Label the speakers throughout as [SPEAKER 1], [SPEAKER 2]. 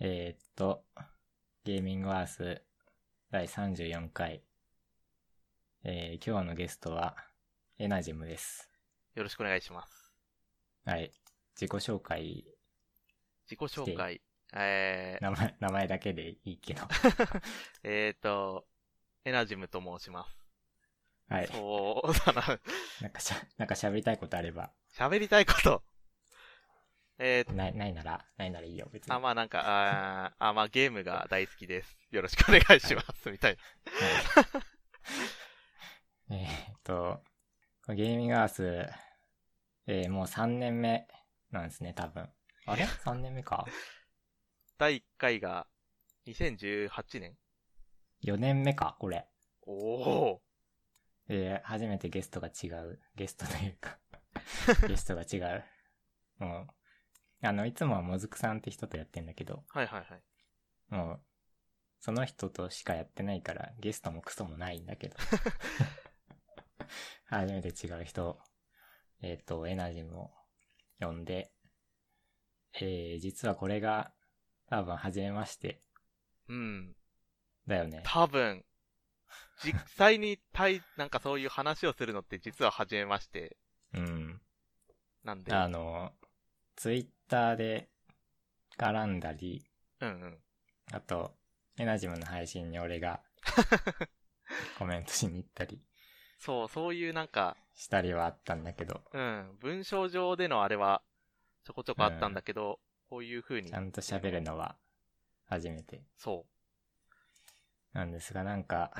[SPEAKER 1] えー、っと、ゲーミングワース第34回。えー、今日のゲストは、エナジムです。
[SPEAKER 2] よろしくお願いします。
[SPEAKER 1] はい。自己紹介、
[SPEAKER 2] 自己紹介。えー、
[SPEAKER 1] 名前、名前だけでいいけど。
[SPEAKER 2] えーと、エナジムと申します。
[SPEAKER 1] はい。
[SPEAKER 2] そうだな。
[SPEAKER 1] なんかしゃ、なんか喋りたいことあれば、
[SPEAKER 2] 喋りたいこと。えーと、
[SPEAKER 1] ない、ないなら、ないならいいよ、別に。
[SPEAKER 2] あ、
[SPEAKER 1] はい
[SPEAKER 2] まあなんか、あーあ、まあゲームが大好きです。よろしくお願いします。みたいな。
[SPEAKER 1] えー、っと、これゲーミングワース、えー、もう3年目なんですね、多分。あれ ?3 年目か。
[SPEAKER 2] 第1回が、2018年
[SPEAKER 1] 4年目か、これ。
[SPEAKER 2] おお
[SPEAKER 1] えー、初めてゲストが違う。ゲストというか、ゲストが違う。もう、あの、いつもはもずくさんって人とやってんだけど、
[SPEAKER 2] はいはいはい。
[SPEAKER 1] もう、その人としかやってないから、ゲストもクソもないんだけど。初めて違う人、えっ、と、エナジムを呼んで、えー、実はこれが、多分、初めまして、
[SPEAKER 2] うん。
[SPEAKER 1] だよね。
[SPEAKER 2] 多分、実際に対、なんかそういう話をするのって実は初めまして。
[SPEAKER 1] うん。
[SPEAKER 2] なんで。
[SPEAKER 1] あの、ツイッターで絡んだり、
[SPEAKER 2] うんうん。
[SPEAKER 1] あと、エナジムの配信に俺 がコメントしに行ったり
[SPEAKER 2] そう、そういうなんか、
[SPEAKER 1] したりはあったんだけど、
[SPEAKER 2] うん。文章上でのあれは、ちょこちょこあったんだけど、こういう風に
[SPEAKER 1] ちゃ、んと喋るのは初めて
[SPEAKER 2] そ
[SPEAKER 1] なんですが、なんか、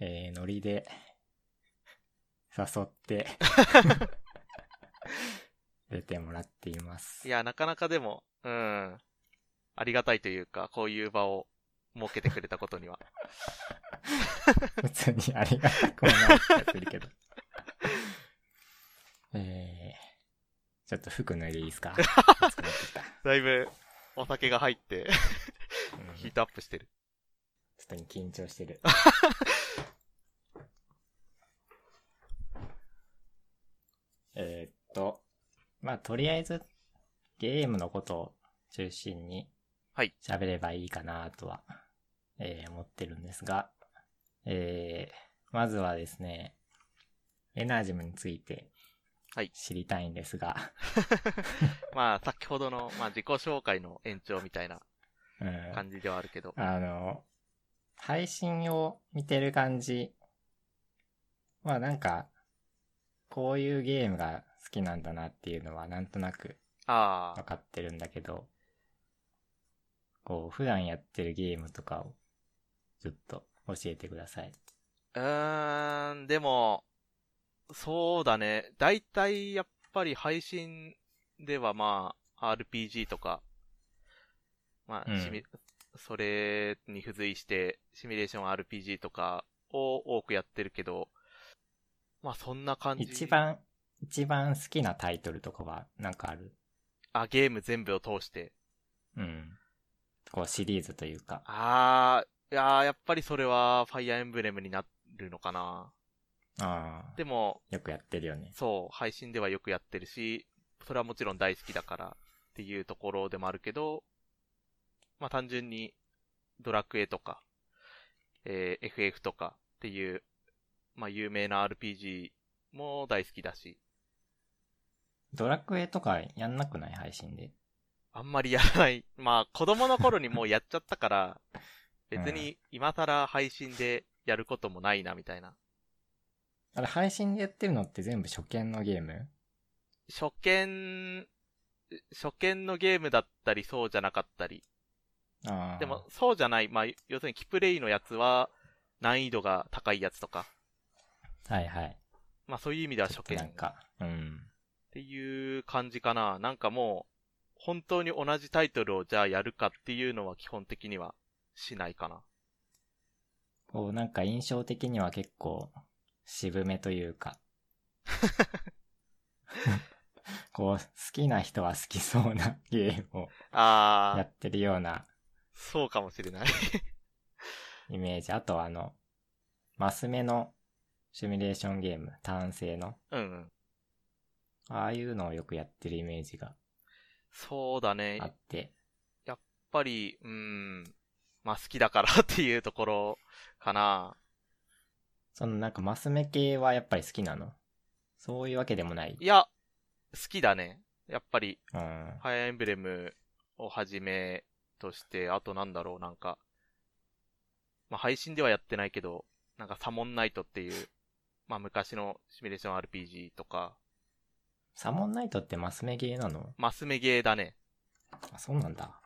[SPEAKER 1] えー、ノリで誘 って、出てもらっています。
[SPEAKER 2] う。いや、なかなかでも、うん。ありがたいというか、こういう場を設けてくれたこ とには。
[SPEAKER 1] 普通にありがたくもない気がするけ ど。えー、ちょっと服脱いでいい ですか暑くなってきた
[SPEAKER 2] だいぶ、お酒が入って、
[SPEAKER 1] うん
[SPEAKER 2] ヒートアップしてる。
[SPEAKER 1] ちょっと緊張して る。えーっと、まあ、とりあえず、ゲームのことを中心に、
[SPEAKER 2] はい
[SPEAKER 1] 喋ればいいかなとは、えー思ってるんですが、えー、まずはですね、エナジムについて
[SPEAKER 2] はい、
[SPEAKER 1] 知りたいんですが、
[SPEAKER 2] まあ、先ほどの、まあ、自己紹介の延長みたいな
[SPEAKER 1] うん
[SPEAKER 2] 感じではあるけど。
[SPEAKER 1] あの、配信を見てる感じ、まあなんか、こういうゲームが好きなんだなっていうのはなんとなく
[SPEAKER 2] あ
[SPEAKER 1] 分
[SPEAKER 2] あ、
[SPEAKER 1] かってるんだけど、こう、普段やってるゲームとかを、ちょっと教えてください。
[SPEAKER 2] うーん、でも、そうだね。だいたい、やっぱり配信ではまあ、RPG とか、まあ、
[SPEAKER 1] うん
[SPEAKER 2] シミそれに付随して、シミュレーション RPG とかを多くやってるけど、まあそんな感じ。
[SPEAKER 1] 一番、一番好きなタイトルとかはなんかある
[SPEAKER 2] あ、ゲーム全部を通して。
[SPEAKER 1] うん。こうシリーズというか。
[SPEAKER 2] あー、いやーやっぱりそれは、ファイアーエンブレムになるのかな。
[SPEAKER 1] ああ
[SPEAKER 2] で。も、
[SPEAKER 1] よくやってるよね。
[SPEAKER 2] そう、配信ではよくやってるし、それはもちろん大好きだからっていうところでもあるけど、まあ単純にドラクエとか、えー FF とかっていう、まあ有名な RPG も大好きだし、
[SPEAKER 1] ドラクエとかやんなくない配信で。
[SPEAKER 2] あんまりやらない。まあ子供の頃にもうやっちゃったから、別に今更配信でやることもないなみたいな。
[SPEAKER 1] あれ、配信でやってるのって全部初見のゲーム
[SPEAKER 2] 初見、初見のゲームだったりそうじゃなかったり、
[SPEAKER 1] ああ。
[SPEAKER 2] でも、、そうじゃない。まあ、要するに、キプレイのやつは、難易度が高いやつとか。
[SPEAKER 1] はいはい。
[SPEAKER 2] まあ、そういう意味では
[SPEAKER 1] ちょ
[SPEAKER 2] 初
[SPEAKER 1] っと
[SPEAKER 2] 見
[SPEAKER 1] なん
[SPEAKER 2] っ
[SPEAKER 1] か、うん。
[SPEAKER 2] ていう感じかな。なんかもう、本当に同じタイトルをじゃあやるかっていうのは基本的にはしないかな。
[SPEAKER 1] こう、なんか印象的には結構、渋めという か。こう、好きな人は好きそうなゲームを
[SPEAKER 2] あ
[SPEAKER 1] や
[SPEAKER 2] ー、
[SPEAKER 1] ってるような
[SPEAKER 2] そうかもしれない。
[SPEAKER 1] イメージ。あと、あの、マス目のシミュレーションゲーム、単性の。
[SPEAKER 2] うんうん。
[SPEAKER 1] ああいうのをよくやってるイメージが
[SPEAKER 2] そうだね
[SPEAKER 1] あ。って。
[SPEAKER 2] やっぱり、うん、まあ好きだからっていうところかな。
[SPEAKER 1] そのなんかマス目系はやっぱり好きなのそういうわけでもない。
[SPEAKER 2] いや、好きだね。やっぱり、
[SPEAKER 1] うん。
[SPEAKER 2] ファイアーエンブレムをはじめとして、あとなんだろう、なんか、まあ、配信ではやってないけど、なんかサモンナイトっていう、まあ、昔のシミュレーション RPG とか、
[SPEAKER 1] サモンナイトってマス目系なの
[SPEAKER 2] マスメゲーだね。
[SPEAKER 1] あ、そうなんだ。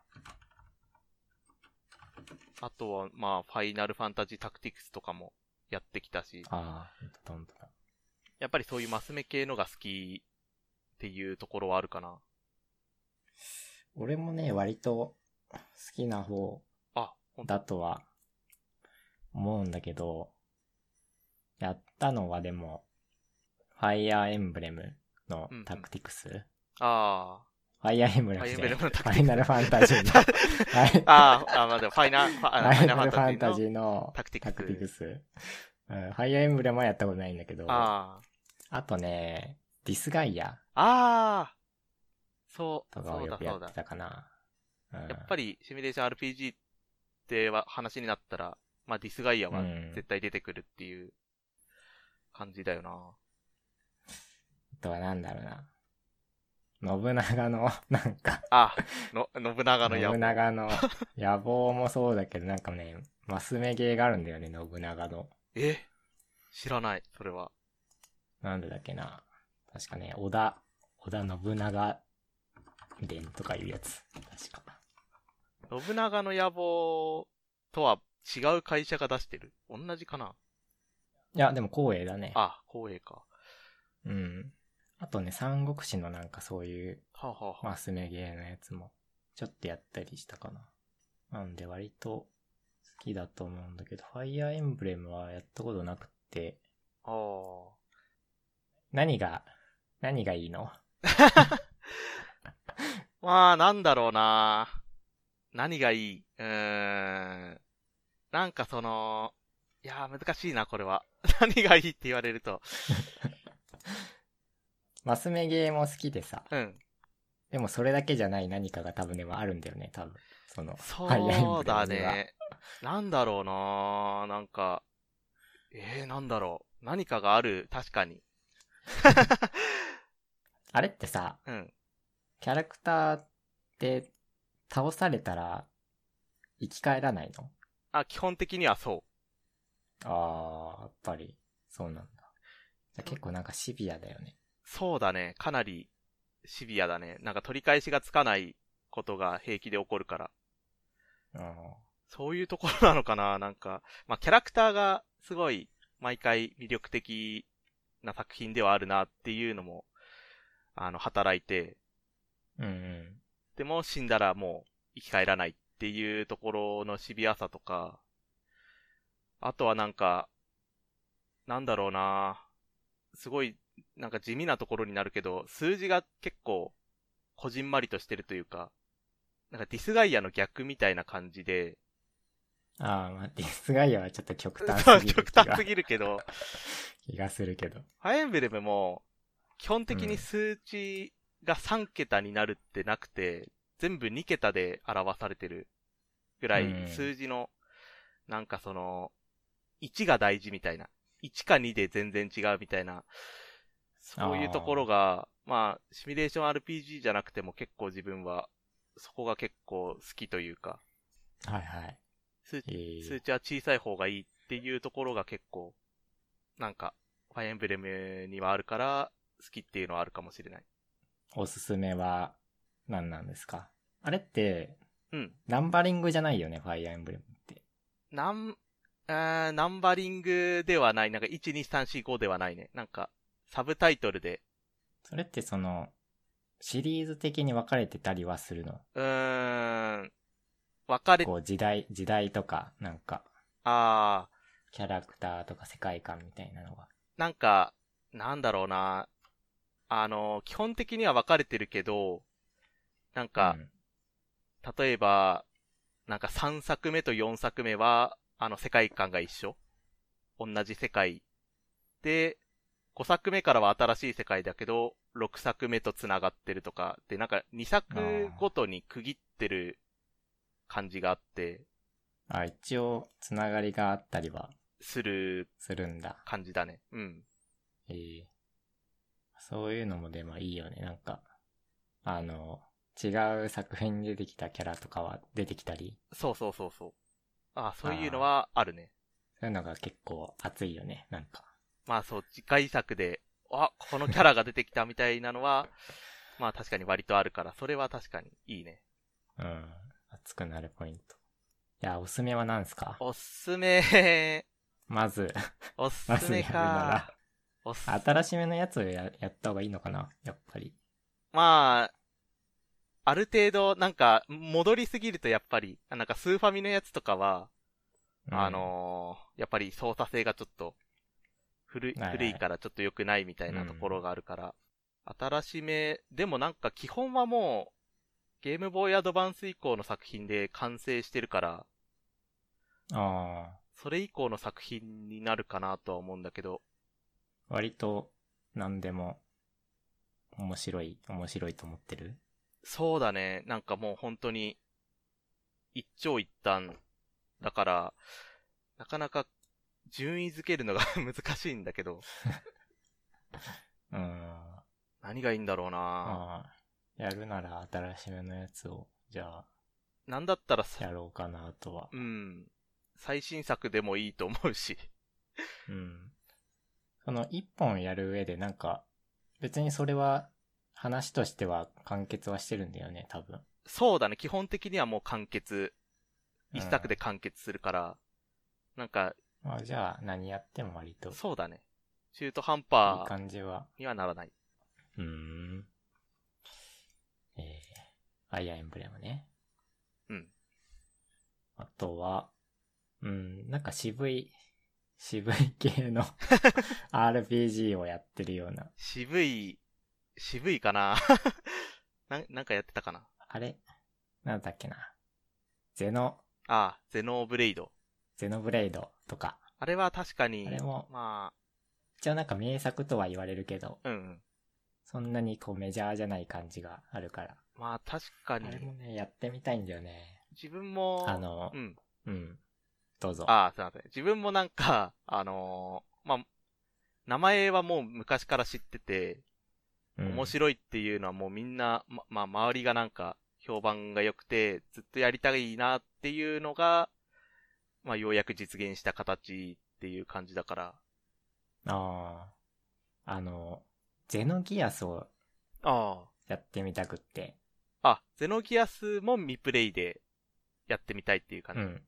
[SPEAKER 2] あとは、まあ、ファイナルファンタジータクティクスとかもやってきたし、
[SPEAKER 1] ああ、ほんとだ。
[SPEAKER 2] やっぱりそういうマスメ系のが好きっていうところはあるかな。
[SPEAKER 1] 俺もね、割と好きな方
[SPEAKER 2] あ、ほんと
[SPEAKER 1] だとは思うんだけど、やったのはでも、ファイアーエンブレムの
[SPEAKER 2] うんうん
[SPEAKER 1] タクティクス、フ
[SPEAKER 2] あ
[SPEAKER 1] ァイアーエンブ
[SPEAKER 2] あ、
[SPEAKER 1] レ
[SPEAKER 2] フ
[SPEAKER 1] ムじ
[SPEAKER 2] ァイ
[SPEAKER 1] ゃな
[SPEAKER 2] アーエンブ
[SPEAKER 1] い
[SPEAKER 2] レムのタ
[SPEAKER 1] フ
[SPEAKER 2] クテ
[SPEAKER 1] ァイ
[SPEAKER 2] ィ
[SPEAKER 1] ナルフ
[SPEAKER 2] ク
[SPEAKER 1] ァンタジーの。
[SPEAKER 2] ス。
[SPEAKER 1] はい
[SPEAKER 2] ああ、あまあでも、ファイナ、ファ
[SPEAKER 1] フ
[SPEAKER 2] あファ
[SPEAKER 1] ァ
[SPEAKER 2] イ
[SPEAKER 1] イ
[SPEAKER 2] ナ
[SPEAKER 1] ナ
[SPEAKER 2] ル
[SPEAKER 1] ル
[SPEAKER 2] フ
[SPEAKER 1] フ
[SPEAKER 2] ァ
[SPEAKER 1] ァ
[SPEAKER 2] ン
[SPEAKER 1] ン
[SPEAKER 2] タ
[SPEAKER 1] タ
[SPEAKER 2] ジ
[SPEAKER 1] ジー
[SPEAKER 2] ー
[SPEAKER 1] の
[SPEAKER 2] タクティク
[SPEAKER 1] タ
[SPEAKER 2] ス
[SPEAKER 1] クティクス。うんファイアーエンブレムはやったことないんだけど、
[SPEAKER 2] の。
[SPEAKER 1] あ
[SPEAKER 2] ああ。
[SPEAKER 1] とね、ディスガイア
[SPEAKER 2] ああそう、
[SPEAKER 1] とか
[SPEAKER 2] そ
[SPEAKER 1] を
[SPEAKER 2] う
[SPEAKER 1] よ
[SPEAKER 2] だ
[SPEAKER 1] くや
[SPEAKER 2] そう
[SPEAKER 1] って
[SPEAKER 2] だ。
[SPEAKER 1] たかな。うん
[SPEAKER 2] やっぱりシミュレーション RPG っては話になったら、まあディスガイアは
[SPEAKER 1] うん
[SPEAKER 2] 絶対出てくるっていう感じだよな。
[SPEAKER 1] あとはなんだろうな。信長の、 なんか、
[SPEAKER 2] あ、の、 信長の野
[SPEAKER 1] 信
[SPEAKER 2] 望。
[SPEAKER 1] 長の野望もそうだけど、なんかね、マス目ゲーがあるんだよね、信長の。
[SPEAKER 2] え知らない、それは。
[SPEAKER 1] なんでだっけな。確かね、織田、織田信長伝とかいうやつ。確か。
[SPEAKER 2] 信長の野望とは違う会社が出してる。同じかない
[SPEAKER 1] や、でも光栄だね。
[SPEAKER 2] あ、光栄か。
[SPEAKER 1] うん。あとね、三国志のなんかそういう
[SPEAKER 2] はあ、はあはあ
[SPEAKER 1] マス目ゲーのやつも、ちょっとやったりしたかな。なんで割と好きだと思うんだけど、ファイアーエンブレムはやったことなくて、
[SPEAKER 2] あー
[SPEAKER 1] 何が、何がいいの
[SPEAKER 2] まあ、なんだろうな。何がいいうーん。なんかその、いやー、難しいな、これは。 何がいいって言われると。
[SPEAKER 1] マス目ゲーも好きでさ、
[SPEAKER 2] うん。
[SPEAKER 1] でもそれだけじゃない何かが多分でもあるんだよね、多分。その、ファイアーエン
[SPEAKER 2] そ
[SPEAKER 1] ブ
[SPEAKER 2] うだ
[SPEAKER 1] レムには。
[SPEAKER 2] ね。なんだろうな。なんか、えー、なんだろう。何かがある、確かに。
[SPEAKER 1] あれってさ、
[SPEAKER 2] うん。
[SPEAKER 1] キャラクターって倒されたら生き返らないの
[SPEAKER 2] あ、基本的にはそう。
[SPEAKER 1] あー、やっぱり、そうなんだ。じゃあ結構なんかシビアだよね。
[SPEAKER 2] そうだね。かなりシビアだね。なんか取り返しがつかないことが平気で起こるから。
[SPEAKER 1] う
[SPEAKER 2] そういうところなのかな なんか、まあ、キャラクターがすごい毎回魅力的な作品ではあるなっていうのも、あの、働いて、
[SPEAKER 1] ん。うんうん。
[SPEAKER 2] でも死んだらもう生き返らないっていうところのシビアさとか、あとはなんか、なんだろうなすごい、なんか地味なところになるけど、数字が結構、こじんまりとしてるというか、なんかディスガイアの逆みたいな感じで、
[SPEAKER 1] あー、まあ、ディスガイアはちょっと極端
[SPEAKER 2] そう
[SPEAKER 1] すぎる
[SPEAKER 2] 極
[SPEAKER 1] 気が。
[SPEAKER 2] 端すぎるけど、
[SPEAKER 1] 気がするけど。
[SPEAKER 2] ファイアエンブレムも、基本的に数値が3桁になるってなくて、全部2桁で表されてるぐらい、
[SPEAKER 1] うん
[SPEAKER 2] 数字の、なんかその、1が大事みたいな。1か2で全然違うみたいな。そういうところが、まあ、シミュレーション RPG じゃなくても結構自分は、そこが結構好きというか、
[SPEAKER 1] はいはい。
[SPEAKER 2] 数
[SPEAKER 1] えー
[SPEAKER 2] 数値は小さい方がいいっていうところが結構、なんか、ファイアエンブレムにはあるから、好きっていうのはあるかもしれない。
[SPEAKER 1] おすすめは何なんですかあれって、
[SPEAKER 2] うん。
[SPEAKER 1] ナンバリングじゃないよね、ファイアーエンブレムって。
[SPEAKER 2] なん、あーナンバリングではない。なんか、1、2、3、4、5ではないね。なんか、サブタイトルで、
[SPEAKER 1] それってその、シリーズ的に分かれてたりはするの
[SPEAKER 2] うーん、分かれ、
[SPEAKER 1] こう時代、時代とか、なんか、
[SPEAKER 2] あー、
[SPEAKER 1] キャラクターとか世界観みたいなのが。
[SPEAKER 2] なんか、なんだろうな。あの、基本的には分かれてるけど、なんか、
[SPEAKER 1] うん
[SPEAKER 2] 例えば、なんか3作目と4作目は、あの世界観が一緒。同じ世界。で、5作目からは新しい世界だけど、6作目と繋がってるとか、で、なんか2作ごとに区切ってる感じがあって、
[SPEAKER 1] あ、一応、つながりがあったりは
[SPEAKER 2] する
[SPEAKER 1] するんだ。
[SPEAKER 2] 感じだね。うん。
[SPEAKER 1] ええそういうのもでもいいよね。なんか、あの、違う作品に出てきたキャラとかは出てきたり、
[SPEAKER 2] そうそうそうそう。ああ、そういうのはあるね。
[SPEAKER 1] そういうのが結構熱いよね。なんか。
[SPEAKER 2] まあそう、次回作で、あ、このキャラが出てきたみたいなのは、まあ確かに割とあるから、それは確かにいいね。
[SPEAKER 1] うん。熱くなるポイント。いや、おすすめは何すか
[SPEAKER 2] おすすめ、
[SPEAKER 1] まず、
[SPEAKER 2] おすすめか。おす
[SPEAKER 1] 新しめのやつをややった方がいいのかなやっぱり。
[SPEAKER 2] まあ、ある程度、なんか、戻りすぎるとやっぱり、あなんかスーファミのやつとかは、
[SPEAKER 1] うん
[SPEAKER 2] あ、のーやっぱり操作性がちょっと、古い、
[SPEAKER 1] はいはい
[SPEAKER 2] 古いからちょっと良くないみたいなところがあるから、新しめ、でもなんか基本はもう、ゲームボーイアドバンス以降の作品で完成してるから、
[SPEAKER 1] ああ、
[SPEAKER 2] それ以降の作品になるかなとは思うんだけど、
[SPEAKER 1] 割と何でも面白い、面白いと思ってる
[SPEAKER 2] そうだね。なんかもう本当に、一長一短だから、なかなか順位付けるのが 難しいんだけど、
[SPEAKER 1] うーん。
[SPEAKER 2] 何がいいんだろうな
[SPEAKER 1] ああ、やるなら新しめのやつを、じゃあ、
[SPEAKER 2] なんだったらさ
[SPEAKER 1] やろうかなとは。
[SPEAKER 2] うん。最新作でもいいと思うし。
[SPEAKER 1] うん。その一本やる上でなんか、別にそれは話としては完結はしてるんだよね、多分。
[SPEAKER 2] そうだね、基本的にはもう完結。
[SPEAKER 1] うん
[SPEAKER 2] 一作で完結するから、なんか、
[SPEAKER 1] まあじゃあ何やっても割といい
[SPEAKER 2] そうだね。中途半端
[SPEAKER 1] 感じは。
[SPEAKER 2] にはならない。
[SPEAKER 1] うーん。えー、アイアンエンブレムね。
[SPEAKER 2] うん。
[SPEAKER 1] あとは、うん、なんか渋い、渋い系 の RPG をやってるような。
[SPEAKER 2] 渋い、渋いかな なんなんかやってたかな
[SPEAKER 1] あれなんだっけな。ゼノ、
[SPEAKER 2] ああ、ゼノーブレイド。
[SPEAKER 1] ゼノブレイドとか。
[SPEAKER 2] あれは確かに
[SPEAKER 1] あれ、も、
[SPEAKER 2] ま
[SPEAKER 1] 一応なんか名作とは言われるけど、
[SPEAKER 2] あ、うんうん。
[SPEAKER 1] そんなにこうメジャーじゃない感じがあるから。
[SPEAKER 2] まあ確か
[SPEAKER 1] あ
[SPEAKER 2] に
[SPEAKER 1] れ、もね、やってみたいんだよね。
[SPEAKER 2] 自分も、
[SPEAKER 1] あの
[SPEAKER 2] う、ん。
[SPEAKER 1] うん。どうぞ。
[SPEAKER 2] ああ、すいません。自分もなんか、あのーまあ、名前はもう昔から知ってて、
[SPEAKER 1] うん、
[SPEAKER 2] 面白いっていうのはもうみんな、ま、まあ、周りがなんか評判が良くて、ずっとやりたいなっていうのが、まあ、ようやく実現した形っていう感じだから。
[SPEAKER 1] ああ。あの、ゼノギアスを
[SPEAKER 2] あ
[SPEAKER 1] やってみたくって。
[SPEAKER 2] あ。あ、ゼノギアスもミプレイでやってみたいっていう感
[SPEAKER 1] う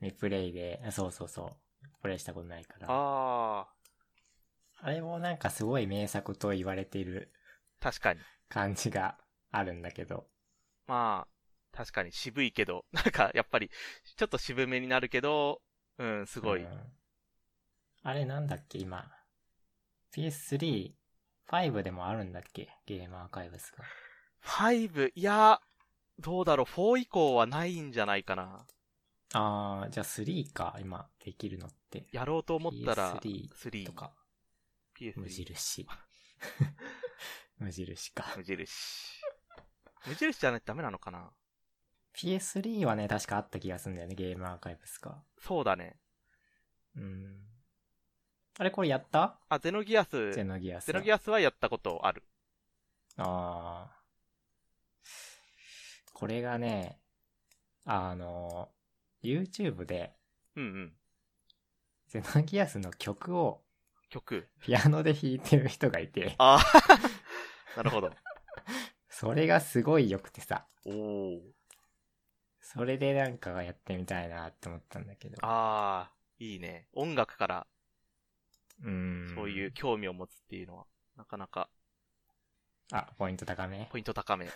[SPEAKER 2] じ。
[SPEAKER 1] ん。リプレイで、そうそうそう。これしたことないから。あ
[SPEAKER 2] ああ、
[SPEAKER 1] れもなんかすごい名作と言われている
[SPEAKER 2] 確かに。
[SPEAKER 1] 感じがあるんだけど。
[SPEAKER 2] まあ、確かに渋いけど、 なんかやっぱり、ちょっと渋めになるけど、うん、す
[SPEAKER 1] す
[SPEAKER 2] ごい。
[SPEAKER 1] あれなんだっけ、今。PS3、5でもあるんだっけゲームアーカイブスが。
[SPEAKER 2] 5、いや、どうだろう、4以降はないんじゃないかな。
[SPEAKER 1] あー、じゃあ3か、今、できるのって。
[SPEAKER 2] やろうと思ったら、
[SPEAKER 1] PS3
[SPEAKER 2] 3
[SPEAKER 1] とか、
[SPEAKER 2] PS3
[SPEAKER 1] 無。印。 無印か。
[SPEAKER 2] 無印。無印じゃないとダメなのかな
[SPEAKER 1] PS3 はね、確かあった気がするんだよね、ゲームアーカイブスが。
[SPEAKER 2] そうだね。
[SPEAKER 1] うん。あれ、これやった
[SPEAKER 2] あ、ゼノギアス。
[SPEAKER 1] ゼノギアス。
[SPEAKER 2] ゼノギアスはやったことある。
[SPEAKER 1] ああ。これがね、あの、YouTube で、
[SPEAKER 2] うんうん。
[SPEAKER 1] ゼノギアスの曲を
[SPEAKER 2] 曲。
[SPEAKER 1] ピアノで弾いてる人がいて、
[SPEAKER 2] あ あ。なるほど。
[SPEAKER 1] それがすごい良くてさ、
[SPEAKER 2] おお。
[SPEAKER 1] それでなんかやってみたいなって思ったんだけど。
[SPEAKER 2] ああ、いいね。音楽から、
[SPEAKER 1] うん。
[SPEAKER 2] そういう。興味を持つっていうのは、なかなか、
[SPEAKER 1] あ、ポイント高め
[SPEAKER 2] ポイント高 め。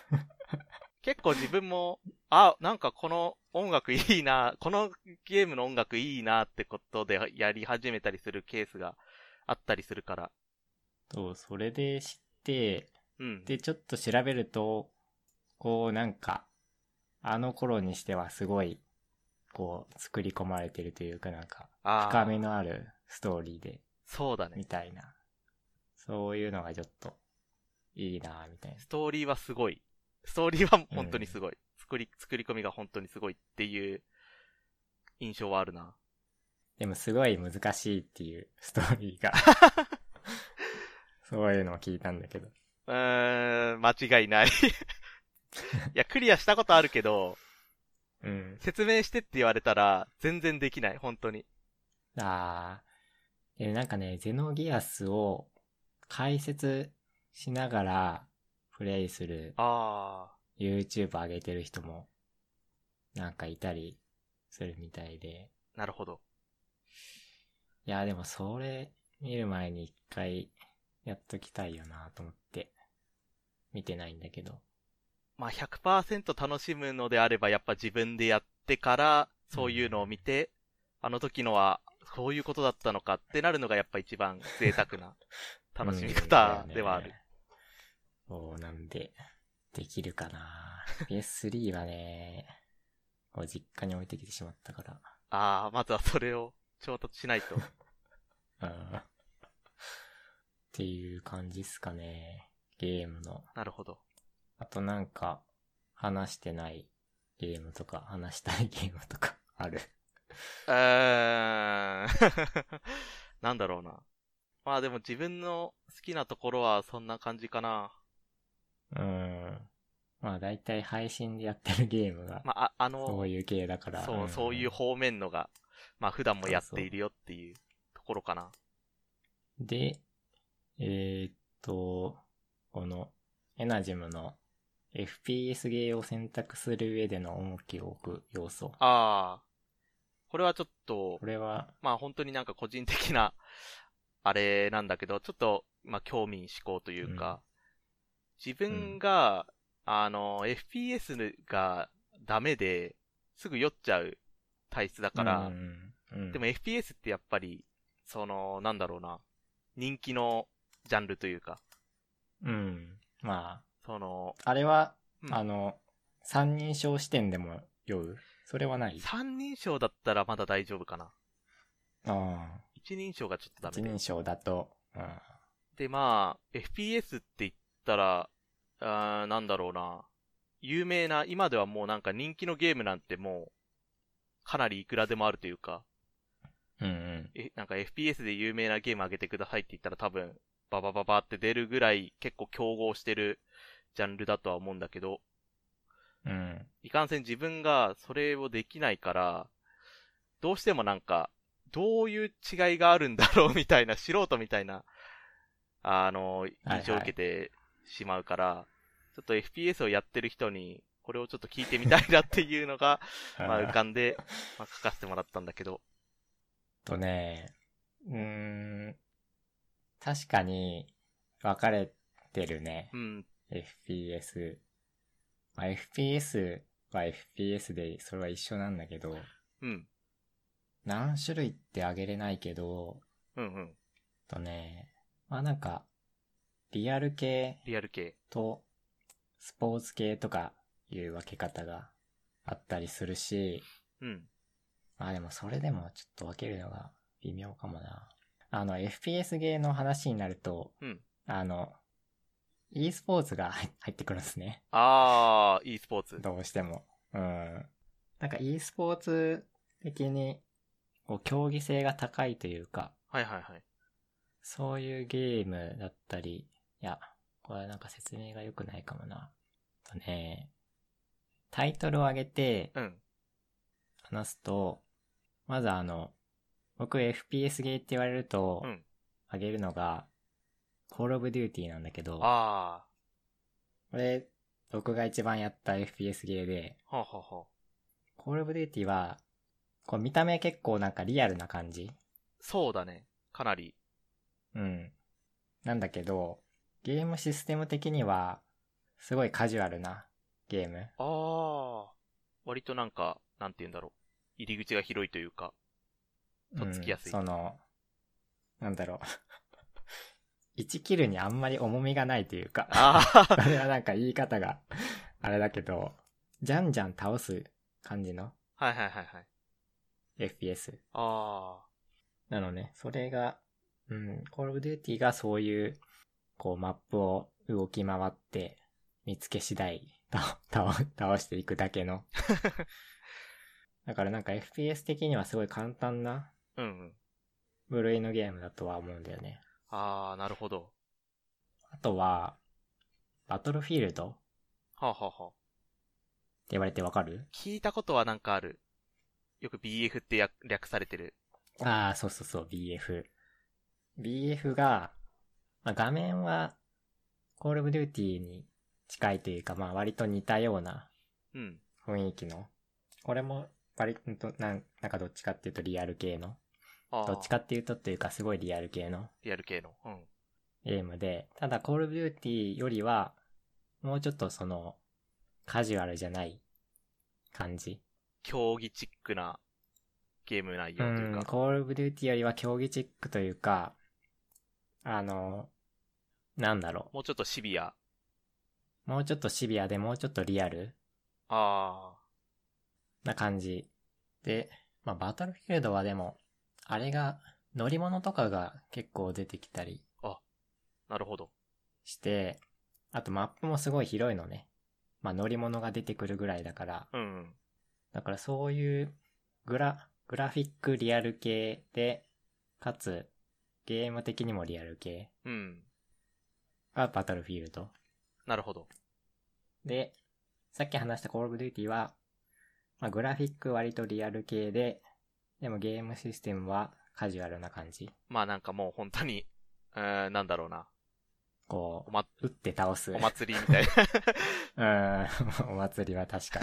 [SPEAKER 2] 結構自分も、あ、なんかこの音楽いいな、このゲームの音楽いいなってことでやり始めたりするケースがあったりするから。
[SPEAKER 1] そう、それで知って、
[SPEAKER 2] うん。
[SPEAKER 1] で、ちょっと調べると、こうなんか、あの頃にしてはすごい、こう、作り込まれてるというかなんか、
[SPEAKER 2] あー
[SPEAKER 1] 深みのあるストーリーで、
[SPEAKER 2] そうだ
[SPEAKER 1] み
[SPEAKER 2] ね。
[SPEAKER 1] たいな。そういうのがちょっと、いいなぁみたいな。
[SPEAKER 2] ストーリーはすごい。ストーリーは本当にすごい。作り、作り込みが本当にすごいっていう印象はあるな。
[SPEAKER 1] でもすごい難しいっていうストーリーが。そういうのを聞いたんだけど。
[SPEAKER 2] うーん、間違 いない。いや、クリアしたことあるけど、
[SPEAKER 1] うん。
[SPEAKER 2] 説明してって言われたら、全然できない、本当に。
[SPEAKER 1] あー。で、なんかね、ゼノギアスを解説しながらプレイする
[SPEAKER 2] あ
[SPEAKER 1] YouTube 上げてる人もなんかいたりするみたいで。
[SPEAKER 2] ー、なるほど。
[SPEAKER 1] いや、でもそれ見る前に一回やっときたいよなと思って見てないんだけど。
[SPEAKER 2] まあ、100%楽しむのであれば、やっぱ自分でやってから、そういうのを見て、あの時のは、こういうことだったのかってなるのが、やっぱ一番贅沢な楽しみ方ではある。
[SPEAKER 1] うん。そうなんで、できるかな PS3 はね、 こう実家に置いてきてしまったから。
[SPEAKER 2] あー、まずはそれを調達しないと。
[SPEAKER 1] うん。っていう感じっすかね。ゲームの。
[SPEAKER 2] なるほど。
[SPEAKER 1] あとなんか、話してないゲームとか、話したい ゲームとかある。
[SPEAKER 2] うーん。 なんだろうな。まあでも自分の好きなところはそんな感じかな。
[SPEAKER 1] うん。まあ大体配信でやってるゲームが、
[SPEAKER 2] まあ、ああ
[SPEAKER 1] そ
[SPEAKER 2] の
[SPEAKER 1] う、いう系だから。
[SPEAKER 2] そう、
[SPEAKER 1] ん
[SPEAKER 2] そういう方面のが、まあ普段もやっているよっていうところかな。
[SPEAKER 1] で、えーっと、この、エナジムの FPS ゲーを選択する上での重きを置く要素。
[SPEAKER 2] ああ。これはちょっと
[SPEAKER 1] こ、れは、
[SPEAKER 2] まあ本当になんか個人的な、 あれなんだけど、ちょっと、まあ興味嗜好というか、自分が、あの、FPS がダメで、すぐ酔っちゃう体質だから、
[SPEAKER 1] うんうん、
[SPEAKER 2] でも FPS ってやっぱり、その、なんだろうな、人気のジャンルというか、
[SPEAKER 1] うん。ま
[SPEAKER 2] その、
[SPEAKER 1] あ、あれは、
[SPEAKER 2] うん
[SPEAKER 1] あの、三人称視点でも酔うそれはない
[SPEAKER 2] 三人称だったらまだ大丈夫かな。
[SPEAKER 1] あ
[SPEAKER 2] 一人称がちょっ
[SPEAKER 1] あ、
[SPEAKER 2] とダ
[SPEAKER 1] 一
[SPEAKER 2] メで
[SPEAKER 1] 人。称だと、うん、
[SPEAKER 2] で、まあ、FPS って言ったら、あーなんだろうな、有名な、今ではもうなんか人気のゲームなんてもう、かなりいくらでもあるというか、
[SPEAKER 1] うんうん。
[SPEAKER 2] え、なんか FPS で有名なゲーム上げてくださいって言ったら多分、ババババって出るぐらい結構競合してるジャンルだとは思うんだけど、
[SPEAKER 1] うん。
[SPEAKER 2] いかんせん自分がそれをできないから、どうしてもなんか、どういう違いがあるんだろうみたいな、素人みたいな、あの、
[SPEAKER 1] はい
[SPEAKER 2] 印象を受けてしまうから、ちょっと FPS をやってる人に、これをちょっと聞いてみたいなっていうのが、まあ浮かんで、まあ書かせてもらったんだけど。
[SPEAKER 1] とね、うーん、確かに分かれてるね
[SPEAKER 2] う。ん、
[SPEAKER 1] FPS。まあ、FPS は FPS で、それは一緒なんだけど、
[SPEAKER 2] うん、
[SPEAKER 1] 何種類ってあげれないけど、
[SPEAKER 2] うん、うん。
[SPEAKER 1] とね、まあなんか、リアル系
[SPEAKER 2] リアル系。
[SPEAKER 1] と、スポーツ系とかいう分け方があったりするし、
[SPEAKER 2] うん。
[SPEAKER 1] まあでもそれでもちょっと分けるのが微妙かもな。あの、FPS ゲーの話になると、
[SPEAKER 2] うん
[SPEAKER 1] あの、e スポーツが入入ってくるんですね。
[SPEAKER 2] あー、e スポーツ。
[SPEAKER 1] どうしても。うん。なんか e スポーツ的に、こう、競技性が高いというか、
[SPEAKER 2] はいはいはい。
[SPEAKER 1] そういうゲームだったり、いや、これはなんか説明が良くないかもな。とね、タイトルを上げて
[SPEAKER 2] うん、
[SPEAKER 1] 話すと、まずあの、僕 FPS ゲーって言われると
[SPEAKER 2] う、ん。
[SPEAKER 1] 上げるのが、コールオブデューティーなんだけど、こ
[SPEAKER 2] あ
[SPEAKER 1] れ、僕が一番やった FPS ゲーで、
[SPEAKER 2] ー、はあ、はあはあ、
[SPEAKER 1] コールオブデューティーは、こう見た目結構なんかリアルな感じ
[SPEAKER 2] そうだね。かなり。
[SPEAKER 1] うん。なんだけど、ゲームシステム的には、すごいカジュアルなゲーム。
[SPEAKER 2] ああ。割となんか、なんて言うんだろう。入り口が広いというか。とっつきやすい
[SPEAKER 1] うんその、なん だろう。1キルにあんまり重みがないというか、
[SPEAKER 2] あ
[SPEAKER 1] あれはなんか言い方が、あれだけど、じゃんじゃん倒す感じの
[SPEAKER 2] あ はいはいはいはい。
[SPEAKER 1] FPS。
[SPEAKER 2] あ
[SPEAKER 1] なのね、それが、うん、コールオブデューティがそういう、こうマップを動き回って、見つけ次第倒、倒、倒していくだけ の。だからなんか FPS 的にはすごい簡単な
[SPEAKER 2] うんうん。
[SPEAKER 1] 部類のゲームだとは思うんだよね。
[SPEAKER 2] あー、なるほど。
[SPEAKER 1] あとは、バトルフィールドって
[SPEAKER 2] はあ、はあはあ、
[SPEAKER 1] 言われてわかる
[SPEAKER 2] 聞いたことはなんかある。よく BF って略略されてる。
[SPEAKER 1] ああ、そうそうそう、BF。BF が、まあ、画面は、コールオブデューティーに近いというか、まあ割と似たような
[SPEAKER 2] うん。
[SPEAKER 1] 雰囲気の。これも割と、なんなんかどっちかっていうとリアル系の。
[SPEAKER 2] あー
[SPEAKER 1] どっちかっていうとっていうかすごいリアル系の
[SPEAKER 2] リアル系の。うん。
[SPEAKER 1] ゲームで、ただコールオブデューティーよりは、もうちょっとその、カジュアルじゃない感じ。
[SPEAKER 2] 競技チックなゲーム内
[SPEAKER 1] う、
[SPEAKER 2] 容というんか。
[SPEAKER 1] コールオブデューティーよりは競技チックというか、あの、なんだろう。
[SPEAKER 2] もうちょっとシビア。
[SPEAKER 1] もうちょっとシビアでもうちょっとリアル
[SPEAKER 2] あ
[SPEAKER 1] な感じ。で、まあバトルフィールドはでも、あれが、乗り物とかが結構出てきたり
[SPEAKER 2] ー、なるほど。
[SPEAKER 1] して、あとマップもすごい広いのね。まあ乗り物が出てくるぐらいだから、
[SPEAKER 2] うんうん。
[SPEAKER 1] だからそういうグラ、グラフィックリアル系で、かつゲーム的にもリアル系
[SPEAKER 2] うん。
[SPEAKER 1] がバトルフィールド。
[SPEAKER 2] なるほど。
[SPEAKER 1] で、さっき話したコールオブデューティは、まあ、グラフィック割とリアル系で、でもゲームシステムはカジュアルな感じ。
[SPEAKER 2] まあなんかもう本当に、うーん、なんだろうな。
[SPEAKER 1] こ
[SPEAKER 2] おま、
[SPEAKER 1] う、打って倒す。
[SPEAKER 2] お祭りみたいな。
[SPEAKER 1] うーん、お 祭りは確か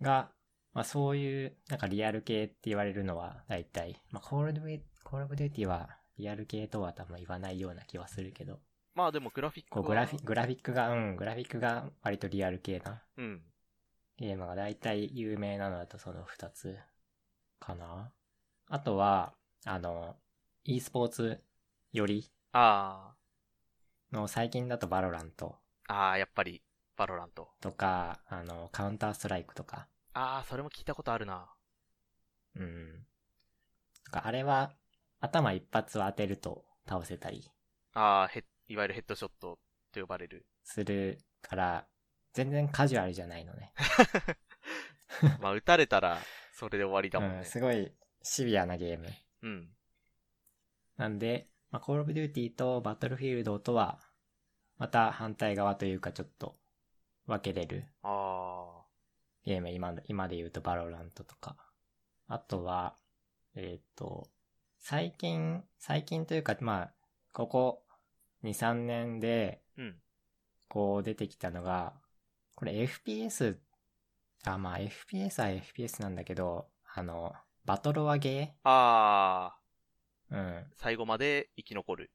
[SPEAKER 1] に。が、まあそういう、なんかリアル系って言われるのは、大体、まあコールドウェイ、コールオブデューティは、リアル系とは多分言わないような気はするけど、
[SPEAKER 2] まあでもグラフィック
[SPEAKER 1] こ
[SPEAKER 2] は
[SPEAKER 1] うグラフィ、グラフィックが、うん、グラフィックが割とリアル系な
[SPEAKER 2] うん。
[SPEAKER 1] ゲームが大体有名なのだとその2つかな。あとは、あの、e スポーツより
[SPEAKER 2] あ
[SPEAKER 1] の最近だとバロラント
[SPEAKER 2] あ。ああ、やっぱり、バロラント。
[SPEAKER 1] とか、あの、カウンターストライクとか、
[SPEAKER 2] ああ、それも聞いたことあるな。
[SPEAKER 1] うん。とか、あれは、頭一発を当てると倒せたり
[SPEAKER 2] ああ、ヘッいわゆるヘッドショットと呼ばれ る。
[SPEAKER 1] するから、全然カジュアルじゃないのね。
[SPEAKER 2] まあ、撃たれたら、それで終わりだもん
[SPEAKER 1] う
[SPEAKER 2] ね
[SPEAKER 1] ん、。すごいシビアなゲーム。
[SPEAKER 2] うん。
[SPEAKER 1] なんで、まあ、コールオブデューティーとバトルフィールドとは、また反対側というかちょっと分けれる
[SPEAKER 2] あ
[SPEAKER 1] ゲーム、今の、今で言うとバロラントとか。あとは、えっ、と、最近、最近というか、まあ、ここ2、3年で、
[SPEAKER 2] あ。うん。
[SPEAKER 1] こう出てきたのが、これ FPS、あ、まあ FPS は FPS なんだけど、あの、バトロワゲ
[SPEAKER 2] ああ、
[SPEAKER 1] ーうん、
[SPEAKER 2] 最後まで生き残る。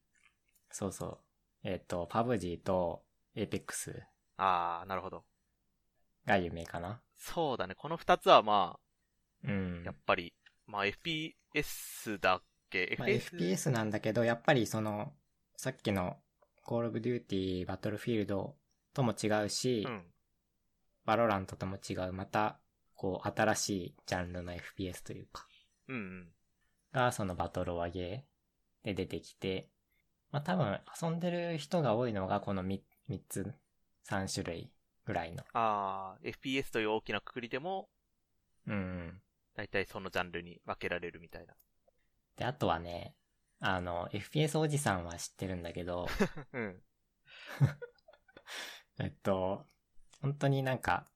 [SPEAKER 1] そうそう。えっ、と、パブジーと APEX
[SPEAKER 2] ああ、なるほど。
[SPEAKER 1] が有名かな。
[SPEAKER 2] そうだね。この二つはま
[SPEAKER 1] うん
[SPEAKER 2] あ、やっ。ぱり、まあ FPS だっけ
[SPEAKER 1] まあ、FPS なんだけど、やっぱりその、さっきの Call of Duty Battlefield とも違うし、
[SPEAKER 2] うん。
[SPEAKER 1] バロラントとも違う、また、こう、新しいジャンルの FPS というか、
[SPEAKER 2] うんうん。
[SPEAKER 1] が、そのバトルワゲーで出てきて、まあ多分遊んでる人が多いのがこの 3, 3つ、3種類ぐらいの。
[SPEAKER 2] ああ、FPS という大きなくくりでも、
[SPEAKER 1] うん。
[SPEAKER 2] だいたいそのジャンルに分けられるみたいな。
[SPEAKER 1] で、あとはね、あの、FPS おじさんは知ってるんだけど、
[SPEAKER 2] うん。
[SPEAKER 1] えっと、本当になんか、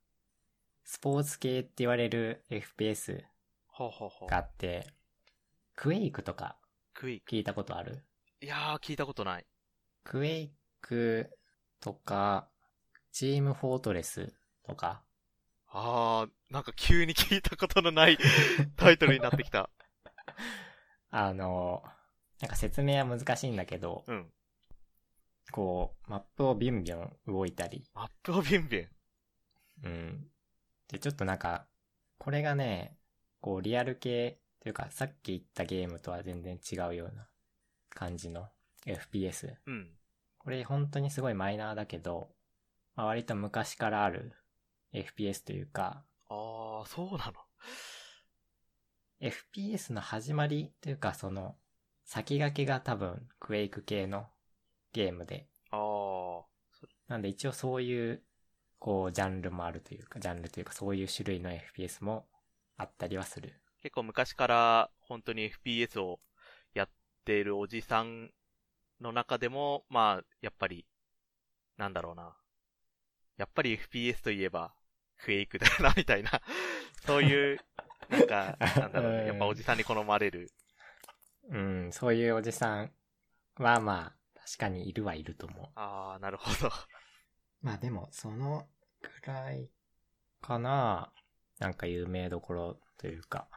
[SPEAKER 1] スポーツ系って言われる FPS
[SPEAKER 2] ほうほうほう
[SPEAKER 1] があ。って、クエイクとか
[SPEAKER 2] クイッ
[SPEAKER 1] 聞いたことある
[SPEAKER 2] ク。いやー、聞いたことない。
[SPEAKER 1] クエイクとか、チームフォートレスとか、
[SPEAKER 2] あー、なんか急に聞いたことのないタイトルになってきた。
[SPEAKER 1] あの、なんか説明は難しいんだけど、
[SPEAKER 2] うん。
[SPEAKER 1] こう、マップをビュンビュン動いたり、
[SPEAKER 2] マップをビュンビュン。
[SPEAKER 1] うん。で、ちょっとなんか、これがね、こう、リアル系というか、さっき言ったゲームとは全然違うような感じの FPS。
[SPEAKER 2] うん。
[SPEAKER 1] これ本当にすごいマイナーだけど、まあ、割と昔からある FPS というか、
[SPEAKER 2] あー、そうなの。
[SPEAKER 1] FPS の始まりというか、その、先駆けが多分、クエイク系のゲームで。
[SPEAKER 2] あー。
[SPEAKER 1] なんで一応そういうこう、ジャンルもあるというか、ジャンルというか、そういう種類の FPS もあったりはする。
[SPEAKER 2] 結構昔から本当に FPS をやっているおじさんの中でも、まあ、やっぱり、なんだろうな。やっぱり FPS といえば、クエイクだよな、みたいな。そういう、なんか、なんだろうね。やっぱおじさんに好まれる。
[SPEAKER 1] うん、そういうおじさんはまあ、確かにいるはいると思う。
[SPEAKER 2] あー、なるほど。
[SPEAKER 1] まあでも、そのくらいかな。なんか有名どころというか、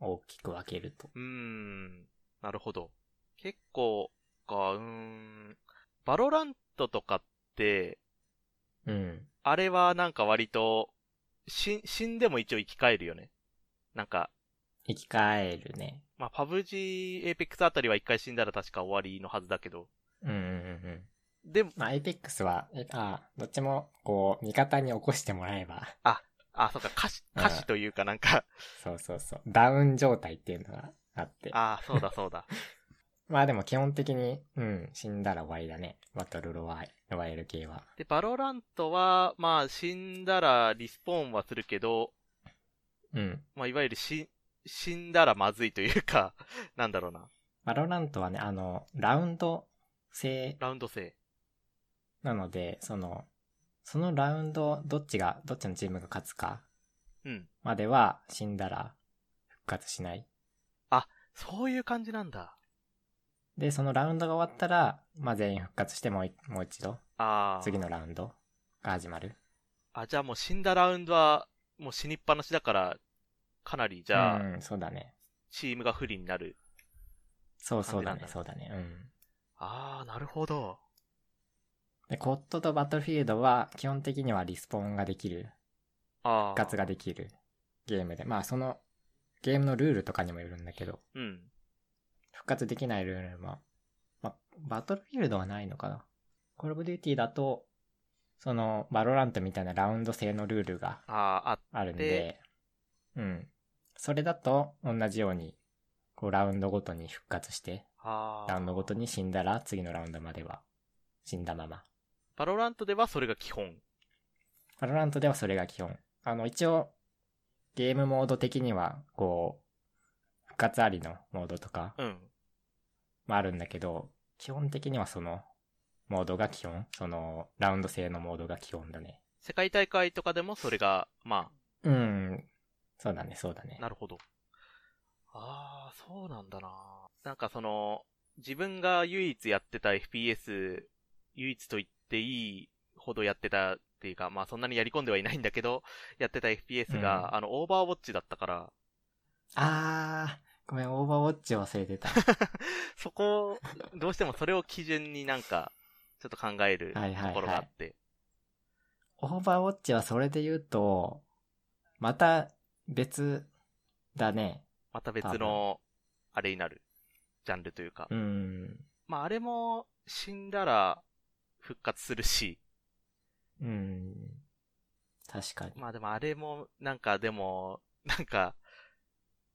[SPEAKER 1] 大きく分けると。
[SPEAKER 2] うーん、なるほど。結構、か、うーん、バロラントとかって、
[SPEAKER 1] うん。
[SPEAKER 2] あれはなんか割と、死、死んでも一応生き返るよね。なんか、
[SPEAKER 1] 生き返るね。
[SPEAKER 2] まあ、パブ G、エーペックスあたりは一回死んだら確か終わりのはずだけど。
[SPEAKER 1] うんうんうんうん。
[SPEAKER 2] でも、
[SPEAKER 1] まあ、エイペックスは、えあどっちも、こう、味方に起こしてもらえば、
[SPEAKER 2] あ、そうか、歌詞、
[SPEAKER 1] うん
[SPEAKER 2] 歌詞というかなんか、
[SPEAKER 1] そうそうそう、ダウン状態っていうのがあって。
[SPEAKER 2] ああ、そうだそうだ。
[SPEAKER 1] まあでも基本的に、うん、死んだら終わりだね。バトルロワイロワイヤル系は。
[SPEAKER 2] で、バロラントは、まあ、死んだらリスポーンはするけど、
[SPEAKER 1] うん。
[SPEAKER 2] まあ、いわゆる死、死んだらまずいというか、なんだろうな、
[SPEAKER 1] バロラントはね、あの、ラウンド制
[SPEAKER 2] ラウンド制。
[SPEAKER 1] なので、その、そのラウンド、どっちが、どっちのチームが勝つか
[SPEAKER 2] うん。
[SPEAKER 1] までは死んだら復活しない。
[SPEAKER 2] そういう感じなんだ。
[SPEAKER 1] で、そのラウンドが終わったら、まあ全員復活してもういもう一度、
[SPEAKER 2] ああ。
[SPEAKER 1] 次のラウンドが始まる。
[SPEAKER 2] あ、じゃあもう死んだラウンドは、もう死にっぱなしだから、かなり、じゃあ、
[SPEAKER 1] うん、そうだね。
[SPEAKER 2] チームが不利になる。
[SPEAKER 1] そうそうだ
[SPEAKER 2] 感じなん
[SPEAKER 1] ね、
[SPEAKER 2] だ
[SPEAKER 1] そうだね。うん。
[SPEAKER 2] ああ、なるほど。
[SPEAKER 1] で、コットとバトルフィールドは基本的にはリスポーンができる、
[SPEAKER 2] ああ。
[SPEAKER 1] 復活ができるゲームで、まあそのゲームのルールとかにもよるんだけど、
[SPEAKER 2] うん。
[SPEAKER 1] 復活できないルールも、まあバトルフィールドはないのかな。コールオブデューティーだと、そのバロラントみたいなラウンド制のルールが
[SPEAKER 2] ああ、あ、
[SPEAKER 1] あるん
[SPEAKER 2] で
[SPEAKER 1] で、うん。それだと同じように、こうラウンドごとに復活して、
[SPEAKER 2] ああ。
[SPEAKER 1] ラウンドごとに死んだら次のラウンドまでは死んだまま。
[SPEAKER 2] バロラントではそれが基本。
[SPEAKER 1] バロラントではそれが基本。あの、一応、ゲームモード的には、こう、復活ありのモードとか
[SPEAKER 2] うん。
[SPEAKER 1] もあるんだけど、基本的にはその、モードが基本。その、ラウンド制のモードが基本だね。
[SPEAKER 2] 世界大会とかでもそれが、ま
[SPEAKER 1] うん。そうだね、そうだね
[SPEAKER 2] あ、。なるほど。ああ、そうなんだな。なんかその、自分が唯一やってた FPS、唯一と言っていいほどやってたっていうか、まあそんなにやり込んではいないんだけど、やってた FPS が、
[SPEAKER 1] うん
[SPEAKER 2] あの、オーバーウォッチだったから、
[SPEAKER 1] あー、ごめん、オーバーウォッチ忘れて た。
[SPEAKER 2] そこ、どうしてもそれを基準になんか、ちょっと考えると
[SPEAKER 1] はいはいはい
[SPEAKER 2] ころがあって。
[SPEAKER 1] オーバーウォッチはそれで言うと、また別だね。
[SPEAKER 2] また別の、あれになる。ジャンルというか。
[SPEAKER 1] うん。
[SPEAKER 2] まああれも、死んだら、復活するし。
[SPEAKER 1] うん。確かに。
[SPEAKER 2] まあでもあれも、なんかでも、なんか、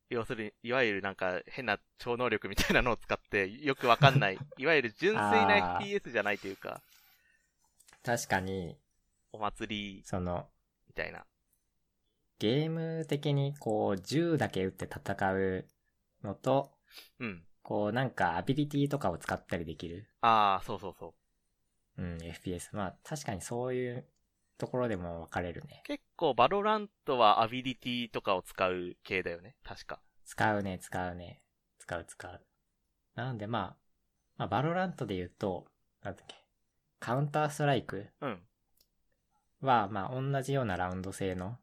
[SPEAKER 2] 要するに、いわゆるなんか変な超能力みたいなのを使って、よくわか んない。いわゆる純粋な
[SPEAKER 1] あー
[SPEAKER 2] FPS じゃないというか、
[SPEAKER 1] 確かに、
[SPEAKER 2] お祭り
[SPEAKER 1] その、
[SPEAKER 2] みたいな。
[SPEAKER 1] ゲーム的にこう、銃だけ撃って戦うのと、
[SPEAKER 2] うん。
[SPEAKER 1] こう、なんかアビリティとかを使ったりできる。
[SPEAKER 2] ああ、そうそうそう。
[SPEAKER 1] うん、FPS。まあ、確かにそういうところでも分かれるね。
[SPEAKER 2] 結構、バロラントはアビリティとかを使う系だよね。確か。
[SPEAKER 1] 使うね、使うね。使う、使う。なんでまあ、まあ、バロラントで言うと、なんだっけ、カウンターストライク
[SPEAKER 2] うん。
[SPEAKER 1] は、まあ、同じようなラウンド制の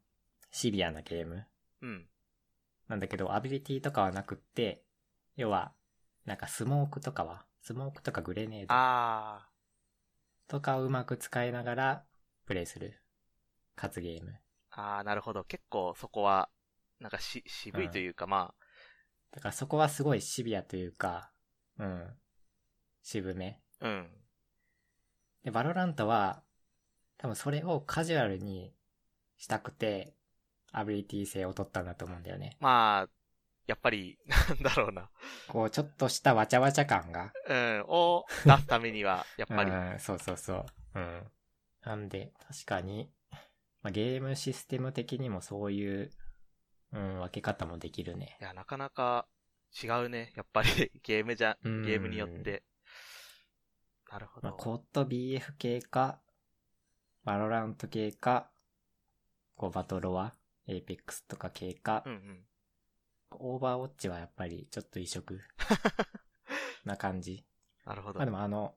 [SPEAKER 1] シビアなゲーム
[SPEAKER 2] うん。
[SPEAKER 1] なんだけど、アビリティとかはなくって、要は、なんかスモークとかは、スモークとかグレネード
[SPEAKER 2] あ
[SPEAKER 1] とかをうまく使いながらプレイする。勝つゲーム。
[SPEAKER 2] あ、ああ、なるほど。結構そこは、なんかし、渋いというか、ま
[SPEAKER 1] だからそこはすごいシビアというか、うん。渋め。
[SPEAKER 2] あ、うん。
[SPEAKER 1] で、バロラントは、多分それをカジュアルにしたくて、アビリティ性を取ったんだと思うんだよね。
[SPEAKER 2] まあ、やっぱり、なんだろうな。
[SPEAKER 1] こう、ちょっとしたわちゃわちゃ感が。
[SPEAKER 2] うん、を出すためには、やっぱり、
[SPEAKER 1] うん、そうそうそう。うん。なんで、確かに、まあ、ゲームシステム的にもそういう、うん、分け方もできるね。
[SPEAKER 2] いや、なかなか違うね。やっぱり ゲームじゃ、
[SPEAKER 1] うん
[SPEAKER 2] ゲームによって。なるほど。
[SPEAKER 1] まあ、コット BF 系か、バロラント系か、こう、バトロワ、エイペックスとか系か、
[SPEAKER 2] うんうん。
[SPEAKER 1] オーバーウォッチはやっぱりちょっと異 色な感じ。
[SPEAKER 2] なるほど。
[SPEAKER 1] まあでもあの、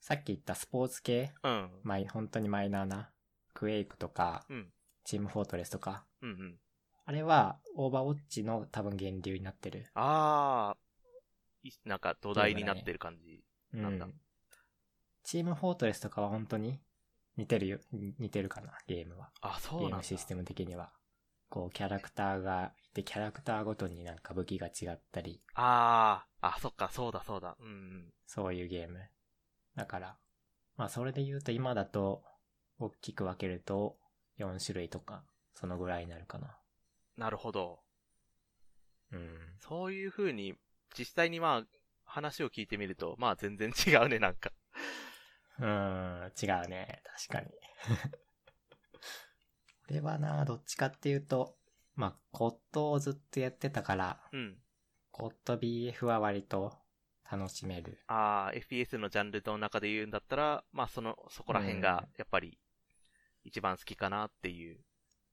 [SPEAKER 1] さっき言ったスポーツ系、
[SPEAKER 2] うん。
[SPEAKER 1] まあ本当にマイナーな、クエイクとか、
[SPEAKER 2] うん。
[SPEAKER 1] チームフォートレスとか、
[SPEAKER 2] うんうん。
[SPEAKER 1] あれはオーバーウォッチの多分源流になってる。
[SPEAKER 2] あー、いなんか土台になってる感じ。
[SPEAKER 1] う
[SPEAKER 2] なんだ
[SPEAKER 1] チームフォートレスとかは本当に似てるよ、似てるかな、ゲームは。
[SPEAKER 2] あ、そう
[SPEAKER 1] ゲ
[SPEAKER 2] なん
[SPEAKER 1] ー
[SPEAKER 2] だ。
[SPEAKER 1] ムシステム的には。こう、キャラクターがいて、キャラクターごとになんか武器が違ったり、
[SPEAKER 2] あー、あ、そっか、そうだ、そうだ。うんうん。
[SPEAKER 1] そういうゲーム。だから、まあそれで言うと今だと、大きく分けると、4種類とか、そのぐらいになるかな。
[SPEAKER 2] なるほど。
[SPEAKER 1] うん。
[SPEAKER 2] そういう風に、実際にまあ、話を聞いてみると、まあ全然違うね、なんか。
[SPEAKER 1] うーん、違うね。確かに。 俺はな、どっちかっていうと、まあ、コットをずっとやってたから、
[SPEAKER 2] うん。
[SPEAKER 1] コット BF は割と楽しめる。
[SPEAKER 2] あー、FPS のジャンルの中で言うんだったら、まあその、そこら辺が、やっぱり、一番好きかなっていう。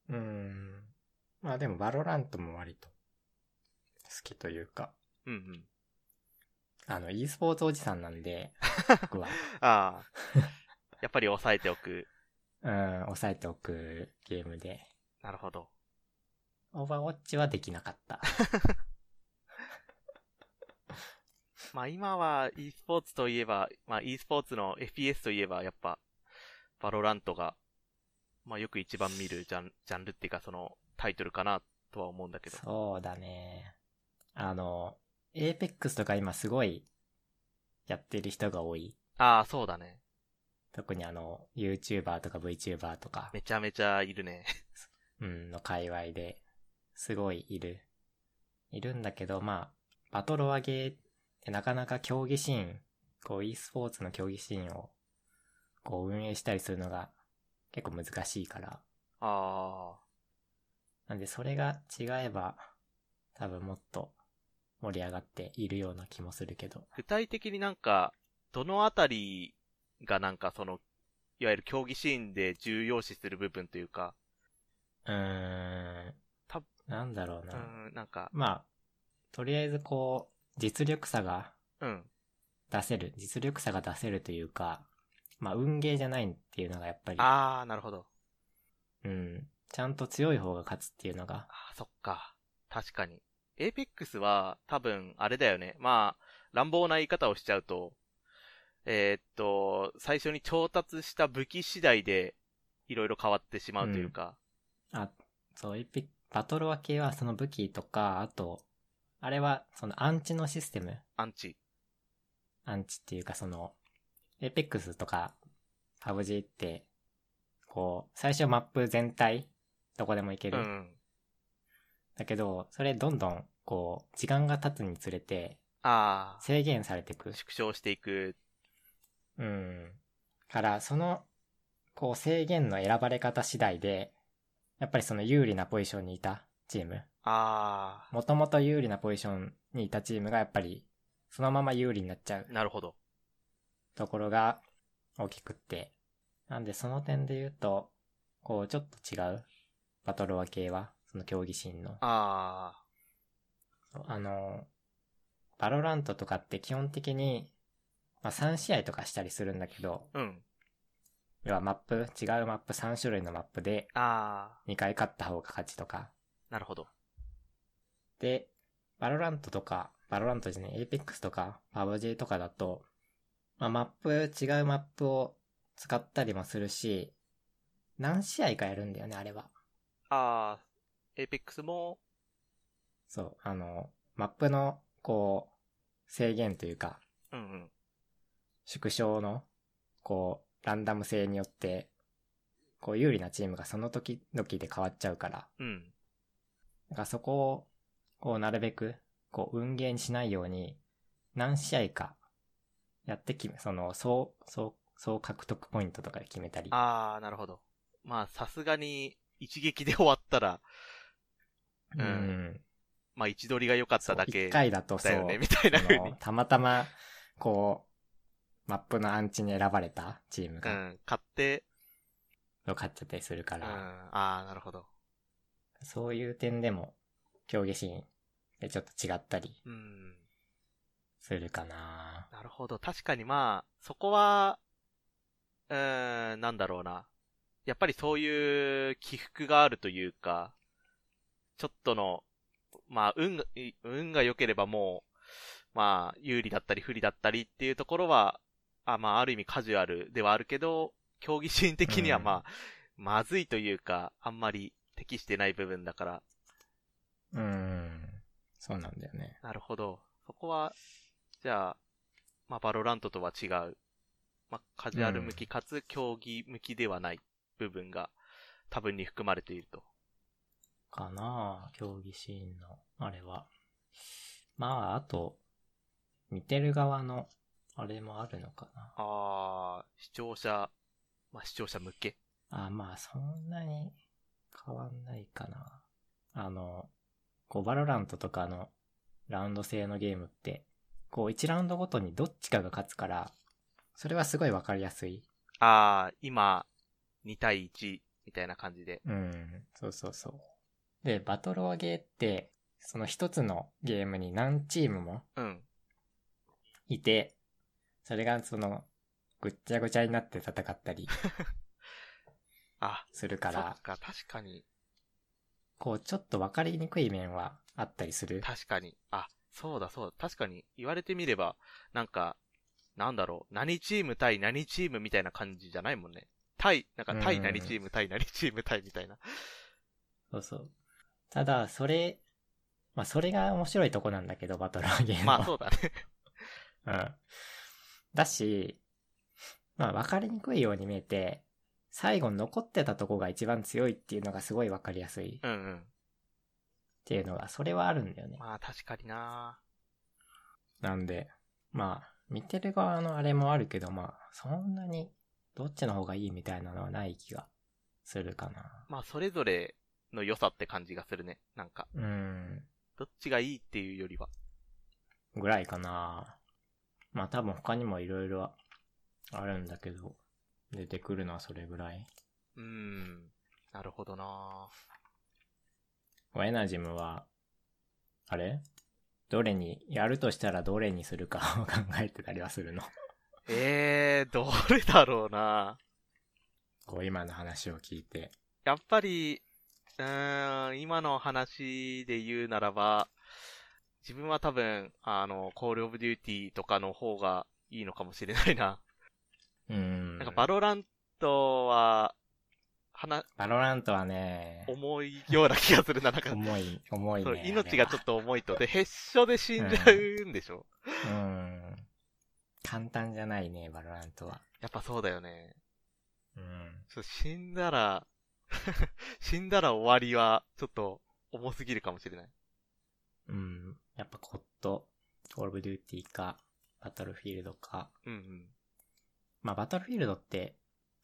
[SPEAKER 1] うーん。まあでも、バロラントも割と好きというか、
[SPEAKER 2] うんうん。
[SPEAKER 1] あの、e スポーツおじさんなんで、僕 は、
[SPEAKER 2] ああ。やっぱり抑えておく。
[SPEAKER 1] うん、抑えておくゲームで、
[SPEAKER 2] なるほど。
[SPEAKER 1] オーバーウォッチはできなかった。
[SPEAKER 2] まあ今は e スポーツといえば、まあ e スポーツの FPS といえばやっぱ、バロラントが、まあよく一番見るジャンジャンルっていうかそのタイトルかなとは思うんだけど。
[SPEAKER 1] そうだね。あの、エーペックスとか今すごいやってる人が多い。
[SPEAKER 2] ああ、そうだね。
[SPEAKER 1] 特にあの、YouTuber とか VTuber とか、
[SPEAKER 2] めちゃめちゃいるね。
[SPEAKER 1] うん、の界隈で、すごいいる。いるんだけど、まあ、バトロワゲーってなかなか競技シーン、こう e スポーツの競技シーンを、こう運営したりするのが結構難しいから。
[SPEAKER 2] ああ。
[SPEAKER 1] なんでそれが違えば、多分もっと盛り上がっているような気もするけど。
[SPEAKER 2] 具体的になんか、どのあたりがなんかその、いわゆる競技シーンで重要視する部分というか、
[SPEAKER 1] うーん。
[SPEAKER 2] た
[SPEAKER 1] なんだろう
[SPEAKER 2] う
[SPEAKER 1] な。
[SPEAKER 2] ん、なんか、
[SPEAKER 1] まあ、とりあえずこう、実力差が
[SPEAKER 2] うん、
[SPEAKER 1] 出せる、実力差が出せるというか、まあ、運ゲーじゃないっていうのがやっぱり、
[SPEAKER 2] ああ、なるほど。
[SPEAKER 1] うん。ちゃんと強い方が勝つっていうのが、
[SPEAKER 2] あー、そっか。確かに。エイペックスは、多分、あれだよね。まあ、乱暴な言い方をしちゃうと、えーっと、最初に調達した武器次第で、いろいろ変わってしまうというか。
[SPEAKER 1] あ、そう、エピバトル分けはその武器とか、あと、あれはそのアンチのシステム、
[SPEAKER 2] アンチ。
[SPEAKER 1] アンチっていうかその、エペックスとか、パブ G って、こう、最初マップ全体、どこでも行け
[SPEAKER 2] う
[SPEAKER 1] る。
[SPEAKER 2] ん。
[SPEAKER 1] だけど、それどんどん、こう、時間が経つにつれて、
[SPEAKER 2] あ
[SPEAKER 1] 制限されていく
[SPEAKER 2] あ、。縮小していく。
[SPEAKER 1] うん。から、その、こう、制限の選ばれ方次第で、やっぱりその有利なポジションにいたチーム、
[SPEAKER 2] あ
[SPEAKER 1] もともと有利なポジションにいたチームがやっぱり、そのまま有利になっちゃう
[SPEAKER 2] あ、なるほど。
[SPEAKER 1] ところが大きくって。なんで、その点で言うと、こう、ちょっと違う、バトロワ系は、その競技シーンの。
[SPEAKER 2] あ
[SPEAKER 1] あの、バロラントとかって基本的に、まあ、3試合とかしたりするんだけど、
[SPEAKER 2] あ、うん。
[SPEAKER 1] 要はマップ、違うマップ3種類のマップで
[SPEAKER 2] あ
[SPEAKER 1] 2回勝った方が勝ちとか。
[SPEAKER 2] あ、なるほど。
[SPEAKER 1] で、バロラントとか、バロラントですね、エイペックスとか、パブ J とかだと、まあ、マップ、違うマップを使ったりもするし、何試合かやるんだよね、あれは。
[SPEAKER 2] ああ、エイペックスも、
[SPEAKER 1] そう、あの、マップの、こう、制限というか、
[SPEAKER 2] うんうん。
[SPEAKER 1] 縮小の、こう、ランダム性によって、こう、有利なチームがその時々で変わっちゃうから、
[SPEAKER 2] うん。
[SPEAKER 1] だからそこを、こう、なるべく、こう、運ゲーにしないように、何試合か、やってき、その、そう、そう、総獲得ポイントとかで決めたり。
[SPEAKER 2] あー、なるほど。まあ、さすがに、一撃で終わったら、
[SPEAKER 1] うん
[SPEAKER 2] うまあ、位置取りが良かっ
[SPEAKER 1] そ
[SPEAKER 2] た
[SPEAKER 1] う
[SPEAKER 2] だけ
[SPEAKER 1] 一回だとそ
[SPEAKER 2] だよね、
[SPEAKER 1] う
[SPEAKER 2] み、たいな
[SPEAKER 1] あ
[SPEAKER 2] 風に
[SPEAKER 1] の。たまたま、こう、マップのアンチに選ばれたチーム
[SPEAKER 2] う
[SPEAKER 1] が、
[SPEAKER 2] ん、買って、
[SPEAKER 1] 勝っちゃったりするか
[SPEAKER 2] うん、
[SPEAKER 1] ら、
[SPEAKER 2] ああ、なるほど。
[SPEAKER 1] そういう点でも、競技シーンでちょっと違ったり
[SPEAKER 2] うん、
[SPEAKER 1] するかな
[SPEAKER 2] なるほど。確かにまあ、そこは、うーん、なんだろうな。やっぱりそういう起伏があるというか、ちょっとの、まあ、運が、い運が良ければもう、まあ、有利だったり不利だったりっていうところは、あまあ、ある意味カジュアルではあるけど、競技シーン的にはまあ、まずいというか、あんまり適してない部分だから、
[SPEAKER 1] うん。そうなんだよね。
[SPEAKER 2] なるほど。そこは、じゃあ、まあ、バロラントとは違う。まあ、カジュアル向きかつ競技向きではない部分が多分に含まれていると。
[SPEAKER 1] かな競技シーンの、あれは。まあ、あと、見てる側の、あれもあるのかな
[SPEAKER 2] あー、視聴者、まあ、視聴者向け。
[SPEAKER 1] あ、まあ、そんなに変わんないかな。あの、こう、バロラントとかのラウンド制のゲームって、こう、1ラウンドごとにどっちかが勝つから、それはすごいわかりやすい。
[SPEAKER 2] あー、今、2対1みたいな感じで。
[SPEAKER 1] うん、そうそうそう。で、バトロワゲーって、その一つのゲームに何チームも
[SPEAKER 2] うん。
[SPEAKER 1] いて、それがその、ぐっちゃぐちゃになって戦ったり
[SPEAKER 2] あ、
[SPEAKER 1] する
[SPEAKER 2] そ
[SPEAKER 1] か
[SPEAKER 2] っ
[SPEAKER 1] ら、
[SPEAKER 2] か、確かに、
[SPEAKER 1] こう、ちょっとわかりにくい面はあったりする。
[SPEAKER 2] 確かに。あ、そうだそうだ。確かに、言われてみれば、なんか、なんだろう。何チーム対何チームみたいな感じじゃないもんね。対、なんか
[SPEAKER 1] うん
[SPEAKER 2] 対何チーム対何チーム対みたいな。
[SPEAKER 1] そうそう。ただ、それ、まあ、それが面白いとこなんだけど、バトルゲームは。
[SPEAKER 2] まあそうだね。
[SPEAKER 1] うん。だし、まあ、わかりにくいように見えて、最後残ってたとこが一番強いっていうのがすごいわかりやすいっ
[SPEAKER 2] うんうん。
[SPEAKER 1] ていうのが、それはあるんだよね。
[SPEAKER 2] まあ確かにな
[SPEAKER 1] なんで、まあ、見てる側のあれもあるけど、まあ、そんなに、どっちの方がいいみたいなのはない気がするかな。
[SPEAKER 2] まあそれぞれの良さって感じがするね。なんか、
[SPEAKER 1] うん。
[SPEAKER 2] どっちがいいっていうよりは。
[SPEAKER 1] ぐらいかな。まあ多分他にもいろいろあるんだけど、出てくるのはそれぐらい。
[SPEAKER 2] うーん。なるほどな
[SPEAKER 1] エナジムは、あれどれに、やるとしたらどれにするか を考えてたりはするの。
[SPEAKER 2] えー、どれだろうな
[SPEAKER 1] こう今の話を聞いて。
[SPEAKER 2] やっぱり、うーん、今の話で言うならば、自分は多分、あの、コールオブデューティーとかの方がいいのかもしれないな。
[SPEAKER 1] うーん。
[SPEAKER 2] なんかバロラントは、はな、
[SPEAKER 1] バロラントはね、
[SPEAKER 2] 重いような気がするな、なんか。
[SPEAKER 1] 重い、重い
[SPEAKER 2] そう
[SPEAKER 1] ね。
[SPEAKER 2] 命がちょ
[SPEAKER 1] っ
[SPEAKER 2] っと重いと。で、へっしょで死んじゃうんでしょ、
[SPEAKER 1] と。うーん。簡単じゃないね、バロラントは。
[SPEAKER 2] やっぱそうだよね。
[SPEAKER 1] うん。
[SPEAKER 2] そう死んだら、 死んだら終わりは、ちょっと、重すぎるかもしれない。
[SPEAKER 1] うん。やっぱコット、コールブデューティーか、バトルフィールドか、
[SPEAKER 2] うんうん。
[SPEAKER 1] まあ、バトルフィールドって、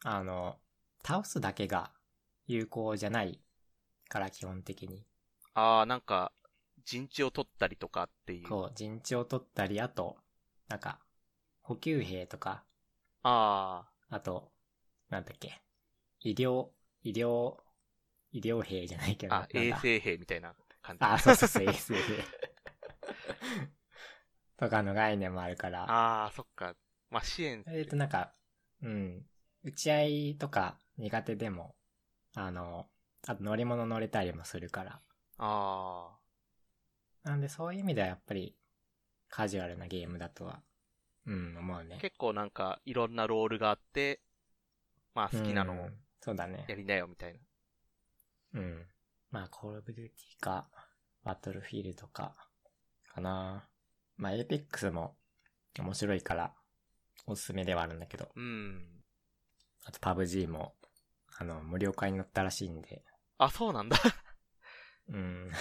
[SPEAKER 1] あの、倒すだけが有効じゃないから、基本的に。
[SPEAKER 2] あー、なんか、陣地を取ったりとかっていう。
[SPEAKER 1] こう、陣地を取ったり、あと、なんか、補給兵とか、
[SPEAKER 2] あ
[SPEAKER 1] あと、なんだっけ、医療、医療、医療兵じゃないけ
[SPEAKER 2] あ、
[SPEAKER 1] ど、
[SPEAKER 2] あ、
[SPEAKER 1] なん
[SPEAKER 2] 衛
[SPEAKER 1] だ
[SPEAKER 2] 生兵みたいな感じ。
[SPEAKER 1] あ、そうそう そう、衛生兵。 とかの概念もあるから、
[SPEAKER 2] あーそっか。まあ、支援。
[SPEAKER 1] えっと、なんか、うん、打ち合いとか苦手でも、あの、あと乗り物乗れたりもするから、
[SPEAKER 2] あ
[SPEAKER 1] なんでそういう意味ではやっぱりカジュアルなゲームだとは、うん、思うね
[SPEAKER 2] ー。結構なんか、いろんなロールがあって、まあ、好きなの
[SPEAKER 1] う
[SPEAKER 2] を
[SPEAKER 1] んそうだね
[SPEAKER 2] や。りなよ、みたいな。
[SPEAKER 1] うん。まあ、コールオブデューティーか、バトルフィールドか、かなまあ、エイペックスも面白いから、おすすめではあるんだけど、
[SPEAKER 2] うん。
[SPEAKER 1] あとパブ G も、あの、無料化になったらしいんで、
[SPEAKER 2] あ、そうなんだ。
[SPEAKER 1] うん。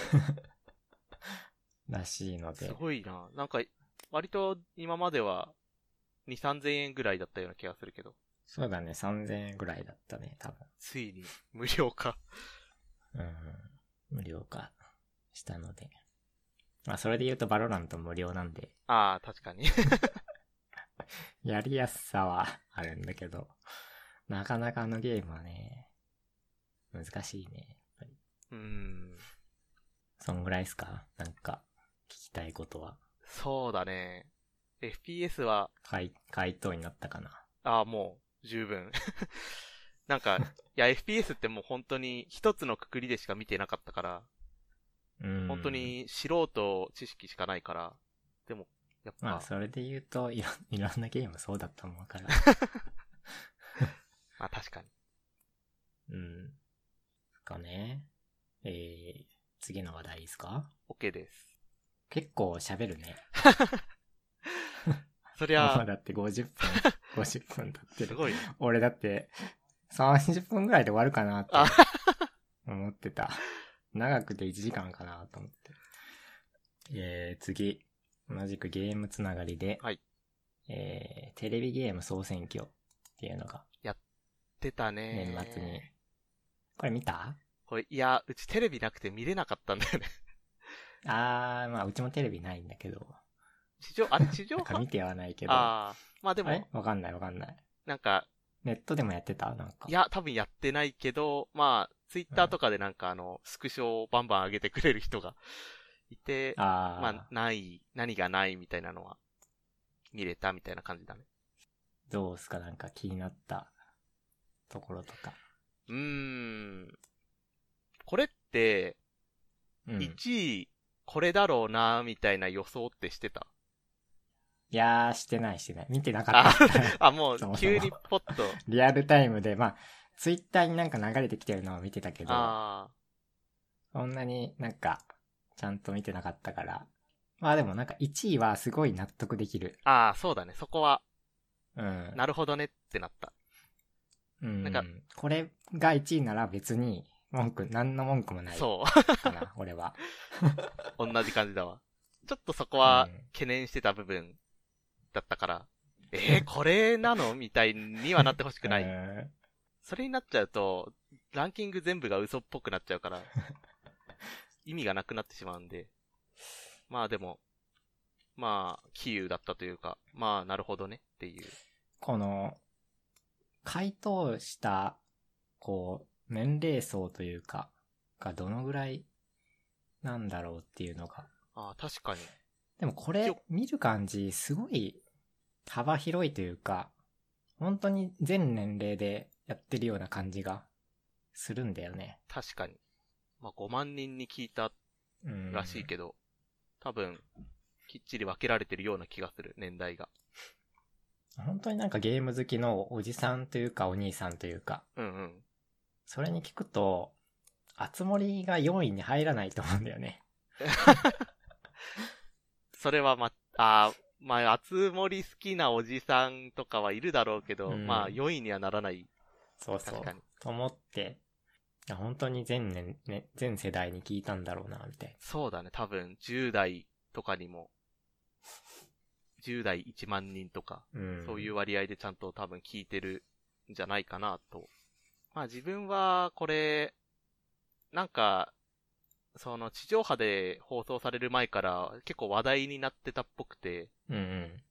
[SPEAKER 1] らしいの
[SPEAKER 2] す
[SPEAKER 1] で。
[SPEAKER 2] ごいな。なんか、割と今までは、 2、3000円ぐらいだったような気がするけど、
[SPEAKER 1] そうだね、3000円ぐらいだったね、多分。
[SPEAKER 2] ついに無料化。
[SPEAKER 1] うん。無料化したので。まあ、それで言うとバロラント無料なんで、
[SPEAKER 2] ああ、確かに。
[SPEAKER 1] やりやすさはあるんだけど、なかなかあのゲームはね、難しいね。やっぱり
[SPEAKER 2] うーん。
[SPEAKER 1] そんぐらいっすかなんか、聞きたいことは。
[SPEAKER 2] そうだね。FPS は、
[SPEAKER 1] 回、回答になったかな
[SPEAKER 2] ああ、もう、十分。 なんか、いや、FPS ってもう本当に一つのくくりでしか見てなかったから、
[SPEAKER 1] うん。
[SPEAKER 2] 本当。に素人知識しかないから、でも、やっぱ、
[SPEAKER 1] まあ、それで言うと、いろ、いろんな ゲームそうだと思う から。
[SPEAKER 2] まあ確かに。
[SPEAKER 1] うん。かね。えー、次の話題ですか
[SPEAKER 2] OK です。
[SPEAKER 1] 結構喋るね。
[SPEAKER 2] そり
[SPEAKER 1] い
[SPEAKER 2] ゃ、
[SPEAKER 1] だって50分、50分経って
[SPEAKER 2] す
[SPEAKER 1] る。
[SPEAKER 2] ごいね。
[SPEAKER 1] 俺だって、30分ぐらいで終わるかなって
[SPEAKER 2] あ
[SPEAKER 1] 思ってた。長くて1時間かなと思って。えー、次。同じくゲームつながりで、
[SPEAKER 2] はい
[SPEAKER 1] えー、テレビゲーム総選挙っていうのが
[SPEAKER 2] 出たね
[SPEAKER 1] 年。末に。これ見た
[SPEAKER 2] これ、いや、うちテレビなくて見れなかったんだよね。
[SPEAKER 1] あー、まあうちもテレビないんだけど、
[SPEAKER 2] 地上、あれ地上
[SPEAKER 1] なんか
[SPEAKER 2] 波
[SPEAKER 1] 見てはないけど。
[SPEAKER 2] ああ、まあで
[SPEAKER 1] あれ
[SPEAKER 2] も、
[SPEAKER 1] わかんないわかんない。
[SPEAKER 2] なんか、
[SPEAKER 1] ネットでもやってたなんか。
[SPEAKER 2] いや、多分やってないけど、まあ、ツイッターとかでなんかあの、スクショをバンバン上げてくれる人がいて、
[SPEAKER 1] あー、
[SPEAKER 2] まあ、ない、何がないみたいなのは、見れたみたいな感じだね。
[SPEAKER 1] どうすかなんか気になったところとか。
[SPEAKER 2] うーん。これって、
[SPEAKER 1] うん。い
[SPEAKER 2] 1位、これだろうな、みたいな予想ってし てた。
[SPEAKER 1] やー、してないしてない。見てなかった。
[SPEAKER 2] あ、もう
[SPEAKER 1] そも、 そも
[SPEAKER 2] 急にポッと。
[SPEAKER 1] リアルタイムで、まあ、ツイッターになんか流れてきてるのは見てたけど、
[SPEAKER 2] あ
[SPEAKER 1] そんなになんか、ちゃんと見てなかったから。まあでもなんか1位はすごい納得できる。
[SPEAKER 2] あ、ああ、そうだね。そこは、
[SPEAKER 1] うん。
[SPEAKER 2] なるほどねってなった。
[SPEAKER 1] うん、
[SPEAKER 2] なんか
[SPEAKER 1] これが1位なら別に文句、何の文句もないか
[SPEAKER 2] そ
[SPEAKER 1] な、俺は。
[SPEAKER 2] う。 同じ感じだわ。ちょっとそこは
[SPEAKER 1] うん、
[SPEAKER 2] 懸念してた部分だったから、えー、これなのみたいにはなってほし くない。
[SPEAKER 1] うん
[SPEAKER 2] それになっちゃうと、ランキング全部が嘘っぽくなっちゃうから、意味がなくなってしまうんで。まあでも、まあ、キーだったというか、まあ、なるほどねっていう。
[SPEAKER 1] この、回答した、こう、年齢層というか、がどのぐらいなんだろうっていうのが。
[SPEAKER 2] ああ、確かに。
[SPEAKER 1] でもこ
[SPEAKER 2] よ
[SPEAKER 1] れ見る感じ、すごい幅広いというか、本当に全年齢でやってるような感じがするんだよね。
[SPEAKER 2] 確かに。まあ、5万人に聞いた
[SPEAKER 1] うん。
[SPEAKER 2] らしいけど、多分、きっちり分けられてるような気がする、年代が。
[SPEAKER 1] 本当になんかゲーム好きのおじさんというかお兄さんというか、
[SPEAKER 2] うんうん。
[SPEAKER 1] それに聞くと、あつ森が4位に入らないと思うんだよね。
[SPEAKER 2] それはま、あーまあ、熱盛好きなおじさんとかはいるだろうけど、
[SPEAKER 1] うん
[SPEAKER 2] まあ、4位にはならない。
[SPEAKER 1] そうそう。
[SPEAKER 2] 確かに。
[SPEAKER 1] と思って、いや本当に全年、ね、全世代に聞いたんだろうな、みたい
[SPEAKER 2] そうだね、多分、10代とかにも、10代1万人とか、
[SPEAKER 1] な。うん。
[SPEAKER 2] そういう割合でちゃんと多分聞いてるんじゃないかなと。まあ自分はこれ、なんか、その地上波で放送される前から結構話題になってたっぽくて、
[SPEAKER 1] うんうん。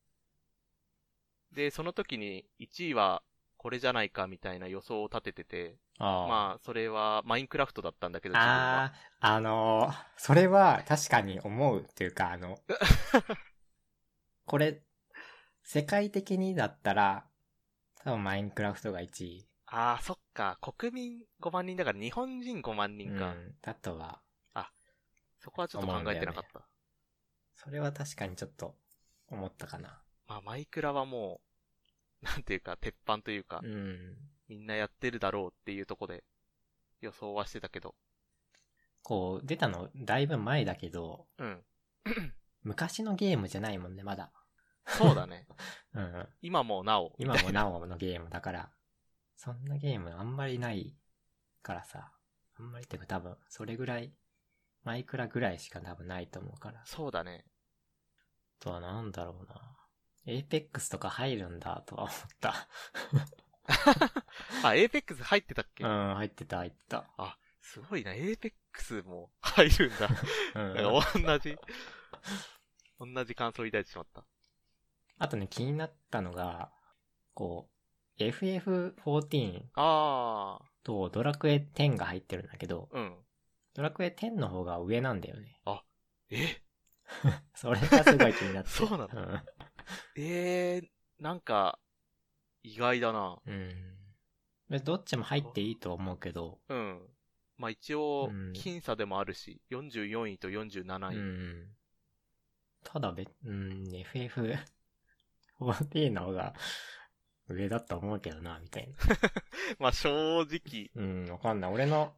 [SPEAKER 2] で、その時に1位はこれじゃないかみたいな予想を立ててて、
[SPEAKER 1] ああ。
[SPEAKER 2] まあそれはマインクラフトだったんだけど、自分
[SPEAKER 1] あ
[SPEAKER 2] は
[SPEAKER 1] あ、あのーそれは確かに思うというか、あ の、これ、世界的にだったら、多分マインクラフトが1位。
[SPEAKER 2] あー、そっか、国民5万人だから日本人5万人
[SPEAKER 1] う
[SPEAKER 2] か。
[SPEAKER 1] ん。だとは、
[SPEAKER 2] そこはちょっと考えてなかっ
[SPEAKER 1] 思うんだ
[SPEAKER 2] た。
[SPEAKER 1] それは確かにちょっと思ったかな。
[SPEAKER 2] まあマイクラはもう、なんていうか、鉄板というか、
[SPEAKER 1] うん。
[SPEAKER 2] みんなやってるだろうっていうとこで予想はしてたけど。
[SPEAKER 1] こう、出たのだいぶ前だけど、
[SPEAKER 2] うん。
[SPEAKER 1] 昔のゲームじゃないもんね、まだ。
[SPEAKER 2] そうだね。
[SPEAKER 1] うん。
[SPEAKER 2] 今もなお。
[SPEAKER 1] 今もなおのゲームだから、そんなゲームあんまりないからさ、あんまりっていうか多分、それぐらい、マイクラぐらいしか多分ないと思うから。あ
[SPEAKER 2] そうだね。
[SPEAKER 1] とはなんだろうな。エイペックスとか入るんだとは思った。
[SPEAKER 2] あ、エーペックス入ってたっけ、
[SPEAKER 1] うん、入ってた、入ってた。
[SPEAKER 2] すごいな、エーペックスも入るんだ。
[SPEAKER 1] う
[SPEAKER 2] なん
[SPEAKER 1] ん。
[SPEAKER 2] か同じ、同じ感想を抱いてしまった。
[SPEAKER 1] あとね、気になったのが、こう、FF14
[SPEAKER 2] あ
[SPEAKER 1] とドラクエ10が入ってるんだけど、
[SPEAKER 2] ー、うん。
[SPEAKER 1] ドラクエ10の方が上なんだよね。
[SPEAKER 2] え
[SPEAKER 1] それがすごい気になって。
[SPEAKER 2] そうなの
[SPEAKER 1] の
[SPEAKER 2] えー、なんか、意外だな。
[SPEAKER 1] うん。うん。どっちも入っていいとは思うけど、
[SPEAKER 2] うん。まあ一応
[SPEAKER 1] うん、
[SPEAKER 2] 僅差でもあるし、44位と47位。
[SPEAKER 1] うん。ただべ、うん、FF14 の方が上だと思うけどな、みたいな。
[SPEAKER 2] まあ正直、
[SPEAKER 1] うん、わかんない。俺の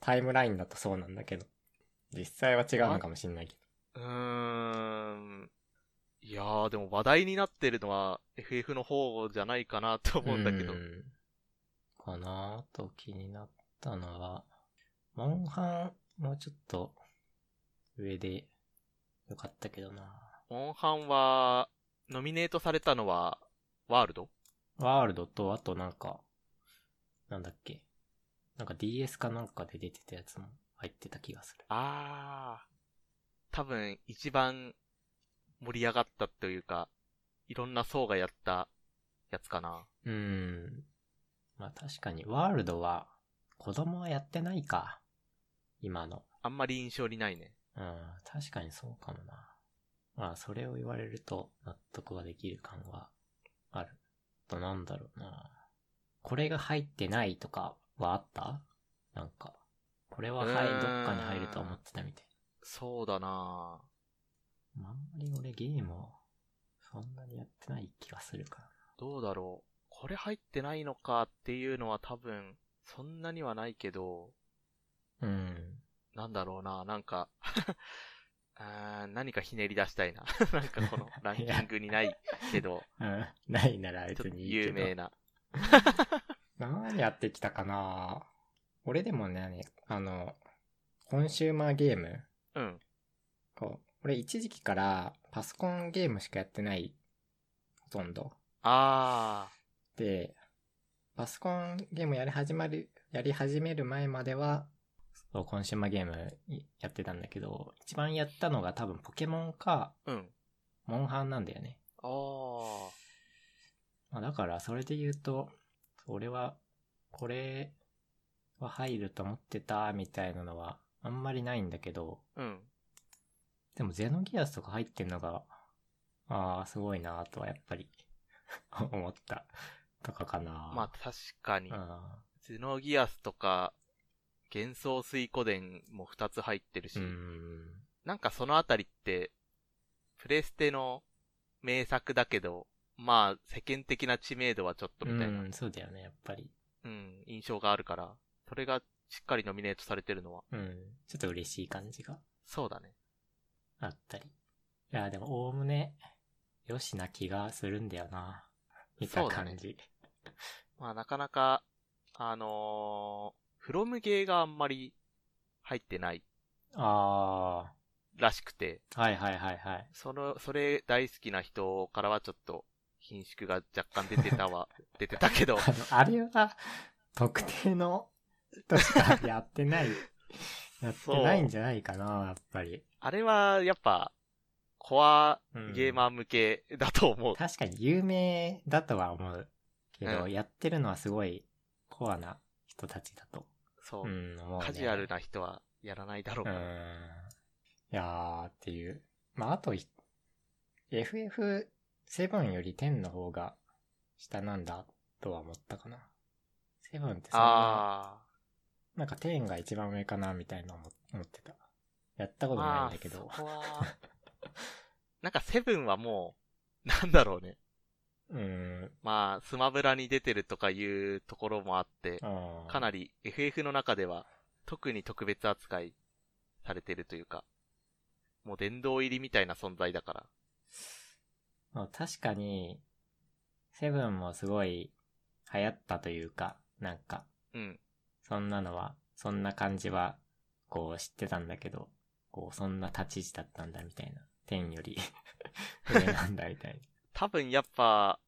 [SPEAKER 1] タイムラインだとそうなんだけど。実際は違うのかもしんないけ
[SPEAKER 2] うーん。いやー、でも話題になってるのは FF の方じゃないかなと
[SPEAKER 1] ど。
[SPEAKER 2] 思うんだけど。
[SPEAKER 1] んかなあと気になったのは、モンハン、もうちょっと上でよかったけどな。
[SPEAKER 2] モンハンは、ノミネートされたのは、ワールド
[SPEAKER 1] ワールドと、あとなんか、なんだっけ。なんか DS かなんかで出てたやつも入ってた気がする。
[SPEAKER 2] あー。多分、一番盛り上がったというか、いろんな層がやったやつかな。
[SPEAKER 1] うーん。まあ確かに、ワールドは、子供はやってないか。今の。
[SPEAKER 2] あんまり印象にないね。
[SPEAKER 1] うん、確かにそうかもな。まあ、それを言われると納得はできる感はある。あと、なんだろうな。これが入ってないとかはあったなんか、これは入、
[SPEAKER 2] うー
[SPEAKER 1] ど
[SPEAKER 2] ん
[SPEAKER 1] っかに入ると思ってたみたい
[SPEAKER 2] そうだな
[SPEAKER 1] な。あんまり俺ゲームを、そんなにやってない気がするから
[SPEAKER 2] どうだろう。これ入ってないのかっていうのは多分、そんなにはないけど、
[SPEAKER 1] な。うん。
[SPEAKER 2] なんだろうな、なんか あー、何かひねり出したいな。 なんかこのランキングにないけど、
[SPEAKER 1] うん。 ないなら
[SPEAKER 2] ちょ
[SPEAKER 1] 別
[SPEAKER 2] っと
[SPEAKER 1] にいい
[SPEAKER 2] 有
[SPEAKER 1] けど。
[SPEAKER 2] 名な。
[SPEAKER 1] 何やってきたかな俺でもね、あの、コンシューマーゲーム
[SPEAKER 2] うん。
[SPEAKER 1] こう、俺一時期からパソコンゲームしかやってない、ほとんど。
[SPEAKER 2] あ
[SPEAKER 1] で、パソコンゲームやり始まる、やり始める前までは、そう、コンシューマーゲームやってたんだけど、一番やったのが多分ポケモンか、
[SPEAKER 2] ー、うん。
[SPEAKER 1] モンハンなんだよね。
[SPEAKER 2] あー。
[SPEAKER 1] まあだから、それで言うと、俺は、これは入ると思ってた、みたいなのは、あんまりないんだけど、
[SPEAKER 2] うん。
[SPEAKER 1] でもゼノギアスとか入ってんのが、ああ、すごいなとはやっぱり 思ったとかかな。
[SPEAKER 2] まあ確かに。
[SPEAKER 1] あ、
[SPEAKER 2] ゼノギアスとか、幻想水湖伝も2つ入ってるし、
[SPEAKER 1] うん。うん。
[SPEAKER 2] なんかそのあたりって、プレステの名作だけど、まあ世間的な知名度はちょっとみたいな、
[SPEAKER 1] うん、そうだよね、やっぱり。
[SPEAKER 2] うん、印象があるから、それがしっかりノミネートされてるのは、
[SPEAKER 1] うん。ちょっと嬉しい感じが
[SPEAKER 2] そうだね。
[SPEAKER 1] あったり。いや、でも、おおむね、よしな気がするんだよな。見た
[SPEAKER 2] そうだね
[SPEAKER 1] 感じ。
[SPEAKER 2] まあなかなか、あのー、フロムゲーがあんまり入ってない
[SPEAKER 1] あ
[SPEAKER 2] らしくて、
[SPEAKER 1] あ、はいはいはいはい。
[SPEAKER 2] その、それ大好きな人からはちょっと、品縮が若干出てた わ、出てたけど、
[SPEAKER 1] あの、あれは、特定の人しかやって ない、やってないんじゃないかな、やっぱり。
[SPEAKER 2] あれは、やっぱ、コア
[SPEAKER 1] うん
[SPEAKER 2] ゲーマー向けだと思う。
[SPEAKER 1] 確かに有名だとは思うけど、
[SPEAKER 2] うん
[SPEAKER 1] やってるのはすごいコアな人たちだと。
[SPEAKER 2] そうう、
[SPEAKER 1] ん、思う、ね。
[SPEAKER 2] カジュアルな人はやらないだろう
[SPEAKER 1] う
[SPEAKER 2] から。
[SPEAKER 1] ん。いやーっていう。まあ、あとい、FF7 より10の方が下なんだとは思ったかな。7ってそんな、
[SPEAKER 2] あ
[SPEAKER 1] なんか10が一番上かなみたいな思思ってた。やった
[SPEAKER 2] ー
[SPEAKER 1] ことないん
[SPEAKER 2] まあ
[SPEAKER 1] だけど。
[SPEAKER 2] そこは、 なんかセブンはもう、なんだろうね。
[SPEAKER 1] うん。
[SPEAKER 2] まあ、スマブラに出てるとかいうところもあって、かな
[SPEAKER 1] り。
[SPEAKER 2] り FF の中では、特に特別扱いされてるというか、もう殿堂入りみたいな存在だから。
[SPEAKER 1] まあ確かに、7もすごい流行ったというか、なんか、
[SPEAKER 2] うん。
[SPEAKER 1] そんなのは、そんな感じは、こう知ってたんだけど、こう、そんな立ち位置だったんだみたいな。天より 上なんだみたい
[SPEAKER 2] 多分やっぱ、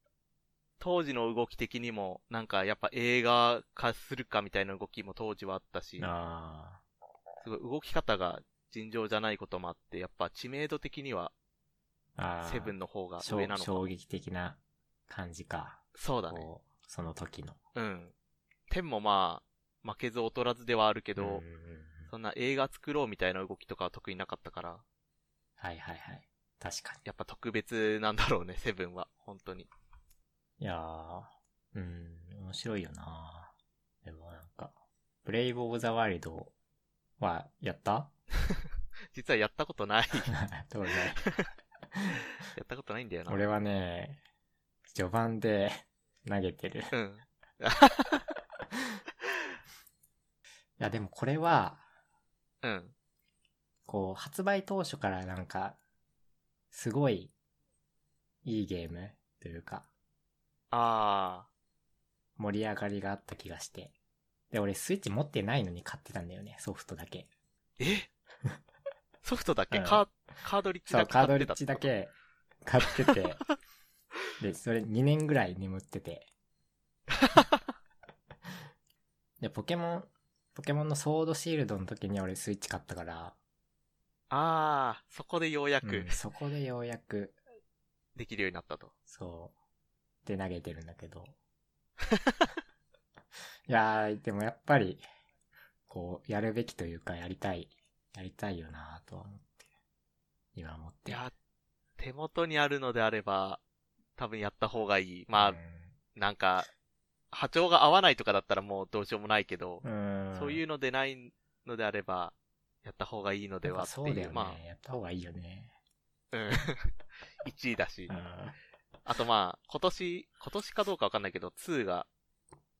[SPEAKER 2] 当時の動き的にも、なんかやっぱ映画化するかみたいな動きも当時はあったし、
[SPEAKER 1] あ
[SPEAKER 2] すごい動き方が尋常じゃないこともあって、やっぱ知名度的には
[SPEAKER 1] ーあー。
[SPEAKER 2] セブンの方が
[SPEAKER 1] 衝
[SPEAKER 2] 上なのか。
[SPEAKER 1] 衝撃的な感じか。
[SPEAKER 2] そうだね。
[SPEAKER 1] こうその時の。
[SPEAKER 2] うん。天もまあ、負けず劣らずではあるけど、
[SPEAKER 1] うんうんうん
[SPEAKER 2] そんな映画作ろうみたいな動きとかは特になかったから、
[SPEAKER 1] はいはいはい。確か
[SPEAKER 2] やっぱ特別なんだろうね、 セブンは。本当に。
[SPEAKER 1] に。いやー、うん、面白いよなでもなんか、ブレイブ・オブ・ザ・ワイルドはやった
[SPEAKER 2] 実はやったことない。
[SPEAKER 1] どうだい
[SPEAKER 2] やったことないんだよな。
[SPEAKER 1] 俺はね、序盤で投げてる。い
[SPEAKER 2] うん。
[SPEAKER 1] やでもこれは、
[SPEAKER 2] うん。
[SPEAKER 1] こう、発売当初からなんか、すごい、いいゲームというか、
[SPEAKER 2] あ
[SPEAKER 1] 盛り上がりがあった気がして。で、俺スイッチ持ってないのに買ってたんだよね、ソフトだけ。
[SPEAKER 2] ー。え ソフトだけ、
[SPEAKER 1] うん
[SPEAKER 2] カーカードリッジ
[SPEAKER 1] そ
[SPEAKER 2] だ
[SPEAKER 1] う、
[SPEAKER 2] け
[SPEAKER 1] カ
[SPEAKER 2] 買
[SPEAKER 1] ー
[SPEAKER 2] ってた
[SPEAKER 1] ドリッジだ。け買って て、で、それ2年ぐらい眠ってて。で、ポケモン、ポケモンのソードシールドの時に俺スイッチ買ったから、
[SPEAKER 2] ああ、そこでようや
[SPEAKER 1] う
[SPEAKER 2] く
[SPEAKER 1] んそこでようやく、
[SPEAKER 2] できるようになったと。
[SPEAKER 1] そう、で投げてるんだけ ど。いやー、でもやっぱり、こう、やるべきというか、やりたい、やりたいよなーとは思って、今思って。
[SPEAKER 2] いや、手元にあるのであれば、多分やった方がいい。まあ、
[SPEAKER 1] う
[SPEAKER 2] なんか、波長が合わないとかだったらもうどうしようもないけど、
[SPEAKER 1] ん、
[SPEAKER 2] そういうのでないのであれば、やった方がいいのではって
[SPEAKER 1] そう
[SPEAKER 2] いう。
[SPEAKER 1] だよね、
[SPEAKER 2] ま
[SPEAKER 1] やった方がいいよね。
[SPEAKER 2] あ、うん。1位だし
[SPEAKER 1] うん。。
[SPEAKER 2] あとまあ、今年、今年かどうかわかんないけど、2が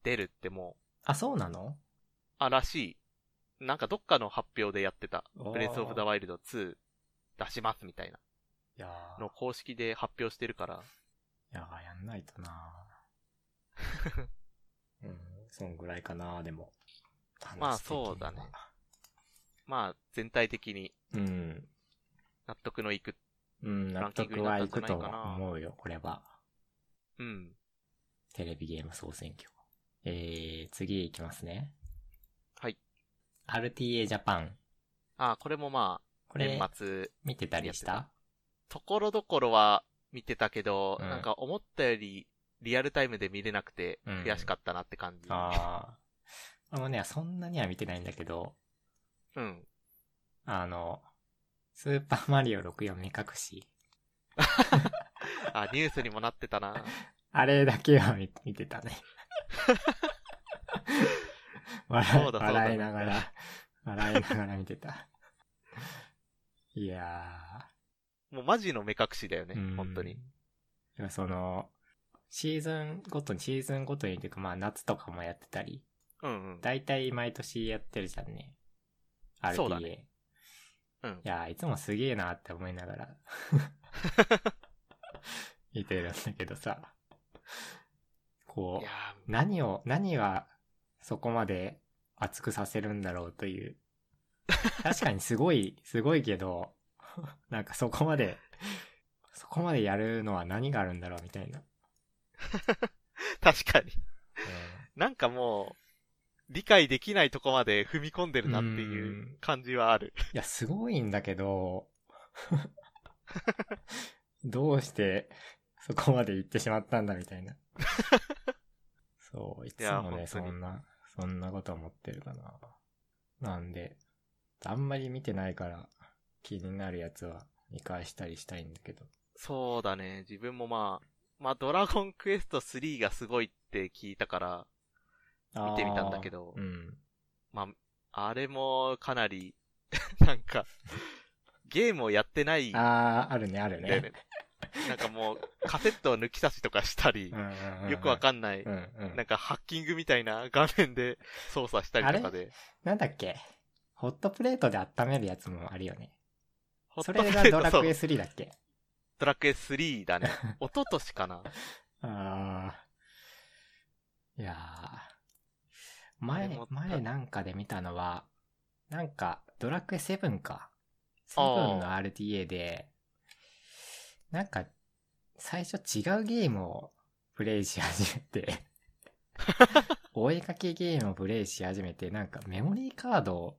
[SPEAKER 2] 出るってもう、
[SPEAKER 1] あ、そうなの
[SPEAKER 2] あ、らしい。なんかどっかの発表でやってた。
[SPEAKER 1] おー
[SPEAKER 2] ブレスオブザワイルド2出しますみたいな。
[SPEAKER 1] いやー、
[SPEAKER 2] の公式で発表してるから。
[SPEAKER 1] いやーやんないと なうん、そんぐらいかなでも。
[SPEAKER 2] まあそうだねまあ、全体的に
[SPEAKER 1] 話的には。
[SPEAKER 2] 納得のいく。
[SPEAKER 1] うん。うん、納得はいくと思うよ、これは。
[SPEAKER 2] うん。
[SPEAKER 1] テレビゲーム総選挙。えー、次いきますね。
[SPEAKER 2] はい。
[SPEAKER 1] RTA ジャパン。
[SPEAKER 2] あ、これもま
[SPEAKER 1] こ
[SPEAKER 2] あ、
[SPEAKER 1] れ
[SPEAKER 2] 年、末
[SPEAKER 1] 見てたりした
[SPEAKER 2] ところどころは見てたけど、
[SPEAKER 1] うん
[SPEAKER 2] なんか思ったよりリアルタイムで見れなくて
[SPEAKER 1] うん
[SPEAKER 2] 悔しかったなって感じ。
[SPEAKER 1] あー。俺もね、そんなには見てないんだけど、
[SPEAKER 2] うん。
[SPEAKER 1] あの、スーパーマリオ64目隠し。
[SPEAKER 2] あ、ニュースにもなってたな。
[SPEAKER 1] あれだけは見見てた ね。笑
[SPEAKER 2] そ
[SPEAKER 1] いう
[SPEAKER 2] だそうだ
[SPEAKER 1] 笑いながら、笑いながら見てた。いや
[SPEAKER 2] もうマジの目隠しだよね
[SPEAKER 1] ー。うん、
[SPEAKER 2] 本当に。。
[SPEAKER 1] でもその、シーズンごとに、シーズンごとにというか、まあ夏とかもやってたり、
[SPEAKER 2] うんうん。
[SPEAKER 1] だいたい毎年やってるじゃんね。RTA。
[SPEAKER 2] そうだねうん
[SPEAKER 1] い。やー、いつもすげえなって思いながら見てるんだけどさ、こ
[SPEAKER 2] いうや、ー
[SPEAKER 1] 何を、何がそこまで熱くさせるんだろうという。確かにすごい、 すごいけど、なんかそこまで、そこまでやるのは何があるんだろうみたいな。
[SPEAKER 2] 確かに。なんかもう、理解できないとこまで踏み込んでるなっていうう感じはある。
[SPEAKER 1] いや、すごいんだけど、どうしてそこまで行ってしまったんだみたいな。そう、いつ
[SPEAKER 2] いや
[SPEAKER 1] もね、
[SPEAKER 2] 本当
[SPEAKER 1] そ
[SPEAKER 2] に
[SPEAKER 1] んな、そんなこと思ってるかな。なんで、あんまり見てないから気になるやつは見返したりしたいんだけど。
[SPEAKER 2] そうだね。自分もまあ、まあ、ドラゴンクエスト3がすごいって聞いたから、見てみたんだけ
[SPEAKER 1] ど。う、
[SPEAKER 2] ど
[SPEAKER 1] ん。
[SPEAKER 2] まあ、あれもかなり、 なんか、ゲームをやってないんだ
[SPEAKER 1] あー、あるね、ある
[SPEAKER 2] よ
[SPEAKER 1] ね
[SPEAKER 2] ね。。なんかもう、カセットを抜き差しとかしたり、よくわ
[SPEAKER 1] ん
[SPEAKER 2] かんない、
[SPEAKER 1] うんうん
[SPEAKER 2] なんかハッキングみたいな画面で 操作したりとかで、
[SPEAKER 1] なんだっけホットプレートで温めるやつもあるよね。
[SPEAKER 2] ホッ
[SPEAKER 1] そ
[SPEAKER 2] トプレ
[SPEAKER 1] れが
[SPEAKER 2] ー
[SPEAKER 1] ド
[SPEAKER 2] ト、
[SPEAKER 1] ラ
[SPEAKER 2] そ
[SPEAKER 1] クエ
[SPEAKER 2] う、
[SPEAKER 1] 3だっけ
[SPEAKER 2] ドラクエ3だね。 一昨年かな。
[SPEAKER 1] ああ。いやー
[SPEAKER 2] あれ
[SPEAKER 1] 前
[SPEAKER 2] も、
[SPEAKER 1] 前なんかで見たのは、なんか、ドラクエ7か。
[SPEAKER 2] あ
[SPEAKER 1] 7
[SPEAKER 2] ー
[SPEAKER 1] の RTA で、なんか、最初違うゲームをプレイし始め て、お絵かきゲームをプレイし始めて、なんかメモリーカード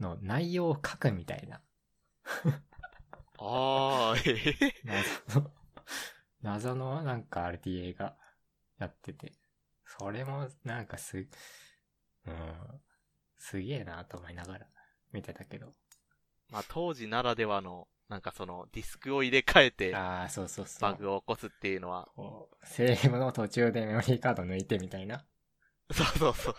[SPEAKER 1] の内容を書くみたいな、
[SPEAKER 2] ああ、ええ
[SPEAKER 1] 謎 の、謎のなんか RTA がやってて、それもなんかす、うん、すげえなと思いながら見てたけど。
[SPEAKER 2] まあ当時ならではの、なんかそのディスクを入れ替えて
[SPEAKER 1] ああ、そうそうそ
[SPEAKER 2] バ
[SPEAKER 1] う。
[SPEAKER 2] グを起こすっていう のは、
[SPEAKER 1] こうセーブの途中でメモリーカード抜いてみたいな。
[SPEAKER 2] そうそうそう。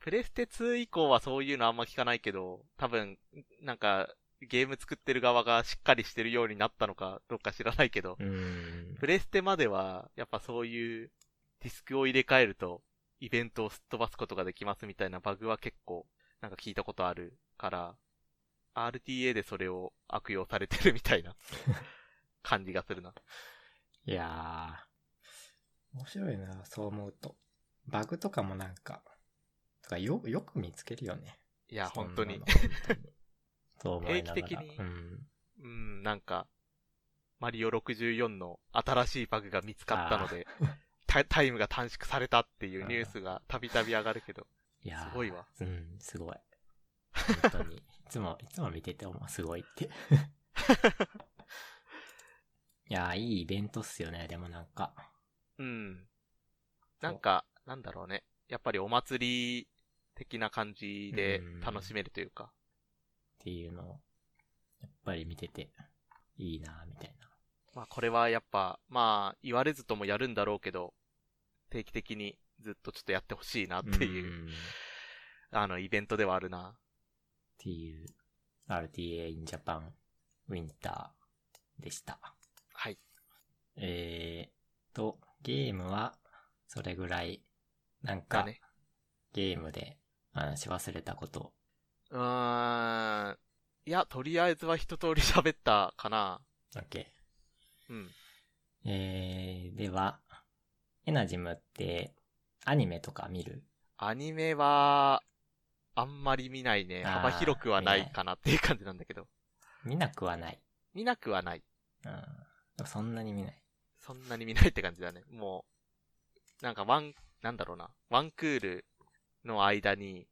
[SPEAKER 2] プレステ2以降はそういうのあんま聞かないけど、多分、なんか、ゲーム作ってる側がしっかりしてるようになったのかどうか知らないけど
[SPEAKER 1] う、ん。
[SPEAKER 2] プレステまでは、やっぱそういうディスクを入れ替えると、イベントをすっ飛ばすことができますみたいなバグは結構、なんか聞いたことあるから、RTA でそれを悪用されてるみたいな感じがするな。
[SPEAKER 1] いやー、面白いな、そう思うと。バグとかもなんか、とかよ、よく見つけるよね。
[SPEAKER 2] いや、本当に
[SPEAKER 1] そん。なの本当にそう思いながら。
[SPEAKER 2] 定期的に
[SPEAKER 1] うん。
[SPEAKER 2] うん、なんか、マリオ64の新しいバグが見つかったので、タタイムが短縮されたっていうニュースがたびたび上がるけど、
[SPEAKER 1] いやー
[SPEAKER 2] すごいわ。
[SPEAKER 1] うん、す ごい。本当に。いつも、いつも見てて思う、すごいっ て。いやー、いいイベントっすよね、でもなんか。
[SPEAKER 2] うん。なんか、なんだろうね。やっぱりお祭り的な感じで
[SPEAKER 1] うん
[SPEAKER 2] 楽しめるというか。
[SPEAKER 1] っていうのを、やっぱり見てて、いいなぁみたいな。
[SPEAKER 2] まあこれはやっぱ、まあ言われずともやるんだろうけど、定期的にずっとちょっとやってほしいなっていう、
[SPEAKER 1] んっ
[SPEAKER 2] あのイベントではあるな。
[SPEAKER 1] ていう、RTA in Japan Winter でした。
[SPEAKER 2] はい。
[SPEAKER 1] えーと、ゲームは、それぐらい、なん
[SPEAKER 2] だ
[SPEAKER 1] か、
[SPEAKER 2] ね。
[SPEAKER 1] ゲームで話し忘れたこと。
[SPEAKER 2] うーん。いや、とりあえずは一通り喋ったかな。
[SPEAKER 1] OK。
[SPEAKER 2] うん。
[SPEAKER 1] えー、では、エナジムって、アニメとか見る
[SPEAKER 2] アニメは、あんまり見ないね。
[SPEAKER 1] あー
[SPEAKER 2] 幅広くはな
[SPEAKER 1] 見
[SPEAKER 2] い
[SPEAKER 1] ない
[SPEAKER 2] かなっていう感じなんだけど。
[SPEAKER 1] 見なくはない。
[SPEAKER 2] 見なくはない。
[SPEAKER 1] うん。でもそんなに見ない。
[SPEAKER 2] そんなに見ないって感じだね。もう、なんかワン、なんだろうな。ワンクールの間に、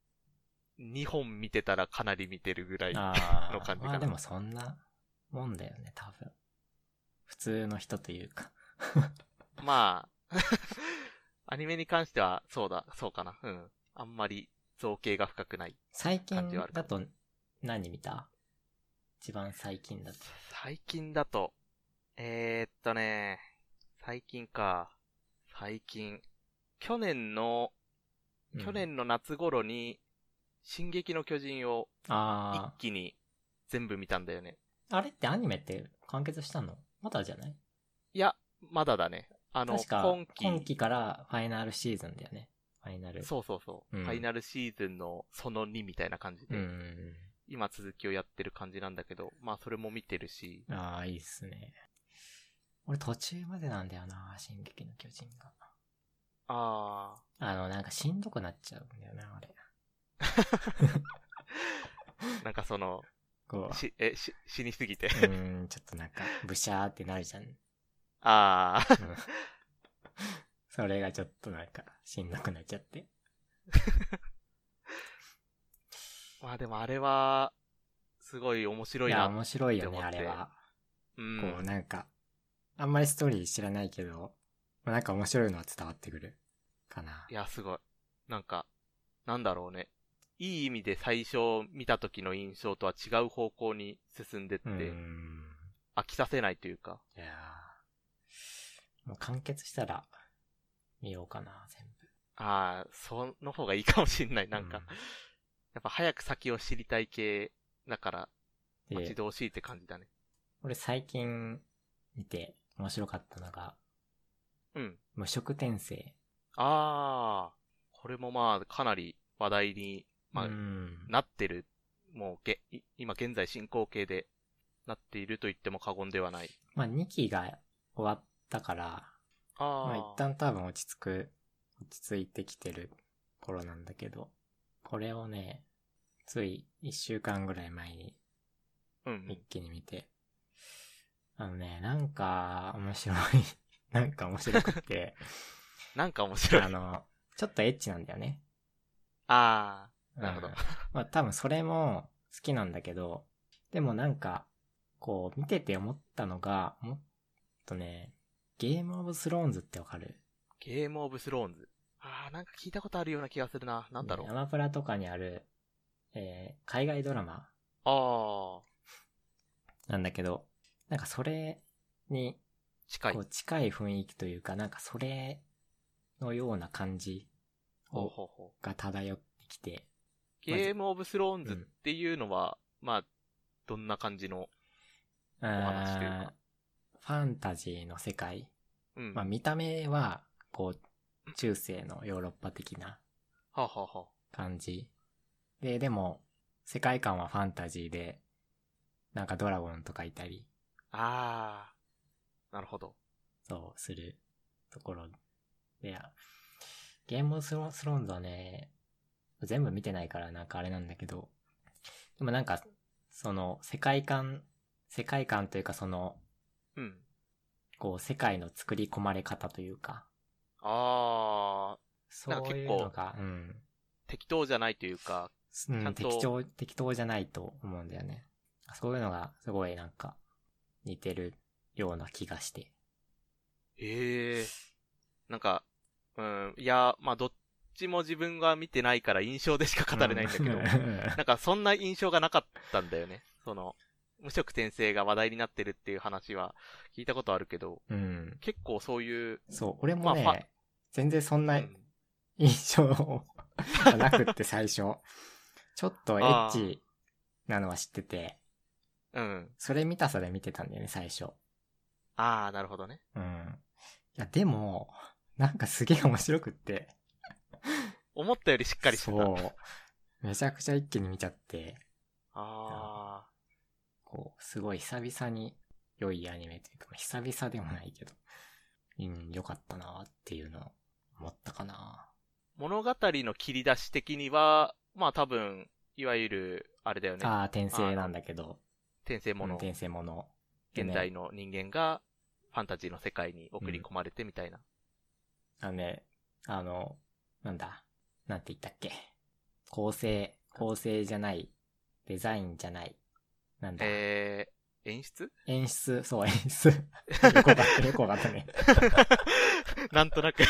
[SPEAKER 2] 2本見てたらかなり見てるぐらい。
[SPEAKER 1] あー
[SPEAKER 2] の感じかな
[SPEAKER 1] まあでもそんなもんだよね、多分。普通の人というか。
[SPEAKER 2] まあ、 アニメに関しては、そうだ、そうかな。うん。あんまり造形が深くない。
[SPEAKER 1] 最近
[SPEAKER 2] 感じはある
[SPEAKER 1] だと何見た一番最近だと。
[SPEAKER 2] 最近だと、えー、っとね、最近か。最近。去年の、
[SPEAKER 1] うん
[SPEAKER 2] 去年の夏頃に、進撃の巨人を一
[SPEAKER 1] あ
[SPEAKER 2] 気に全部見たんだよね。
[SPEAKER 1] あ。あれってアニメって完結したのまだじゃない
[SPEAKER 2] いや、まだだね。あの、
[SPEAKER 1] 確か
[SPEAKER 2] 今期。
[SPEAKER 1] 今期からファイナルシーズンだよね。ファイナル。
[SPEAKER 2] そうそうそう、
[SPEAKER 1] うん
[SPEAKER 2] ファイナルシーズンのその2みたいな感じ
[SPEAKER 1] う
[SPEAKER 2] で、
[SPEAKER 1] ん。
[SPEAKER 2] 今続きをやってる感じなんだけど、まあそれも見てるし、
[SPEAKER 1] ああ、いいっすね。俺途中までなんだよな、進撃の巨人が。
[SPEAKER 2] あー、
[SPEAKER 1] あの、なんかしんどくなっちゃうんだよな、あれ。
[SPEAKER 2] なんかその、
[SPEAKER 1] こう。
[SPEAKER 2] し、え、し、死にすぎて。
[SPEAKER 1] うーん、ちょっとなんか、ブシャーってなるじゃん。うん
[SPEAKER 2] あー、
[SPEAKER 1] それがちょっとなんか、しんどくなっちゃって。
[SPEAKER 2] まあでもあれは、すごい面白
[SPEAKER 1] い
[SPEAKER 2] い
[SPEAKER 1] や、
[SPEAKER 2] な。
[SPEAKER 1] 面白いよ
[SPEAKER 2] って
[SPEAKER 1] ね、
[SPEAKER 2] 思
[SPEAKER 1] あ
[SPEAKER 2] って
[SPEAKER 1] れは。
[SPEAKER 2] う
[SPEAKER 1] こう、
[SPEAKER 2] ん。
[SPEAKER 1] なんか、あんまりストーリー知らないけど、まあなんか面白いのは伝わってくる。かな。
[SPEAKER 2] いや、すごい。なんか、なんだろうね。いい意味で最初見た時の印象とは違う方向に進んでって、
[SPEAKER 1] うーん。
[SPEAKER 2] 飽きさせないというか。
[SPEAKER 1] いやーもう完結したら、見ようかな、全部。
[SPEAKER 2] ああ、その方がいいかもしんない。なんか、
[SPEAKER 1] う
[SPEAKER 2] やっぱ早く先を知りたい系だから、
[SPEAKER 1] で
[SPEAKER 2] 待ち遠しいって感じだね。
[SPEAKER 1] 俺最近見て面白かったのが、
[SPEAKER 2] うん。
[SPEAKER 1] 無色転生。
[SPEAKER 2] ああ、これもまあ、かなり話題に、まあ、
[SPEAKER 1] うん
[SPEAKER 2] なってる。もうげ、い今現在進行形で、なっていると言っても過言ではない。
[SPEAKER 1] まあ2期が終わったから、
[SPEAKER 2] ああ、
[SPEAKER 1] まあ一旦多分落ち着く、落ち着いてきてる頃なんだけど、これをね、つい1週間ぐらい前に
[SPEAKER 2] うんう
[SPEAKER 1] 一
[SPEAKER 2] ん。
[SPEAKER 1] 気に見て、あのね、なんか面白い、 なんか面白く って、
[SPEAKER 2] なんか面白い。
[SPEAKER 1] あ
[SPEAKER 2] あ
[SPEAKER 1] の、ちょっとエッチなんだよね。
[SPEAKER 2] あ
[SPEAKER 1] う
[SPEAKER 2] ー、
[SPEAKER 1] ん
[SPEAKER 2] なるほど。
[SPEAKER 1] まあ多分それも好きなんだけど、でもなんか、こう見てて思ったのが、もっとね、ゲームオブスローンズってわかる
[SPEAKER 2] ゲームオブスローンズ。ああ、なんか聞いたことあるような気がするな。なんだろう。
[SPEAKER 1] ねアマプラとかにある、えー海外ドラマ
[SPEAKER 2] ああ、
[SPEAKER 1] なんだけど、なんかそれに
[SPEAKER 2] 近い
[SPEAKER 1] こ。う近い雰囲気というか、なんかそれのような感じ
[SPEAKER 2] ほう
[SPEAKER 1] を
[SPEAKER 2] ほうほう
[SPEAKER 1] が漂ってきて、
[SPEAKER 2] ゲームオブスローン
[SPEAKER 1] う
[SPEAKER 2] ズ
[SPEAKER 1] ん
[SPEAKER 2] っていうのは、まあ、どんな感じの、
[SPEAKER 1] お
[SPEAKER 2] 話というか
[SPEAKER 1] ファンタジーの世界。
[SPEAKER 2] うん。
[SPEAKER 1] まあ
[SPEAKER 2] は
[SPEAKER 1] 見た目は、こう、中世のヨーロッパ的な
[SPEAKER 2] あ、はあは
[SPEAKER 1] 感じ。で、でも、世界観はファンタジーで、なんかドラゴンとかいたり、
[SPEAKER 2] あ、ああ、なるほど。
[SPEAKER 1] そう、するところで、あゲームオブスロスローンズはね、全部見てないからなんかあれなんだけど、でもなんか、その、世界観、世界観というかその、
[SPEAKER 2] うん。
[SPEAKER 1] こう、世界の作り込まれ方というか、
[SPEAKER 2] ああ、
[SPEAKER 1] そういうのが、うん。
[SPEAKER 2] 適当じゃないという
[SPEAKER 1] う
[SPEAKER 2] か、ちゃ
[SPEAKER 1] ん、
[SPEAKER 2] んと
[SPEAKER 1] 適当、適当じゃないと思うんだよね。そういうのがすごいなんか似てるような気がして。
[SPEAKER 2] ええなんか、うん、いや、まあ、どっちも自分が見てないから印象でしか語れないんだけ ど、
[SPEAKER 1] う
[SPEAKER 2] なんかそんな印象がなかったんだよね。その、無職転生が話題になってるっていう話は聞いたことあるけど、
[SPEAKER 1] うん。
[SPEAKER 2] 結構そういう、
[SPEAKER 1] そう、俺もね、
[SPEAKER 2] まあファ
[SPEAKER 1] 全然そんな
[SPEAKER 2] うん
[SPEAKER 1] 印象がなくって最初。 ちょっとエッチなのは知ってて、
[SPEAKER 2] うん。
[SPEAKER 1] それ見たさで見てたんだよね、最初。
[SPEAKER 2] ああ、なるほどね。
[SPEAKER 1] うん。いや、でも、なんかすげえ面白くって。
[SPEAKER 2] 思ったよりしっかりしてた。
[SPEAKER 1] そう。めちゃくちゃ一気に見ちゃって。
[SPEAKER 2] ああ、
[SPEAKER 1] こう、すごい久々に良いアニメというか、まあ久々でもないけど、うん、良かったなっていうのを思ったかな。
[SPEAKER 2] 物語の切り出し的には、まあ多分、いわゆる、あれだよね。
[SPEAKER 1] ああ、転生なんだけど、
[SPEAKER 2] 転生も
[SPEAKER 1] うん
[SPEAKER 2] の、
[SPEAKER 1] 転生もの。でね
[SPEAKER 2] 現代の人間が、ファンタジーの世界に送り込まれてみたいな。
[SPEAKER 1] あのね、あの、なんだ、なんて言ったっけ。構成、構成じゃない、デザインじゃない、なんだ、
[SPEAKER 2] えー、演出
[SPEAKER 1] 演出、そう、演出。よくわかった、よくわかったね。
[SPEAKER 2] なんとなく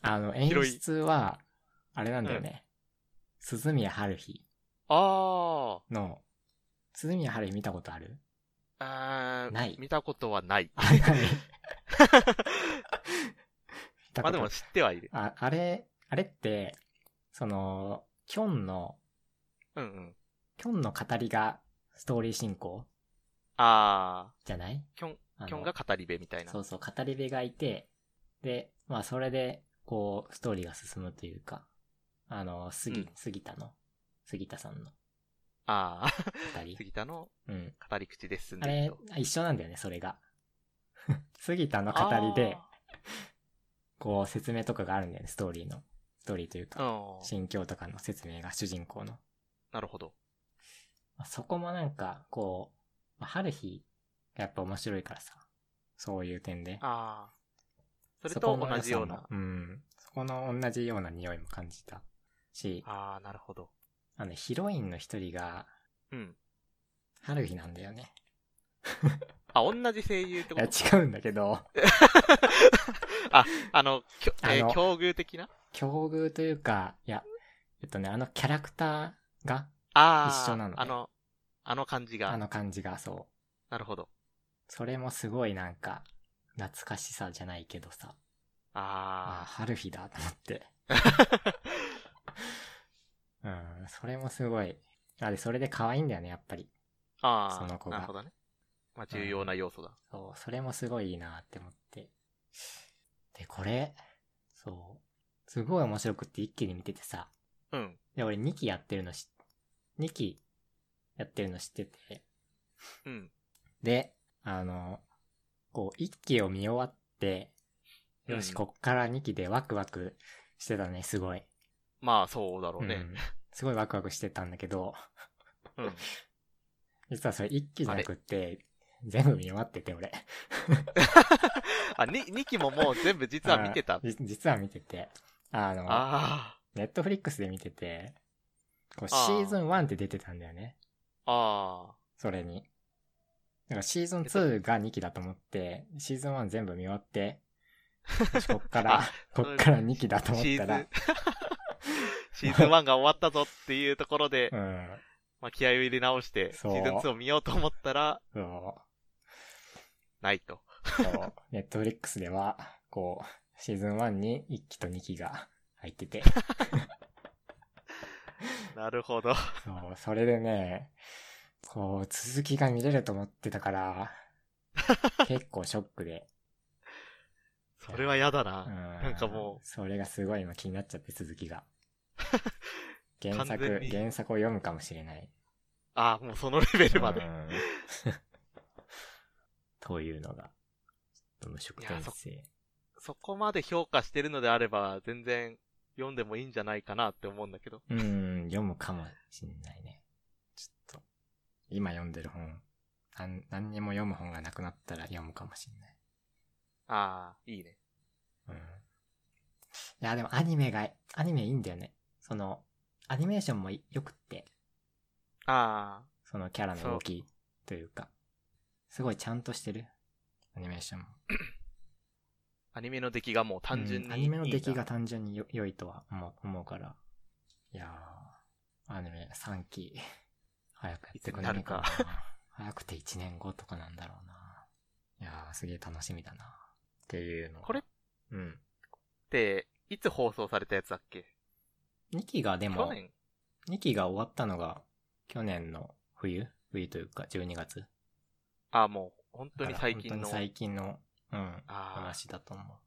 [SPEAKER 1] あの、演
[SPEAKER 2] 広い
[SPEAKER 1] 出は、あれなんだよね。鈴宮春日
[SPEAKER 2] あ
[SPEAKER 1] の、鈴宮春日見たことある
[SPEAKER 2] あ、あー
[SPEAKER 1] ない
[SPEAKER 2] 見たこと はない。
[SPEAKER 1] あ れ何
[SPEAKER 2] まあでも
[SPEAKER 1] だから
[SPEAKER 2] 知ってはいる。
[SPEAKER 1] あ、あれ、あれって、その、キョンの、
[SPEAKER 2] うんうん。
[SPEAKER 1] キョンの語りがストーリー進行
[SPEAKER 2] あ
[SPEAKER 1] じゃない
[SPEAKER 2] ー、キョン、
[SPEAKER 1] あの
[SPEAKER 2] キョンが語り部みたいな。
[SPEAKER 1] そうそう、語り部がいて、で、まあそれで、こう、ストーリーが進むというか、あの、杉、
[SPEAKER 2] うん
[SPEAKER 1] 杉田の、杉田さんの
[SPEAKER 2] ああ、
[SPEAKER 1] 語り。
[SPEAKER 2] 杉田の
[SPEAKER 1] うん。
[SPEAKER 2] 語り口で進ん
[SPEAKER 1] あ
[SPEAKER 2] でい
[SPEAKER 1] れ
[SPEAKER 2] くと。、
[SPEAKER 1] 一緒なんだよね、それが。 杉田の語りで、こう、説明とかがあるんだよね、ストーリーの。ストーリーという
[SPEAKER 2] あ
[SPEAKER 1] か、
[SPEAKER 2] ー、うん。
[SPEAKER 1] 心境とかの説明が主人公の。
[SPEAKER 2] なるほど。
[SPEAKER 1] まあそこもなんか、こう、まあ、春日がやっぱ面白いからさ。そういう点で。
[SPEAKER 2] ああ。それ
[SPEAKER 1] ことの
[SPEAKER 2] 同
[SPEAKER 1] 良
[SPEAKER 2] じ
[SPEAKER 1] さも
[SPEAKER 2] ような。
[SPEAKER 1] うん。そこの同じような匂いも感じたし、
[SPEAKER 2] ああ、なるほど。
[SPEAKER 1] あの、ヒロインの一人が、
[SPEAKER 2] うん。
[SPEAKER 1] 春日なんだよね。
[SPEAKER 2] あ、同じ声優って
[SPEAKER 1] い
[SPEAKER 2] こ
[SPEAKER 1] や、
[SPEAKER 2] と
[SPEAKER 1] 違うんだけど、
[SPEAKER 2] あ、あの、きょえー
[SPEAKER 1] あの
[SPEAKER 2] 境遇的な
[SPEAKER 1] 境遇というか、いや、えっとね、あのキャラクターが、
[SPEAKER 2] ああ。
[SPEAKER 1] 一緒なのね
[SPEAKER 2] あの、あの感じ
[SPEAKER 1] あ
[SPEAKER 2] が。
[SPEAKER 1] の感じがそう。
[SPEAKER 2] なるほど。
[SPEAKER 1] それもすごいなんか、懐かしさじゃないけどさ、ああ、
[SPEAKER 2] あ
[SPEAKER 1] 春日だと思って。
[SPEAKER 2] あ。
[SPEAKER 1] うん、それもすごい。あれ、それで可愛いんだよね、やっぱり。
[SPEAKER 2] ああ。
[SPEAKER 1] その子が
[SPEAKER 2] なるほどね。まあ、重要な要素だ。
[SPEAKER 1] そう、それもすごいいいなって思って。で、これ、そう、すごい面白くって一気に見ててさ。
[SPEAKER 2] うん。
[SPEAKER 1] で、俺2期やってるのし、2期やってるの知ってて。
[SPEAKER 2] うん。
[SPEAKER 1] で、あの、こう、1期を見終わって、よ
[SPEAKER 2] う
[SPEAKER 1] し、
[SPEAKER 2] ん
[SPEAKER 1] こっから2期でワクワクしてたね、すごい。
[SPEAKER 2] まあ、そうだろう
[SPEAKER 1] う
[SPEAKER 2] ね。
[SPEAKER 1] んすごいワクワクしてたんだけど、
[SPEAKER 2] うん。
[SPEAKER 1] 実はそれ1期じゃなくって、全部見終わってて、俺。
[SPEAKER 2] あ、に2期ももう全部実は見てた
[SPEAKER 1] あ。じ実は見てて。あの、
[SPEAKER 2] あ
[SPEAKER 1] ネットフリックスで見てて、こうシ
[SPEAKER 2] あー
[SPEAKER 1] ーズン1って出てたんだよね。
[SPEAKER 2] あ、あ
[SPEAKER 1] それに。だからシーズン2が2期だと思って、シーズン1全部見終わって、よしこっか
[SPEAKER 2] あ
[SPEAKER 1] ら、こっから
[SPEAKER 2] そういう
[SPEAKER 1] 2期だと
[SPEAKER 2] あ。
[SPEAKER 1] 思
[SPEAKER 2] シ
[SPEAKER 1] った
[SPEAKER 2] ーズン
[SPEAKER 1] ら、、
[SPEAKER 2] シーズン1が終わったぞっていうところで、
[SPEAKER 1] うん、
[SPEAKER 2] まあ、気合を入れ直して、シ
[SPEAKER 1] そう
[SPEAKER 2] ーズン2を見ようと思ったら、
[SPEAKER 1] そう。
[SPEAKER 2] ないと。
[SPEAKER 1] そう、ネットフリックスでは、こう、シーズン1に1期と2期が入って て、
[SPEAKER 2] な るほど。
[SPEAKER 1] そう、それでね、こう、続きが見れると思ってた から、結構ショックで。
[SPEAKER 2] それは嫌だ
[SPEAKER 1] う
[SPEAKER 2] な。
[SPEAKER 1] ん
[SPEAKER 2] なんかも
[SPEAKER 1] う。それがすごい今気になっちゃって、続 きが。原
[SPEAKER 2] 完全
[SPEAKER 1] 作、
[SPEAKER 2] に
[SPEAKER 1] 原作を読むかもしれない。
[SPEAKER 2] ああ、もうそのレベルまで
[SPEAKER 1] う。ん というのが、ちょっと無職転生。
[SPEAKER 2] そこまで評価してるのであれば、全然読んでもいいんじゃないかなって思うんだけど。
[SPEAKER 1] うん、読むかもしんないね。ちょっと、今読んでる本、なん何にも読む本がなくなったら読むかもしんない。
[SPEAKER 2] ああ、いいね。
[SPEAKER 1] うん。いや、でもアニメが、アニメいいんだよね。その、アニメーションもい良くって、
[SPEAKER 2] あ
[SPEAKER 1] そのキャラの動きというか、すごいちゃんとしてる。アニメーションも。
[SPEAKER 2] あ、アニメの出来がもう単純に
[SPEAKER 1] うんアニメの出
[SPEAKER 2] い
[SPEAKER 1] 来
[SPEAKER 2] いな
[SPEAKER 1] が単純によ良いとは思う思うから。いやー、アニメ3期、 早くやってくれないかな。
[SPEAKER 2] いつに
[SPEAKER 1] 早くて1年後とかなんだろうな。いやー、すげえ楽しみだな。っていうのが。
[SPEAKER 2] これっ
[SPEAKER 1] うん。
[SPEAKER 2] て、いつ放送されたやつだっけ
[SPEAKER 1] 2期がで
[SPEAKER 2] 去
[SPEAKER 1] も、
[SPEAKER 2] 年
[SPEAKER 1] 2期が終わったのが、去年の冬冬というか、12月。
[SPEAKER 2] ああ、もう、本当
[SPEAKER 1] だ
[SPEAKER 2] に
[SPEAKER 1] から
[SPEAKER 2] 最近
[SPEAKER 1] 本当
[SPEAKER 2] の
[SPEAKER 1] に。最近の、うん、
[SPEAKER 2] あ
[SPEAKER 1] 話だと思う。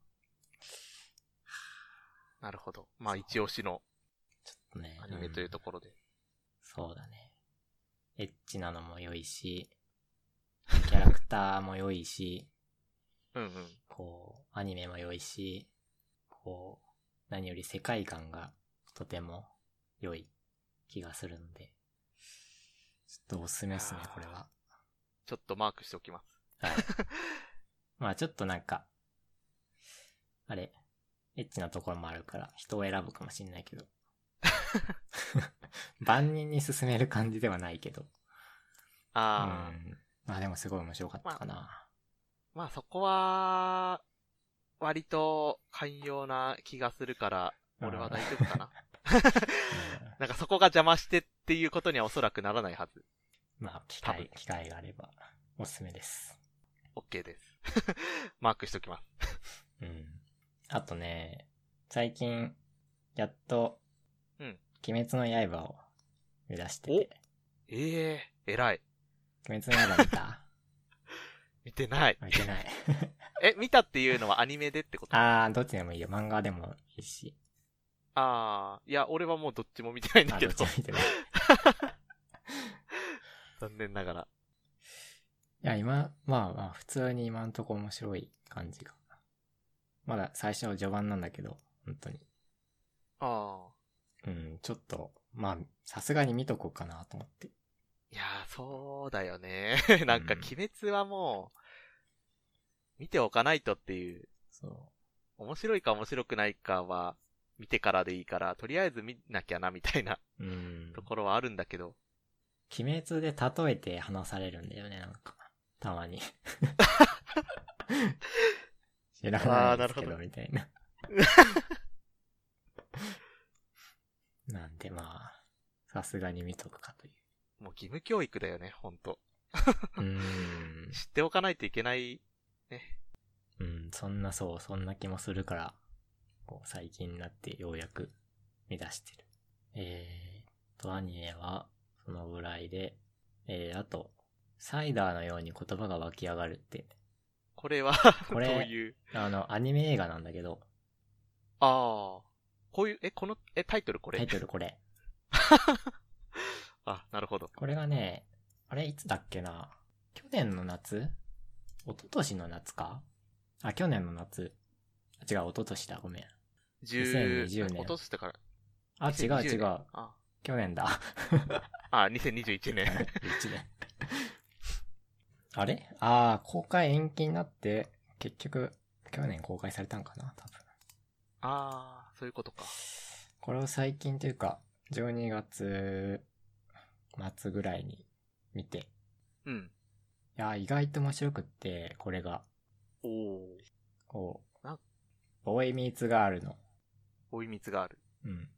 [SPEAKER 2] あ、なるほど。まあ、一押しの
[SPEAKER 1] ちょっとね。
[SPEAKER 2] アニメというところで。
[SPEAKER 1] そうだね。エッチなのも良いし、キャラクターも良いし、
[SPEAKER 2] うんうん。
[SPEAKER 1] こう、アニメも良いし、こう、何より世界観がとても良い気がするので、ちょっとおすすめですね
[SPEAKER 2] あ、ー
[SPEAKER 1] これは。
[SPEAKER 2] ちょっとマークしておきます。
[SPEAKER 1] はい。まあちょっとなんか、あれ、エッチなところもあるから、人を選ぶかもしんないけ ど。 万人に勧める感じではないけど。
[SPEAKER 2] ああ、
[SPEAKER 1] うん、まあでもすごい面白かったかな。
[SPEAKER 2] まあそこは、割と寛容な気がするから、俺は大丈夫かな。 なんかそこが邪魔してっていうことにはおそらくならないはず。
[SPEAKER 1] うんまあ機
[SPEAKER 2] 多分
[SPEAKER 1] 会、機会があればおすすめです。
[SPEAKER 2] OK です。 マークしておきます。
[SPEAKER 1] うん。あとね、最近、やっと、
[SPEAKER 2] うん
[SPEAKER 1] 鬼滅の刃を目指してて。
[SPEAKER 2] ええ偉い。
[SPEAKER 1] 鬼滅の刃見た
[SPEAKER 2] 見てない。
[SPEAKER 1] 見てない。
[SPEAKER 2] え、見たっていうのはアニメでってことあ
[SPEAKER 1] あー、どっちでもいいよ。漫画でもいいし。
[SPEAKER 2] あー、いや、俺はもうどっちも見てないん
[SPEAKER 1] あ
[SPEAKER 2] だけ
[SPEAKER 1] ど
[SPEAKER 2] ど
[SPEAKER 1] っち、も見てない。い
[SPEAKER 2] 残念ながら。
[SPEAKER 1] や、今、まあまあ、普通に今んとこ面白い感じが。まだ最初は序盤なんだけど、本当に。
[SPEAKER 2] あ
[SPEAKER 1] うん、ちょっと、まあ、さすがに見とこうかなと思って。
[SPEAKER 2] あ。いやー、そうだよね。なんか、
[SPEAKER 1] うん
[SPEAKER 2] 鬼滅はもう、見ておかないとっていう、
[SPEAKER 1] そう。
[SPEAKER 2] 面白いか面白くないかは、見てからでいいから、とりあえず見なきゃな、みたいな
[SPEAKER 1] うん
[SPEAKER 2] と。ころはあるんだけど。
[SPEAKER 1] 鬼滅で例えて話されるんだよね、なんか。たまに。 知らないですけ
[SPEAKER 2] あーなるほど
[SPEAKER 1] ど、みたいな。 なんでまあ、さすがに見とくかとい
[SPEAKER 2] もう義務教育だよね、ほんと。
[SPEAKER 1] う。うん。
[SPEAKER 2] 知っておかないといけない。
[SPEAKER 1] うん、そんなそう、そんな気もするから、こう最近になってようやく見出してる。えー、と、アニメはそのぐらいで、えー、あと、サイダーのように言葉が湧き上がるって、
[SPEAKER 2] これは、
[SPEAKER 1] これ
[SPEAKER 2] どういう。
[SPEAKER 1] あの、アニメ映画なんだけど、
[SPEAKER 2] ああ。こういう、え、この、え、タイトルこれ
[SPEAKER 1] タイトルこれ。
[SPEAKER 2] あ、なるほど。
[SPEAKER 1] これがね、あれいつだっけな去年の夏一昨年の夏かあ、去年の夏。あ違う、一昨年だ、ごめん。
[SPEAKER 2] 10
[SPEAKER 1] 2020年
[SPEAKER 2] 落としてから。
[SPEAKER 1] あ、違う
[SPEAKER 2] 2020
[SPEAKER 1] 違
[SPEAKER 2] 年
[SPEAKER 1] う。
[SPEAKER 2] あ
[SPEAKER 1] 去年だ。
[SPEAKER 2] あ、2021年。
[SPEAKER 1] 一年。あれああ、公開延期になって、結局、去年公開されたんかな、多分。
[SPEAKER 2] あー、そういうことか。
[SPEAKER 1] これを最近というか、12月末ぐらいに見て、い
[SPEAKER 2] うん。
[SPEAKER 1] やー、意外と面白くって、これが、
[SPEAKER 2] おお。
[SPEAKER 1] こう
[SPEAKER 2] な、
[SPEAKER 1] ボーイミーツガールの、
[SPEAKER 2] 追い蜜がある。
[SPEAKER 1] うん。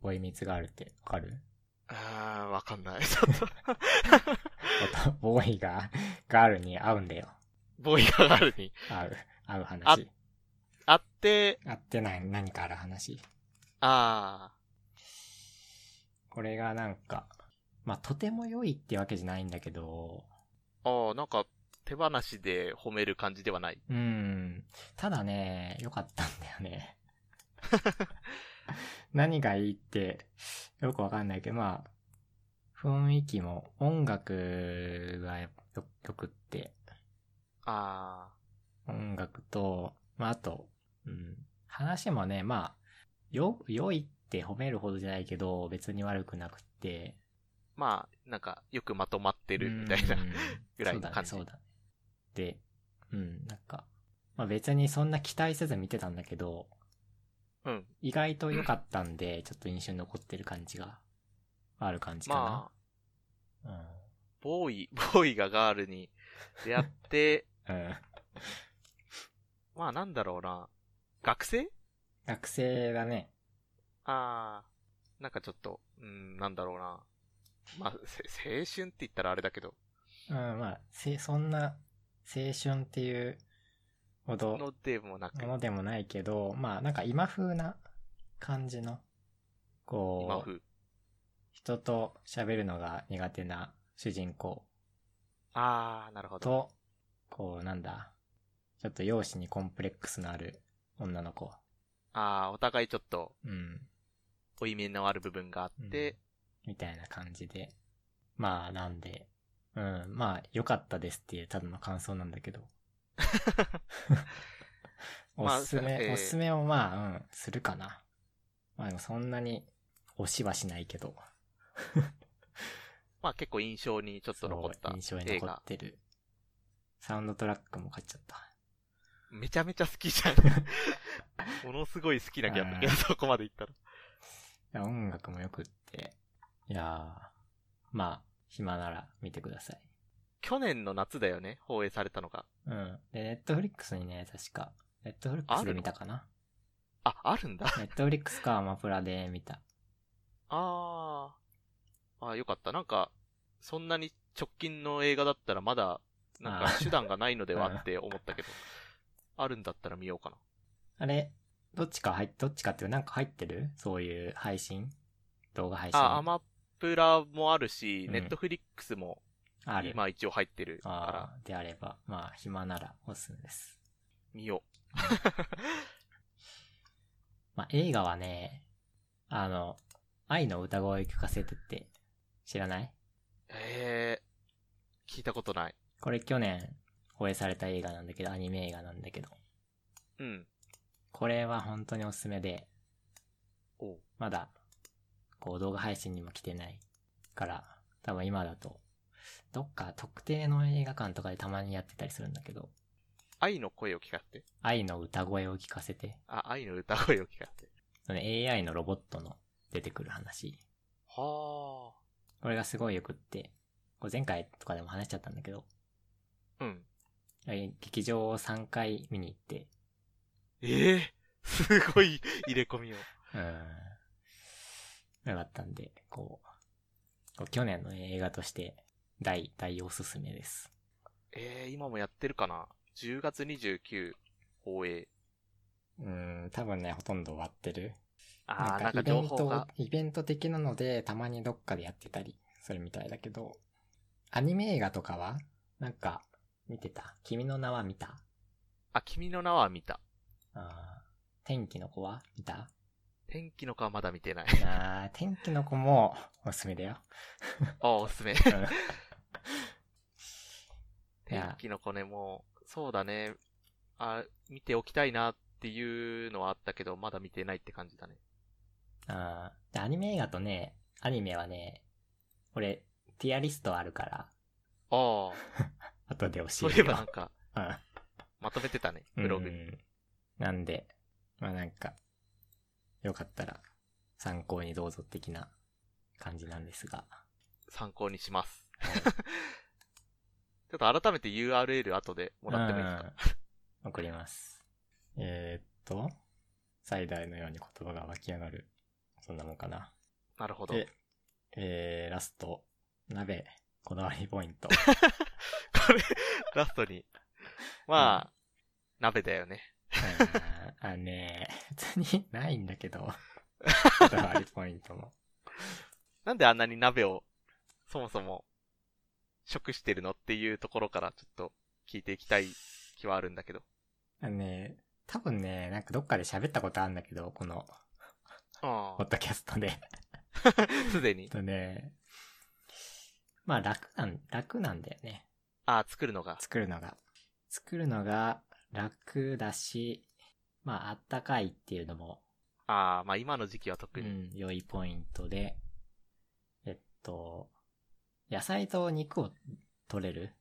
[SPEAKER 1] ボーイミーツガールってわかる
[SPEAKER 2] あー、わかんない。 ちょっと。
[SPEAKER 1] 男ボーイがガールに合うんだよ。
[SPEAKER 2] ボーイがあるに。
[SPEAKER 1] 合う、合う
[SPEAKER 2] あ
[SPEAKER 1] 話。
[SPEAKER 2] あって、
[SPEAKER 1] 合ってない、何かある話。
[SPEAKER 2] あ
[SPEAKER 1] これがなんか、まあ、とても良いってわけじゃないんだけど、
[SPEAKER 2] ー。あー、なんか、手放しで褒める感じではない。
[SPEAKER 1] うん。ただね、良かったんだよね。何がいいって、よくわかんないけど、まあ、雰囲気も、音楽がよよくって、
[SPEAKER 2] あ
[SPEAKER 1] 音楽と、まあ、あと、うん、話もね、まあ、よ、良いって褒めるほどじゃないけど、別に悪くなくって、
[SPEAKER 2] ー。まあ、なんか、よくまとまってるみたいな
[SPEAKER 1] うん
[SPEAKER 2] ぐらいの感じ。
[SPEAKER 1] そうだね、そうだね。で、うん、なんか、まあ別にそんな期待せず見てたんだけど、
[SPEAKER 2] うん。
[SPEAKER 1] 意外と良かったんで、ちょっと印象に残ってる感じが、ある感じかな。
[SPEAKER 2] まあ、
[SPEAKER 1] うん
[SPEAKER 2] ボーイ、 ボーイがガールに出会って、
[SPEAKER 1] うん、
[SPEAKER 2] まあなんだろうな。学生
[SPEAKER 1] 学生だね。
[SPEAKER 2] ああ、なんかちょっと、うん、なんだろうな。まあ、せ青春って言ったらあれだけど、
[SPEAKER 1] うん、まあ、せそんな、青春っていうほど
[SPEAKER 2] のでもなく、
[SPEAKER 1] ものでもないけど、まあ、なんか今風な感じの、
[SPEAKER 2] 今
[SPEAKER 1] こう、
[SPEAKER 2] 風。
[SPEAKER 1] 人と喋るのが苦手な主人公
[SPEAKER 2] ああ、なるほど。
[SPEAKER 1] と、こう、なんだ、ちょっと容姿にコンプレックスのある女の子。
[SPEAKER 2] ああ、お互いちょっと、
[SPEAKER 1] うん。
[SPEAKER 2] 負い目のある部分があって、
[SPEAKER 1] みたいな感じで。まあ、なんで、うん、まあ、良かったですっていうただの感想なんだ けど。お
[SPEAKER 2] まあ
[SPEAKER 1] すすめ、
[SPEAKER 2] えー
[SPEAKER 1] おすすめをまあ、うん、するかな。まあ、でもそんなに推しはしないけど、
[SPEAKER 2] まあ結構印象にちょっと残った
[SPEAKER 1] そう印象に
[SPEAKER 2] 映
[SPEAKER 1] 残
[SPEAKER 2] 画
[SPEAKER 1] っ。てる。サウンドトラックも買っちゃった。
[SPEAKER 2] めちゃめちゃ好 きじゃん。ものすごい好きなキャラだけど、
[SPEAKER 1] あ
[SPEAKER 2] そこまで行ったら。
[SPEAKER 1] いや音楽もよくって。いやー、まあ、暇なら見てください。
[SPEAKER 2] 去年の夏だよね、放映されたのが。
[SPEAKER 1] うん。で、ネットフリックスにね、確か。ネットフリック
[SPEAKER 2] あ
[SPEAKER 1] ス
[SPEAKER 2] るの
[SPEAKER 1] で見たかな。
[SPEAKER 2] あ、あるんだ。
[SPEAKER 1] ネットフリックスかアマプラで見た。
[SPEAKER 2] あー。あーよかった。なんか、そんなに直近の映画だったらまだ、なん
[SPEAKER 1] あ
[SPEAKER 2] か
[SPEAKER 1] ー
[SPEAKER 2] 手段がないのでは って思ったけど、あるんだったら見ようかな。
[SPEAKER 1] あれ、どっちか入っ、どっちかっていうかなんか入ってるそういう配信動画配信。
[SPEAKER 2] あ、アマプラもあるし、
[SPEAKER 1] うん
[SPEAKER 2] ネットフリックスも
[SPEAKER 1] ある。
[SPEAKER 2] 今一応入ってるから、
[SPEAKER 1] あーであれば、まあ、暇ならおすすめです。
[SPEAKER 2] 見よ。
[SPEAKER 1] まあ、映画はね、あの、愛の歌声聞かせてって、知らないう
[SPEAKER 2] えー、聞いたことない。
[SPEAKER 1] これ去年放映された映画なんだけど、アニメ映画なんだけど、
[SPEAKER 2] うん。
[SPEAKER 1] これは本当におすすめで、
[SPEAKER 2] おう
[SPEAKER 1] まだ、こう動画配信にも来てないから、多分今だと、どっか特定の映画館とかでたまにやってたりするんだけど、
[SPEAKER 2] 愛の声を聞かせて。
[SPEAKER 1] 愛の歌声を聞かせて、
[SPEAKER 2] あ、愛の歌声を聞かせて。
[SPEAKER 1] その AI のロボットの出てくる話。
[SPEAKER 2] は
[SPEAKER 1] これがすごいよくって、こう前回とかでも話しちゃったんだけど、
[SPEAKER 2] ー。うん。
[SPEAKER 1] え劇場を3回見に行って、
[SPEAKER 2] ええー、すごい入れ込みを。
[SPEAKER 1] うん。よかったんで、こう、こう去年の映画として、大、大おすすめです。
[SPEAKER 2] えー、今もやってるかな ?10 月29放映。
[SPEAKER 1] うん、多分ね、ほとんど終わってる。
[SPEAKER 2] あー、なんか
[SPEAKER 1] イベ
[SPEAKER 2] 情
[SPEAKER 1] ン
[SPEAKER 2] 報
[SPEAKER 1] ト
[SPEAKER 2] が。、
[SPEAKER 1] イベント的なので、たまにどっかでやってたりするみたいだけど、アニメ映画とかはなんか、見てた君の名は見た
[SPEAKER 2] あ、君の名は見た。
[SPEAKER 1] あー天気の子は見た
[SPEAKER 2] 天気の子はまだ見て ない。
[SPEAKER 1] あー天気の子も おすすめだよ。
[SPEAKER 2] あ、おす すめ。
[SPEAKER 1] いや
[SPEAKER 2] 天気の子ね、もう、そうだね。あ、見ておきたいなっていうのはあったけど、まだ見てないって感じだね。
[SPEAKER 1] あーでアニメ映画とね、アニメはね、俺、ティアリストあるから、
[SPEAKER 2] ああ、
[SPEAKER 1] 後で教
[SPEAKER 2] そう
[SPEAKER 1] え
[SPEAKER 2] いえ
[SPEAKER 1] る
[SPEAKER 2] ば
[SPEAKER 1] よ
[SPEAKER 2] なん。か、
[SPEAKER 1] うん
[SPEAKER 2] まとめてたね、ブログ
[SPEAKER 1] う
[SPEAKER 2] に。
[SPEAKER 1] んなんで、まあなんか、よかったら参考にどうぞ的な感じなんですが。
[SPEAKER 2] 参考にします。 ちょっと改めて URL 後でもらってもいいですか
[SPEAKER 1] うん送ります。えー、っと、最大のように言葉が湧き上がる。そんなもんかな。
[SPEAKER 2] なるほど。
[SPEAKER 1] で、えー、ラスト、鍋、こだわりポイン ト。
[SPEAKER 2] これ、ラストに。まあ、鍋だよね。
[SPEAKER 1] あーあね別にないんだけ ど、こだわりポイントも。
[SPEAKER 2] なんであんなに鍋を、そもそも、食してるのっていうところからちょっと聞いていきたい気はあるんだけど。
[SPEAKER 1] あのね、多分ね、なんかどっかで喋ったことあるんだけど、この、
[SPEAKER 2] あ
[SPEAKER 1] ポッドキャストで。
[SPEAKER 2] あ、すで
[SPEAKER 1] えっ
[SPEAKER 2] に。
[SPEAKER 1] とね、まあ楽なん、楽なんだよね。
[SPEAKER 2] ああ、作るのが。
[SPEAKER 1] 作るのが。作るのが楽だし、まああったかいっていうのも、
[SPEAKER 2] ああ、まあ今の時期は
[SPEAKER 1] う
[SPEAKER 2] 特に。
[SPEAKER 1] ん、良いポイントで、えっと、野菜と肉を取れる。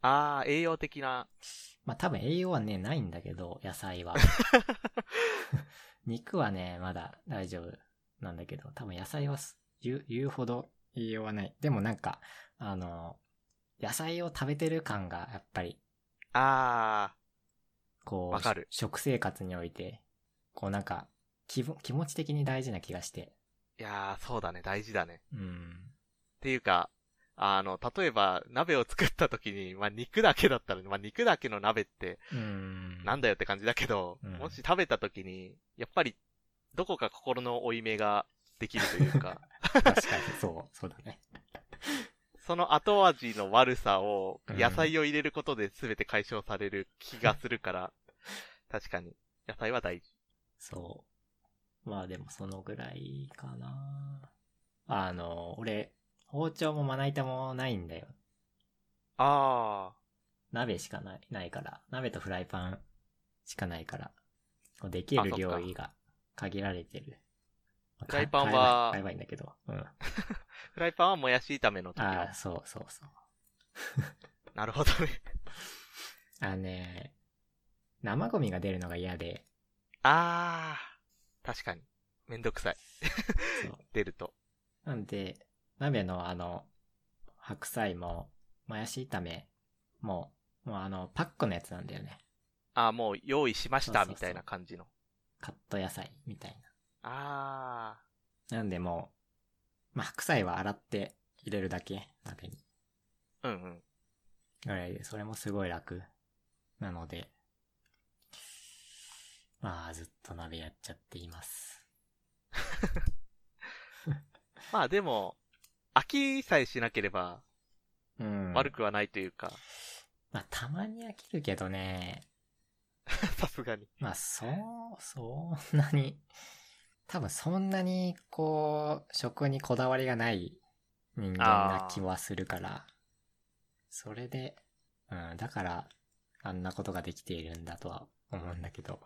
[SPEAKER 2] ああ、栄養的な。
[SPEAKER 1] まあ多分栄養はね、ないんだけど、野菜 は。肉はね、まだ大丈夫なんだけど、多分野菜はす言う言うほど栄養はない。でもなんか、あの、野菜を食べてる感がやっぱり、
[SPEAKER 2] ああ、
[SPEAKER 1] こう、
[SPEAKER 2] わかる
[SPEAKER 1] し食生活において、こうなんか気分、気持ち的に大事な気がして。
[SPEAKER 2] いやー、そうだね、大事だね。
[SPEAKER 1] うん。
[SPEAKER 2] っていうか、あの、例えば、鍋を作った時に、まあ、肉だけだったら、まあ、肉だけの鍋って、
[SPEAKER 1] うん。
[SPEAKER 2] なんだよって感じだけど、
[SPEAKER 1] うん
[SPEAKER 2] もし食べた時に、やっぱり、どこか心の負い目ができるとい うか、
[SPEAKER 1] 確かに、そう、そうだね。
[SPEAKER 2] その後味の悪さを、
[SPEAKER 1] うん
[SPEAKER 2] 野菜を入れることで全て解消される気がするから、確かに、野菜は大事。
[SPEAKER 1] そう。まあでもそのぐらいかな。あの、俺、包丁もまな板もないんだよ。
[SPEAKER 2] あ
[SPEAKER 1] 鍋しかない、ないから。鍋とフライパンしかないから。こうできる料理が限られてる。
[SPEAKER 2] フライパ
[SPEAKER 1] 買え
[SPEAKER 2] ンは
[SPEAKER 1] ば買えばいいんだけど。うん。あ
[SPEAKER 2] ー、フライパンはもやし炒めの時
[SPEAKER 1] あ
[SPEAKER 2] は
[SPEAKER 1] ー、。そうそうそう。
[SPEAKER 2] なるほどね。
[SPEAKER 1] あのね、生ゴミが出るのが嫌で、
[SPEAKER 2] あー、確かに。めんどくさい。
[SPEAKER 1] そう。
[SPEAKER 2] 出ると。
[SPEAKER 1] なんで、鍋のあの、白菜も、もやし炒めも、もうあの、パックのやつなんだよね。
[SPEAKER 2] あー、もう用意しまし
[SPEAKER 1] そ
[SPEAKER 2] た、
[SPEAKER 1] うそうそう
[SPEAKER 2] みたいな感じの。
[SPEAKER 1] カット野菜みたい
[SPEAKER 2] あ
[SPEAKER 1] な。なんでもう、まあ、白菜は洗って入れるだけ、鍋に。
[SPEAKER 2] ー、うんうん。
[SPEAKER 1] ぐらいで、それもすごい楽。なので、まあ、ずっと鍋やっちゃっています。
[SPEAKER 2] まあでも、飽きさえしなければ
[SPEAKER 1] うん。
[SPEAKER 2] 悪くはないとい うか、
[SPEAKER 1] まあ、たまに飽きるけどね、
[SPEAKER 2] さすがに。
[SPEAKER 1] まあ、そう、そんなに、多分そんなに、こう、食にこだわりがない人間な気はするから、それで、うん、だから、あんなことができているんだとは思うんだけど。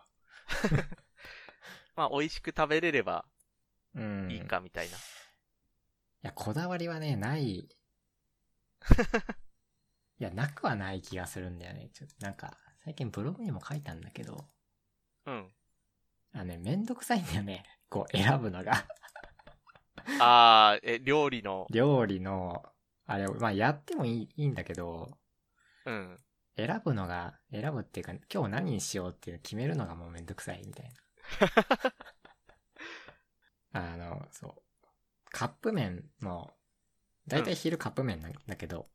[SPEAKER 2] まあ美味しく食べれれば
[SPEAKER 1] うん。
[SPEAKER 2] いいかみたいな。
[SPEAKER 1] いや、こだわりはね、ない。 いや、なくはない気がするんだよね。ちょっとなんか、最近ブログにも書いたんだけど、
[SPEAKER 2] うん。
[SPEAKER 1] あのね、めんどくさいんだよね。こう、選ぶのが。
[SPEAKER 2] ああ、え、料理の、
[SPEAKER 1] 料理の、あれを、まあ、やってもいいいいんだけど、
[SPEAKER 2] うん。
[SPEAKER 1] 選ぶのが、選ぶっていうか、今日何にしようっていうの決めるのがもうめんどくさいみたいな。あの、そう。カップ麺も、だいたい昼カップ麺なんだけど、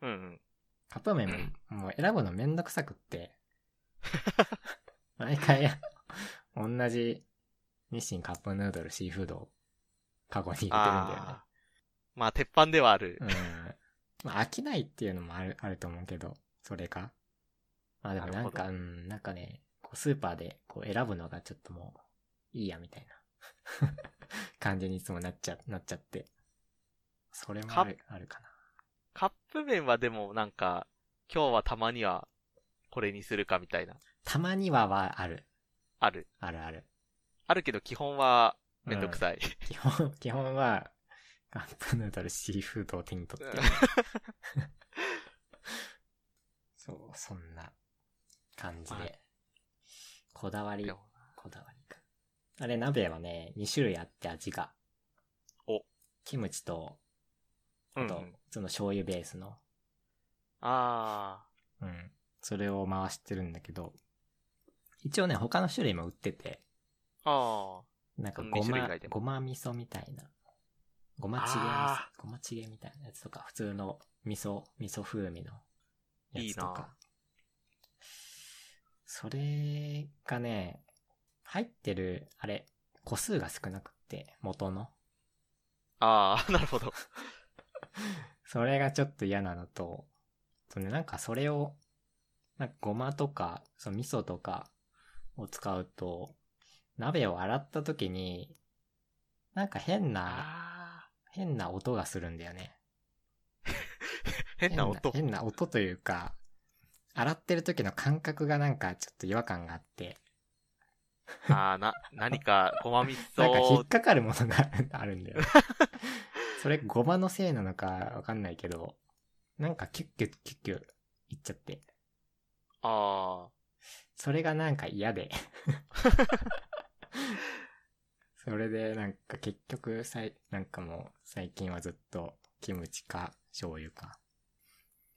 [SPEAKER 2] うんうん。
[SPEAKER 1] カップ麺も、もう選ぶのめんどくさくって。毎回、同じ日清カップヌードルシーフードをカゴに入れてるんだよね
[SPEAKER 2] あ。ーまあ鉄板ではある。
[SPEAKER 1] うん。まあ飽きないっていうのもある、あると思うけど、それか。まあでもなんか、
[SPEAKER 2] な
[SPEAKER 1] うん、なんかね、こうスーパーでこう選ぶのがちょっともう、いいやみたいな 感じにいつもなっちゃ、なっちゃって。それもある、あるかな。
[SPEAKER 2] カップ麺はでもなんか、今日はたまにはこれにするかみたいな。
[SPEAKER 1] たまにははある。
[SPEAKER 2] ある。
[SPEAKER 1] あるある。
[SPEAKER 2] あるけど基本はめんどく
[SPEAKER 1] い。
[SPEAKER 2] さい。
[SPEAKER 1] 基本、基本は、 カップヌードルシーフードを手に取って。こだわり、こだわりか。あれ、鍋はね、2種類あって味が。
[SPEAKER 2] お
[SPEAKER 1] キムチと、
[SPEAKER 2] う
[SPEAKER 1] あ
[SPEAKER 2] ん
[SPEAKER 1] と、その醤油ベースの。
[SPEAKER 2] あ
[SPEAKER 1] うん。それを回してるんだけど、一応ね、他の種類も売ってて、
[SPEAKER 2] あ、ああ、
[SPEAKER 1] なんか
[SPEAKER 2] うん
[SPEAKER 1] ご
[SPEAKER 2] 二種類以
[SPEAKER 1] ま
[SPEAKER 2] 外で、も
[SPEAKER 1] ごま味噌みたいな。ごまチゲ味噌
[SPEAKER 2] あ、
[SPEAKER 1] ごまチゲみたいなやつとか、普通の味噌、味噌風味のやつと
[SPEAKER 2] いい
[SPEAKER 1] か
[SPEAKER 2] な。
[SPEAKER 1] それがね、入ってる、あれ、個数が少なくって、元の。
[SPEAKER 2] ああ、なるほど。
[SPEAKER 1] それがちょっと嫌なのと、とね、なんかそれを、なんかごまとか、その味噌とかを使うと、鍋を洗った時に、なんか変な、
[SPEAKER 2] ああ、
[SPEAKER 1] 変な音がするんだよね。
[SPEAKER 2] 変な音。
[SPEAKER 1] 変な変な音というか、洗ってる時の感覚がなんかちょっと違和感があって、
[SPEAKER 2] ああ、な、何か、ごまみ
[SPEAKER 1] なんか引
[SPEAKER 2] そ
[SPEAKER 1] っ、かかるものが あるんだよね。それごまのせいなのかわかんないけど、なんかキュッキュッキュッキュッいっちゃって。
[SPEAKER 2] ああ、
[SPEAKER 1] それがなんか嫌で。それでなんか結局さい、なんかもう最近はずっとキムチか醤油か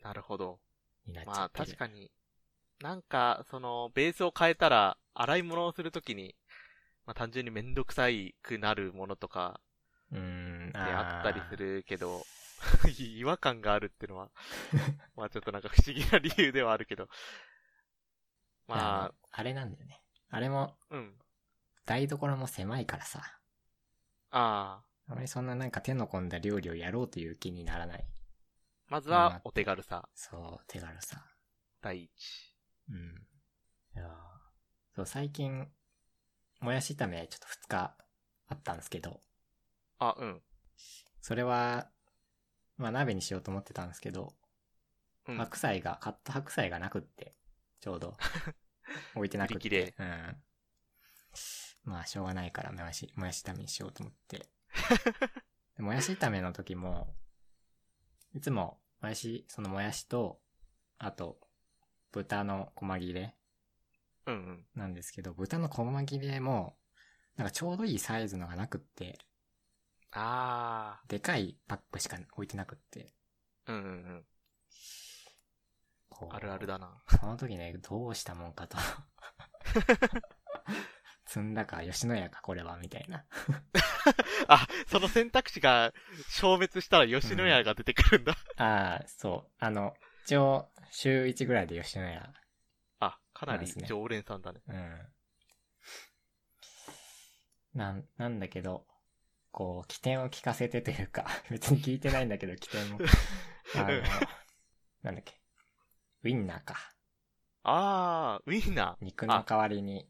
[SPEAKER 2] なるほど。
[SPEAKER 1] になっちゃ
[SPEAKER 2] まあ、
[SPEAKER 1] ってる。
[SPEAKER 2] 確かに、なんか、その、ベースを変えたら、洗い物をするときに、まあ、単純にめんどくさいくなるものとか、
[SPEAKER 1] うーん、
[SPEAKER 2] であったりす
[SPEAKER 1] ー。
[SPEAKER 2] るけど、 違和感があるっ てのは、まあちょっとなんか不思議な理由ではあるけど。
[SPEAKER 1] ま
[SPEAKER 2] ま
[SPEAKER 1] あ、あれなんだよね。あれも
[SPEAKER 2] あ、うん。
[SPEAKER 1] 台所も狭いからさ。
[SPEAKER 2] ああ、
[SPEAKER 1] あまりそんななんか手の込んだ料理をやろうという気にならない。
[SPEAKER 2] まず
[SPEAKER 1] ま
[SPEAKER 2] は
[SPEAKER 1] あ
[SPEAKER 2] お手軽さ、
[SPEAKER 1] そう、手軽さ。
[SPEAKER 2] 第一。
[SPEAKER 1] うん。いやーそう、最近、もやし炒めちょっと2日あったんですけど、
[SPEAKER 2] あ、うん。
[SPEAKER 1] それは、まあ鍋にしようと思ってたんですけど、
[SPEAKER 2] うん。
[SPEAKER 1] 白菜が、買った白菜がなくって、ちょう ど。置いてなくっ
[SPEAKER 2] 売り切
[SPEAKER 1] て
[SPEAKER 2] れ。
[SPEAKER 1] うん。まあ、しょうがないから、もやし、もやし炒めにしようと思 って。でもやし炒めの時も、いつも、もやし、そのもやしと、あと、豚の細切れ
[SPEAKER 2] うんうん。
[SPEAKER 1] なんですけど、豚の細切れも、なんかちょうどいいサイズのがなくって、
[SPEAKER 2] あ
[SPEAKER 1] でかいパックしか置いてなくって。
[SPEAKER 2] あ、うんうん
[SPEAKER 1] こ
[SPEAKER 2] うん。
[SPEAKER 1] う
[SPEAKER 2] あるあるだな。
[SPEAKER 1] その時ね、どうしたもんかと。 積んだか、吉野家か、これは、みたいな。
[SPEAKER 2] あ、その選択肢が消滅したら吉野家が出てくるんだ。
[SPEAKER 1] ああ、そう。あの、一応、週1ぐらいで吉野家。
[SPEAKER 2] あ、かな
[SPEAKER 1] なん
[SPEAKER 2] り
[SPEAKER 1] ですね
[SPEAKER 2] 常連さんだね。
[SPEAKER 1] うん。なん、なんだけど、こう、起点を聞かせてというか、 別に聞いてないんだけど、起点も。あの、なんだっけ。ウインナーか。
[SPEAKER 2] ああ、ウィンナ
[SPEAKER 1] 肉の代わりに、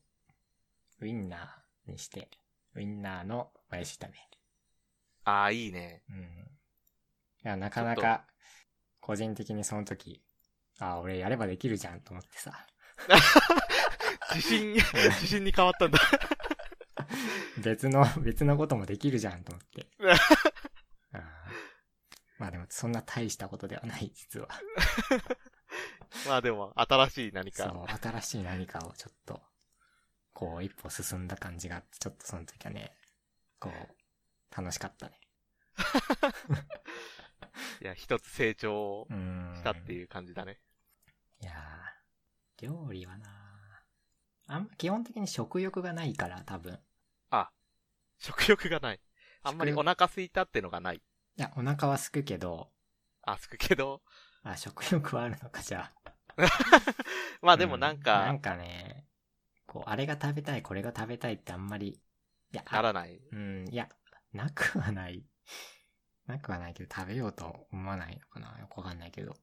[SPEAKER 1] ウインナーにして、ウインナーのもやし炒め。
[SPEAKER 2] ー。ああ、いいね。
[SPEAKER 1] うん。いや、なかな
[SPEAKER 2] ちょっ
[SPEAKER 1] か、個人的にその時、あ、俺やればできるじゃんと思ってさ、
[SPEAKER 2] 自 信、自信に変わったんだ。
[SPEAKER 1] 別の、 別のこともできるじゃんと思 って。あーまあでも、そんな大したことではない、実は。
[SPEAKER 2] まあでも、新しい何
[SPEAKER 1] そ
[SPEAKER 2] か。
[SPEAKER 1] う、新しい何かをちょっと、こう、一歩進んだ感じがあって、ちょっとその時はね、こう、楽しかったね。
[SPEAKER 2] いや、一つ成長
[SPEAKER 1] うーん。
[SPEAKER 2] したっていう感じだね。
[SPEAKER 1] いやー、料理はなあんま基本的に食欲がないから、多分。
[SPEAKER 2] 食欲がない。あんまりお腹空いたってのがない。
[SPEAKER 1] いや、お腹は空くけど、
[SPEAKER 2] あ、すくけど。
[SPEAKER 1] あ、食欲はあるのか、じゃあ。
[SPEAKER 2] まあでもなん
[SPEAKER 1] うな
[SPEAKER 2] か
[SPEAKER 1] ん、かね、こう、あれが食べたい、これが食べたいってあんまり、いや、あ
[SPEAKER 2] ならない。
[SPEAKER 1] うん、いや、なくはない。なくはないけど、食べようと思わないのかなよくわかんないけど。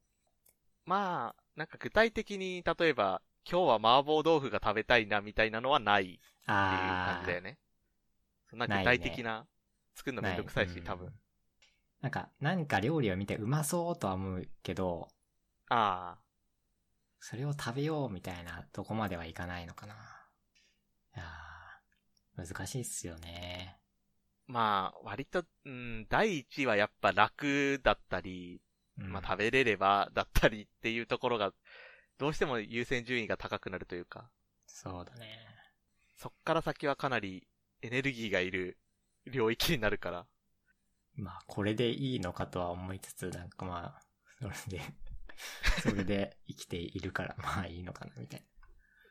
[SPEAKER 2] まあ、なんか具体的に、例えば、今日は麻婆豆腐が食べたいなみたいなのはないっていう
[SPEAKER 1] あー。
[SPEAKER 2] 感じだよね。そんな具
[SPEAKER 1] ないね
[SPEAKER 2] 体的な、作るのめんどくさいし、多
[SPEAKER 1] う
[SPEAKER 2] 分
[SPEAKER 1] ん。なんか、何か料理を見てうまそうとは思うけど、
[SPEAKER 2] ああ、
[SPEAKER 1] それを食べようみたいなとこまではいかないのかな。いやー、難しいっすよね。
[SPEAKER 2] まあ、割と、うん、第一はやっぱ楽だったり、
[SPEAKER 1] うん
[SPEAKER 2] まあ、食べれればだったりっていうところが、どうしても優先順位が高くなるというか、
[SPEAKER 1] そうだね。
[SPEAKER 2] そっから先はかなりエネルギーがいる領域になるから、
[SPEAKER 1] まあ、これでいいのかとは思いつつ、なんかまあ、それ で、それで生きているから、まあいいのかな、みたい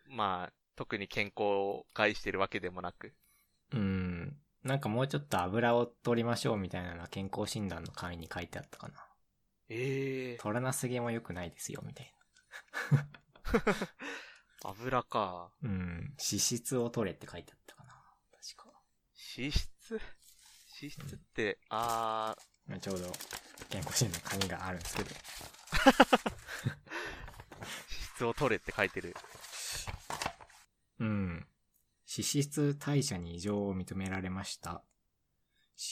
[SPEAKER 2] まあ、特に健康を害してるわけでもなく、
[SPEAKER 1] な。うん。なんかもうちょっと油を取りましょうみたいなのは健康診断の紙に書いてあったかな。
[SPEAKER 2] ええ
[SPEAKER 1] 取らなすぎも良くないですよ、みたい
[SPEAKER 2] 油か。
[SPEAKER 1] な。うん。脂質を取れって書いてあったかな。確か
[SPEAKER 2] 脂質脂質って、あー、
[SPEAKER 1] まあ。ちょうど健康診断の紙があるんですけど。
[SPEAKER 2] 脂質を取れって書いてる。
[SPEAKER 1] うん。脂質代謝に異常を認められました。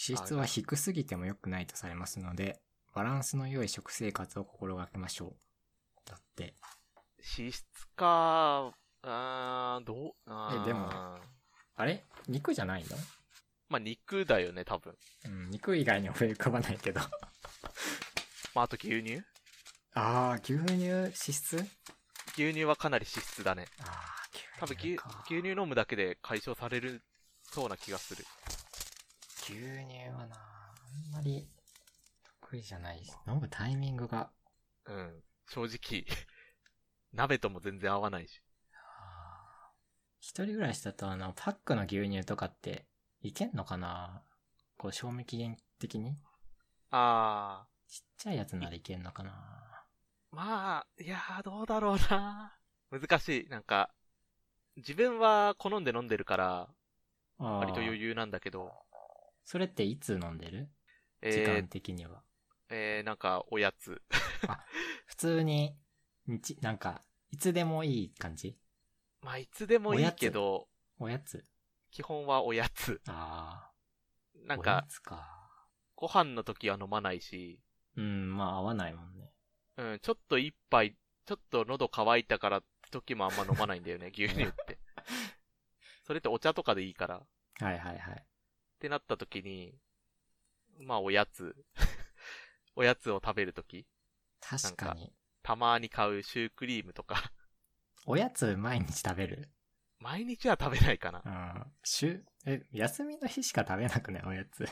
[SPEAKER 1] 脂質は低すぎても良くないとされますので、バランスの良い食生活を心がけましょう。だって。
[SPEAKER 2] 脂質か、あー、どう、あー
[SPEAKER 1] えでもあれ肉じゃないの
[SPEAKER 2] まあ、肉だよね、多分。
[SPEAKER 1] うん、肉以外に思い浮かばないけど。
[SPEAKER 2] まあ、あと牛乳
[SPEAKER 1] あー、牛乳脂質
[SPEAKER 2] 牛乳はかなり脂質だね。
[SPEAKER 1] あー、
[SPEAKER 2] 多
[SPEAKER 1] 牛
[SPEAKER 2] 分
[SPEAKER 1] 乳
[SPEAKER 2] 牛
[SPEAKER 1] か。
[SPEAKER 2] 牛乳飲むだけで解消されるそうな気がする。
[SPEAKER 1] 牛乳はな、あんまり得意じゃない。飲むタイミングが。
[SPEAKER 2] うん。正直、 鍋とも全然合わないし。
[SPEAKER 1] あー一人暮らしだとあの、パックの牛乳とかって、いけんのかなこう、賞味期限的に
[SPEAKER 2] あ
[SPEAKER 1] ちっちゃいやつならいけんのかな
[SPEAKER 2] ー、まあ、いやー、どうだろうな難しい。なんか、自分は好んで飲んでるから、
[SPEAKER 1] あ
[SPEAKER 2] 割と
[SPEAKER 1] ー
[SPEAKER 2] 余裕なんだけど、
[SPEAKER 1] それっていつ飲んでる時
[SPEAKER 2] え
[SPEAKER 1] 間
[SPEAKER 2] ー、
[SPEAKER 1] 的には。
[SPEAKER 2] えー、なんか、おやつ。
[SPEAKER 1] 普通に、日、なんか、いつでもいい感じ
[SPEAKER 2] まあ、いつでもいいけど、
[SPEAKER 1] おやつ
[SPEAKER 2] 基本はおやつ。
[SPEAKER 1] ああ。
[SPEAKER 2] なん
[SPEAKER 1] おや
[SPEAKER 2] か、
[SPEAKER 1] つか。
[SPEAKER 2] ご飯の時は飲まないし、
[SPEAKER 1] うん、まあ合わないもんね。
[SPEAKER 2] うん、ちょっと一杯、ちょっと喉乾いたからって時もあんま飲まないん だよね、牛乳って。それってお茶とかでいいから。っ
[SPEAKER 1] はいはいはい。
[SPEAKER 2] てなった時に、まあおやつ。 おやつを食べる時
[SPEAKER 1] 確かに。
[SPEAKER 2] たまに買うシュークリームとか。
[SPEAKER 1] おやつ毎日食べる
[SPEAKER 2] 毎日は食べないかな
[SPEAKER 1] う。ん。週、え、休みの日しか食べなくないおやつ。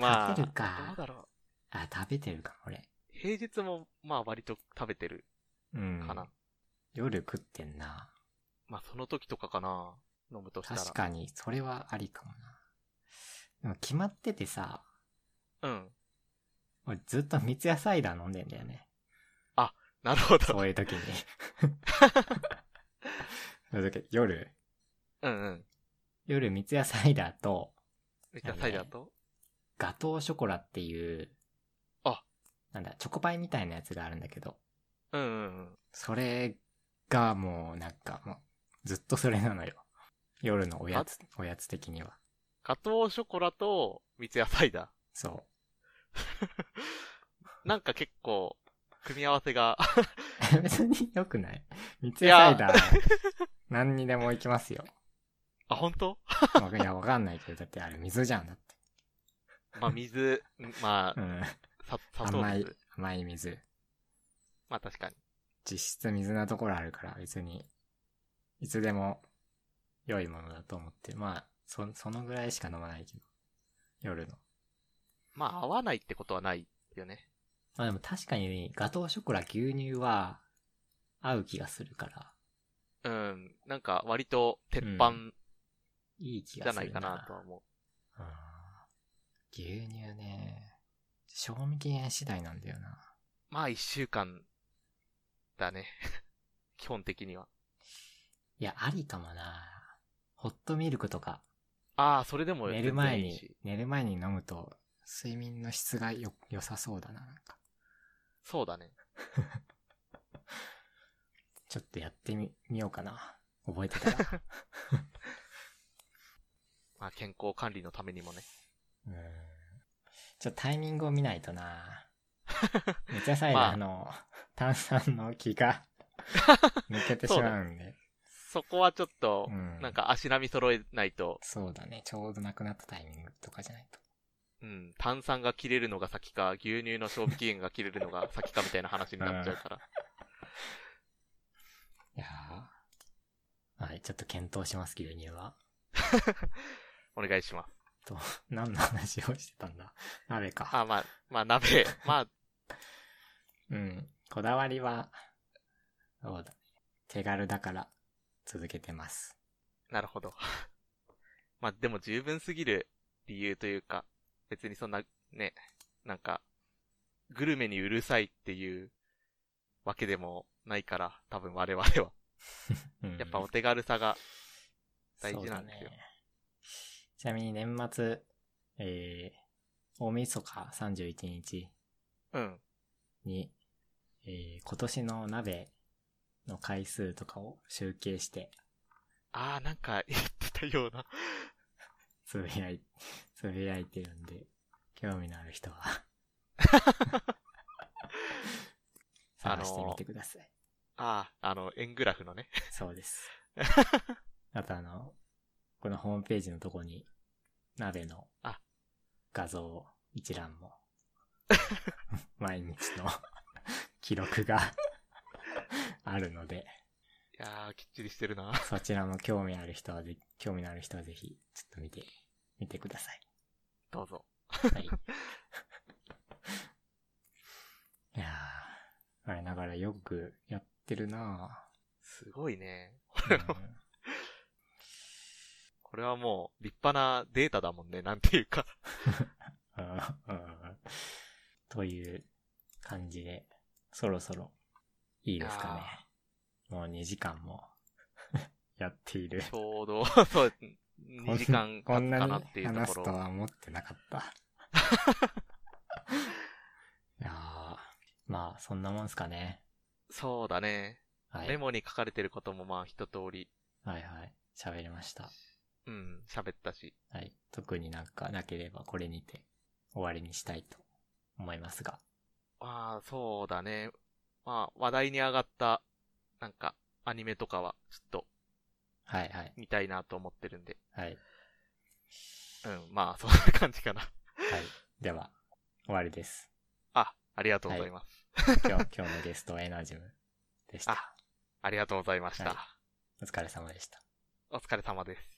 [SPEAKER 2] まあ、
[SPEAKER 1] 食べ
[SPEAKER 2] ど
[SPEAKER 1] るか
[SPEAKER 2] うだろう。
[SPEAKER 1] あ、食べてるか、俺。
[SPEAKER 2] 平日も、まあ割と食べてる
[SPEAKER 1] うん。
[SPEAKER 2] かな。
[SPEAKER 1] 夜食ってんな。
[SPEAKER 2] まあその時とかかな。飲むとしたら。
[SPEAKER 1] 確かに、それはありかもな。でも決まっててさ、
[SPEAKER 2] うん。
[SPEAKER 1] 俺ずっと三ツ矢サイダー飲んでんだよね。
[SPEAKER 2] なるほ
[SPEAKER 1] そ
[SPEAKER 2] ど。
[SPEAKER 1] ういう 時に。そういう時夜、
[SPEAKER 2] うんうん。
[SPEAKER 1] 夜三ツ矢サイダーと、
[SPEAKER 2] めっちゃサイダーと
[SPEAKER 1] ガトーショコラっていう、
[SPEAKER 2] あ
[SPEAKER 1] なんだ、チョコパイみたいなやつがあるんだけど、
[SPEAKER 2] うんうんうん。
[SPEAKER 1] それがもうなんかもう、ずっとそれなのよ。夜のおやつ、おやつ的には。
[SPEAKER 2] ガトーショコラと三ツ矢サイダー。
[SPEAKER 1] そ
[SPEAKER 2] なんか結構、組み合わせが、
[SPEAKER 1] う。 別に良くない三ツ矢サイダー、何にでもいきます よ。
[SPEAKER 2] あ、本当
[SPEAKER 1] わかいや、わかんないけど、だってあれ水じゃん、だって。
[SPEAKER 2] まあ水、ま
[SPEAKER 1] う
[SPEAKER 2] あ、
[SPEAKER 1] ん。
[SPEAKER 2] さ砂糖
[SPEAKER 1] 甘い
[SPEAKER 2] 水。、
[SPEAKER 1] 甘い水。
[SPEAKER 2] まあ確かに。
[SPEAKER 1] 実質水なところあるから、別に、いつでも良いものだと思って。まあ、そ、そのぐらいしか飲まないけど。夜の。
[SPEAKER 2] まあ合わないってことはないよね。
[SPEAKER 1] まあでも確かに、ガトーショコラ牛乳は合う気がするから、
[SPEAKER 2] うん。なんか割と鉄板
[SPEAKER 1] いい気
[SPEAKER 2] じ
[SPEAKER 1] が
[SPEAKER 2] ゃ
[SPEAKER 1] す
[SPEAKER 2] ない
[SPEAKER 1] る
[SPEAKER 2] かなとは思う。
[SPEAKER 1] うん牛乳ね。賞味期限次第なんだよな。
[SPEAKER 2] まあ一週間、だね。 基本的には。
[SPEAKER 1] いや、ありかもな。ホットミルクとか、
[SPEAKER 2] ああ、それでも
[SPEAKER 1] 寝
[SPEAKER 2] 全
[SPEAKER 1] る前
[SPEAKER 2] 然いい
[SPEAKER 1] に
[SPEAKER 2] し。、
[SPEAKER 1] 寝る前に飲むと、睡眠の質がよ、良さそうだな、なんか。
[SPEAKER 2] そうだね。
[SPEAKER 1] ちょっとやってみ、みようかな。覚えてたら。
[SPEAKER 2] まあ健康管理のためにもね。
[SPEAKER 1] うんちょっとタイミングを見ないと なめっちゃサイダーの、炭酸の気 が抜けてしまうんで。
[SPEAKER 2] そこはちょっと
[SPEAKER 1] う、ん。
[SPEAKER 2] なんか足並み揃えないと、
[SPEAKER 1] そうだね。ちょうどなくなったタイミングとかじゃないと。
[SPEAKER 2] うん、炭酸が切れるのが先か、牛乳の賞味期限が切れるのが先かみたいな話になっちゃうから。
[SPEAKER 1] いやーはい、ちょっと検討します、牛乳は。
[SPEAKER 2] お願いします。
[SPEAKER 1] 何の話をしてたんだ鍋か。
[SPEAKER 2] あ、まあ、まあ、鍋、 まあ、
[SPEAKER 1] うん。こだわりは、そうだ。手軽だから続けてます。
[SPEAKER 2] なるほど。 まあでも十分すぎる理由というか、別にそんな、ね、なんか、グルメにうるさいっていうわけでもないから、多分我々は。
[SPEAKER 1] うん
[SPEAKER 2] やっぱお手軽さが、大事なんですよ
[SPEAKER 1] そうだね。ちなみに年末、えー、大晦日31日
[SPEAKER 2] うん。
[SPEAKER 1] に、えー今年の鍋の回数とかを集計して、
[SPEAKER 2] ああ、なんか言ってたような。
[SPEAKER 1] つぶやい、 つぶやいてるんで、興味のある人は、探してみてください。
[SPEAKER 2] ああ、あの、円グラフのね。
[SPEAKER 1] そうです。あとあの、このホームページのとこに、鍋の
[SPEAKER 2] あ
[SPEAKER 1] 画像一覧も、 毎日の 記録があるので、
[SPEAKER 2] いやー、きっちりしてるな。
[SPEAKER 1] そちらも興味ある人はぜ、興味のある人はぜひ、ちょっと見て、見てください。
[SPEAKER 2] どうぞ。
[SPEAKER 1] はい。いやー、我ながらよくやってるな
[SPEAKER 2] すごいね。
[SPEAKER 1] ぁ、うん
[SPEAKER 2] これはもう、立派なデータだもんね、なんていう か。
[SPEAKER 1] あーあーという感じで、そろそろいいですかね。もう2時間も やっている。
[SPEAKER 2] ちょうど、そう、2時間
[SPEAKER 1] こ
[SPEAKER 2] 経
[SPEAKER 1] ん
[SPEAKER 2] つ
[SPEAKER 1] な
[SPEAKER 2] か
[SPEAKER 1] に
[SPEAKER 2] なっていう
[SPEAKER 1] 話
[SPEAKER 2] と
[SPEAKER 1] す
[SPEAKER 2] ことろ。
[SPEAKER 1] は思ってなか った。いやーまあそんなもんすかね。
[SPEAKER 2] そうだね。
[SPEAKER 1] はい。
[SPEAKER 2] メモに書かれてることもまあ一通り、
[SPEAKER 1] はいはい。喋りました。
[SPEAKER 2] うん、喋ったし。
[SPEAKER 1] はい。特になんかなければこれにて終わりにしたいと思いますが。
[SPEAKER 2] まあ、そうだね。まあ、話題に上がった、なんか、アニメとかは、ちょっと、
[SPEAKER 1] はいはい。
[SPEAKER 2] 見たいなと思ってるんで。
[SPEAKER 1] はい。
[SPEAKER 2] うん、まあ、そんな感じかな。
[SPEAKER 1] はい。では、終わりです。
[SPEAKER 2] あ、ありがとうございます。
[SPEAKER 1] 今日、今日のゲストはエナジムでした。
[SPEAKER 2] あありがとうございまし
[SPEAKER 1] は
[SPEAKER 2] た。
[SPEAKER 1] いお疲れ様でした。
[SPEAKER 2] お疲れ様です。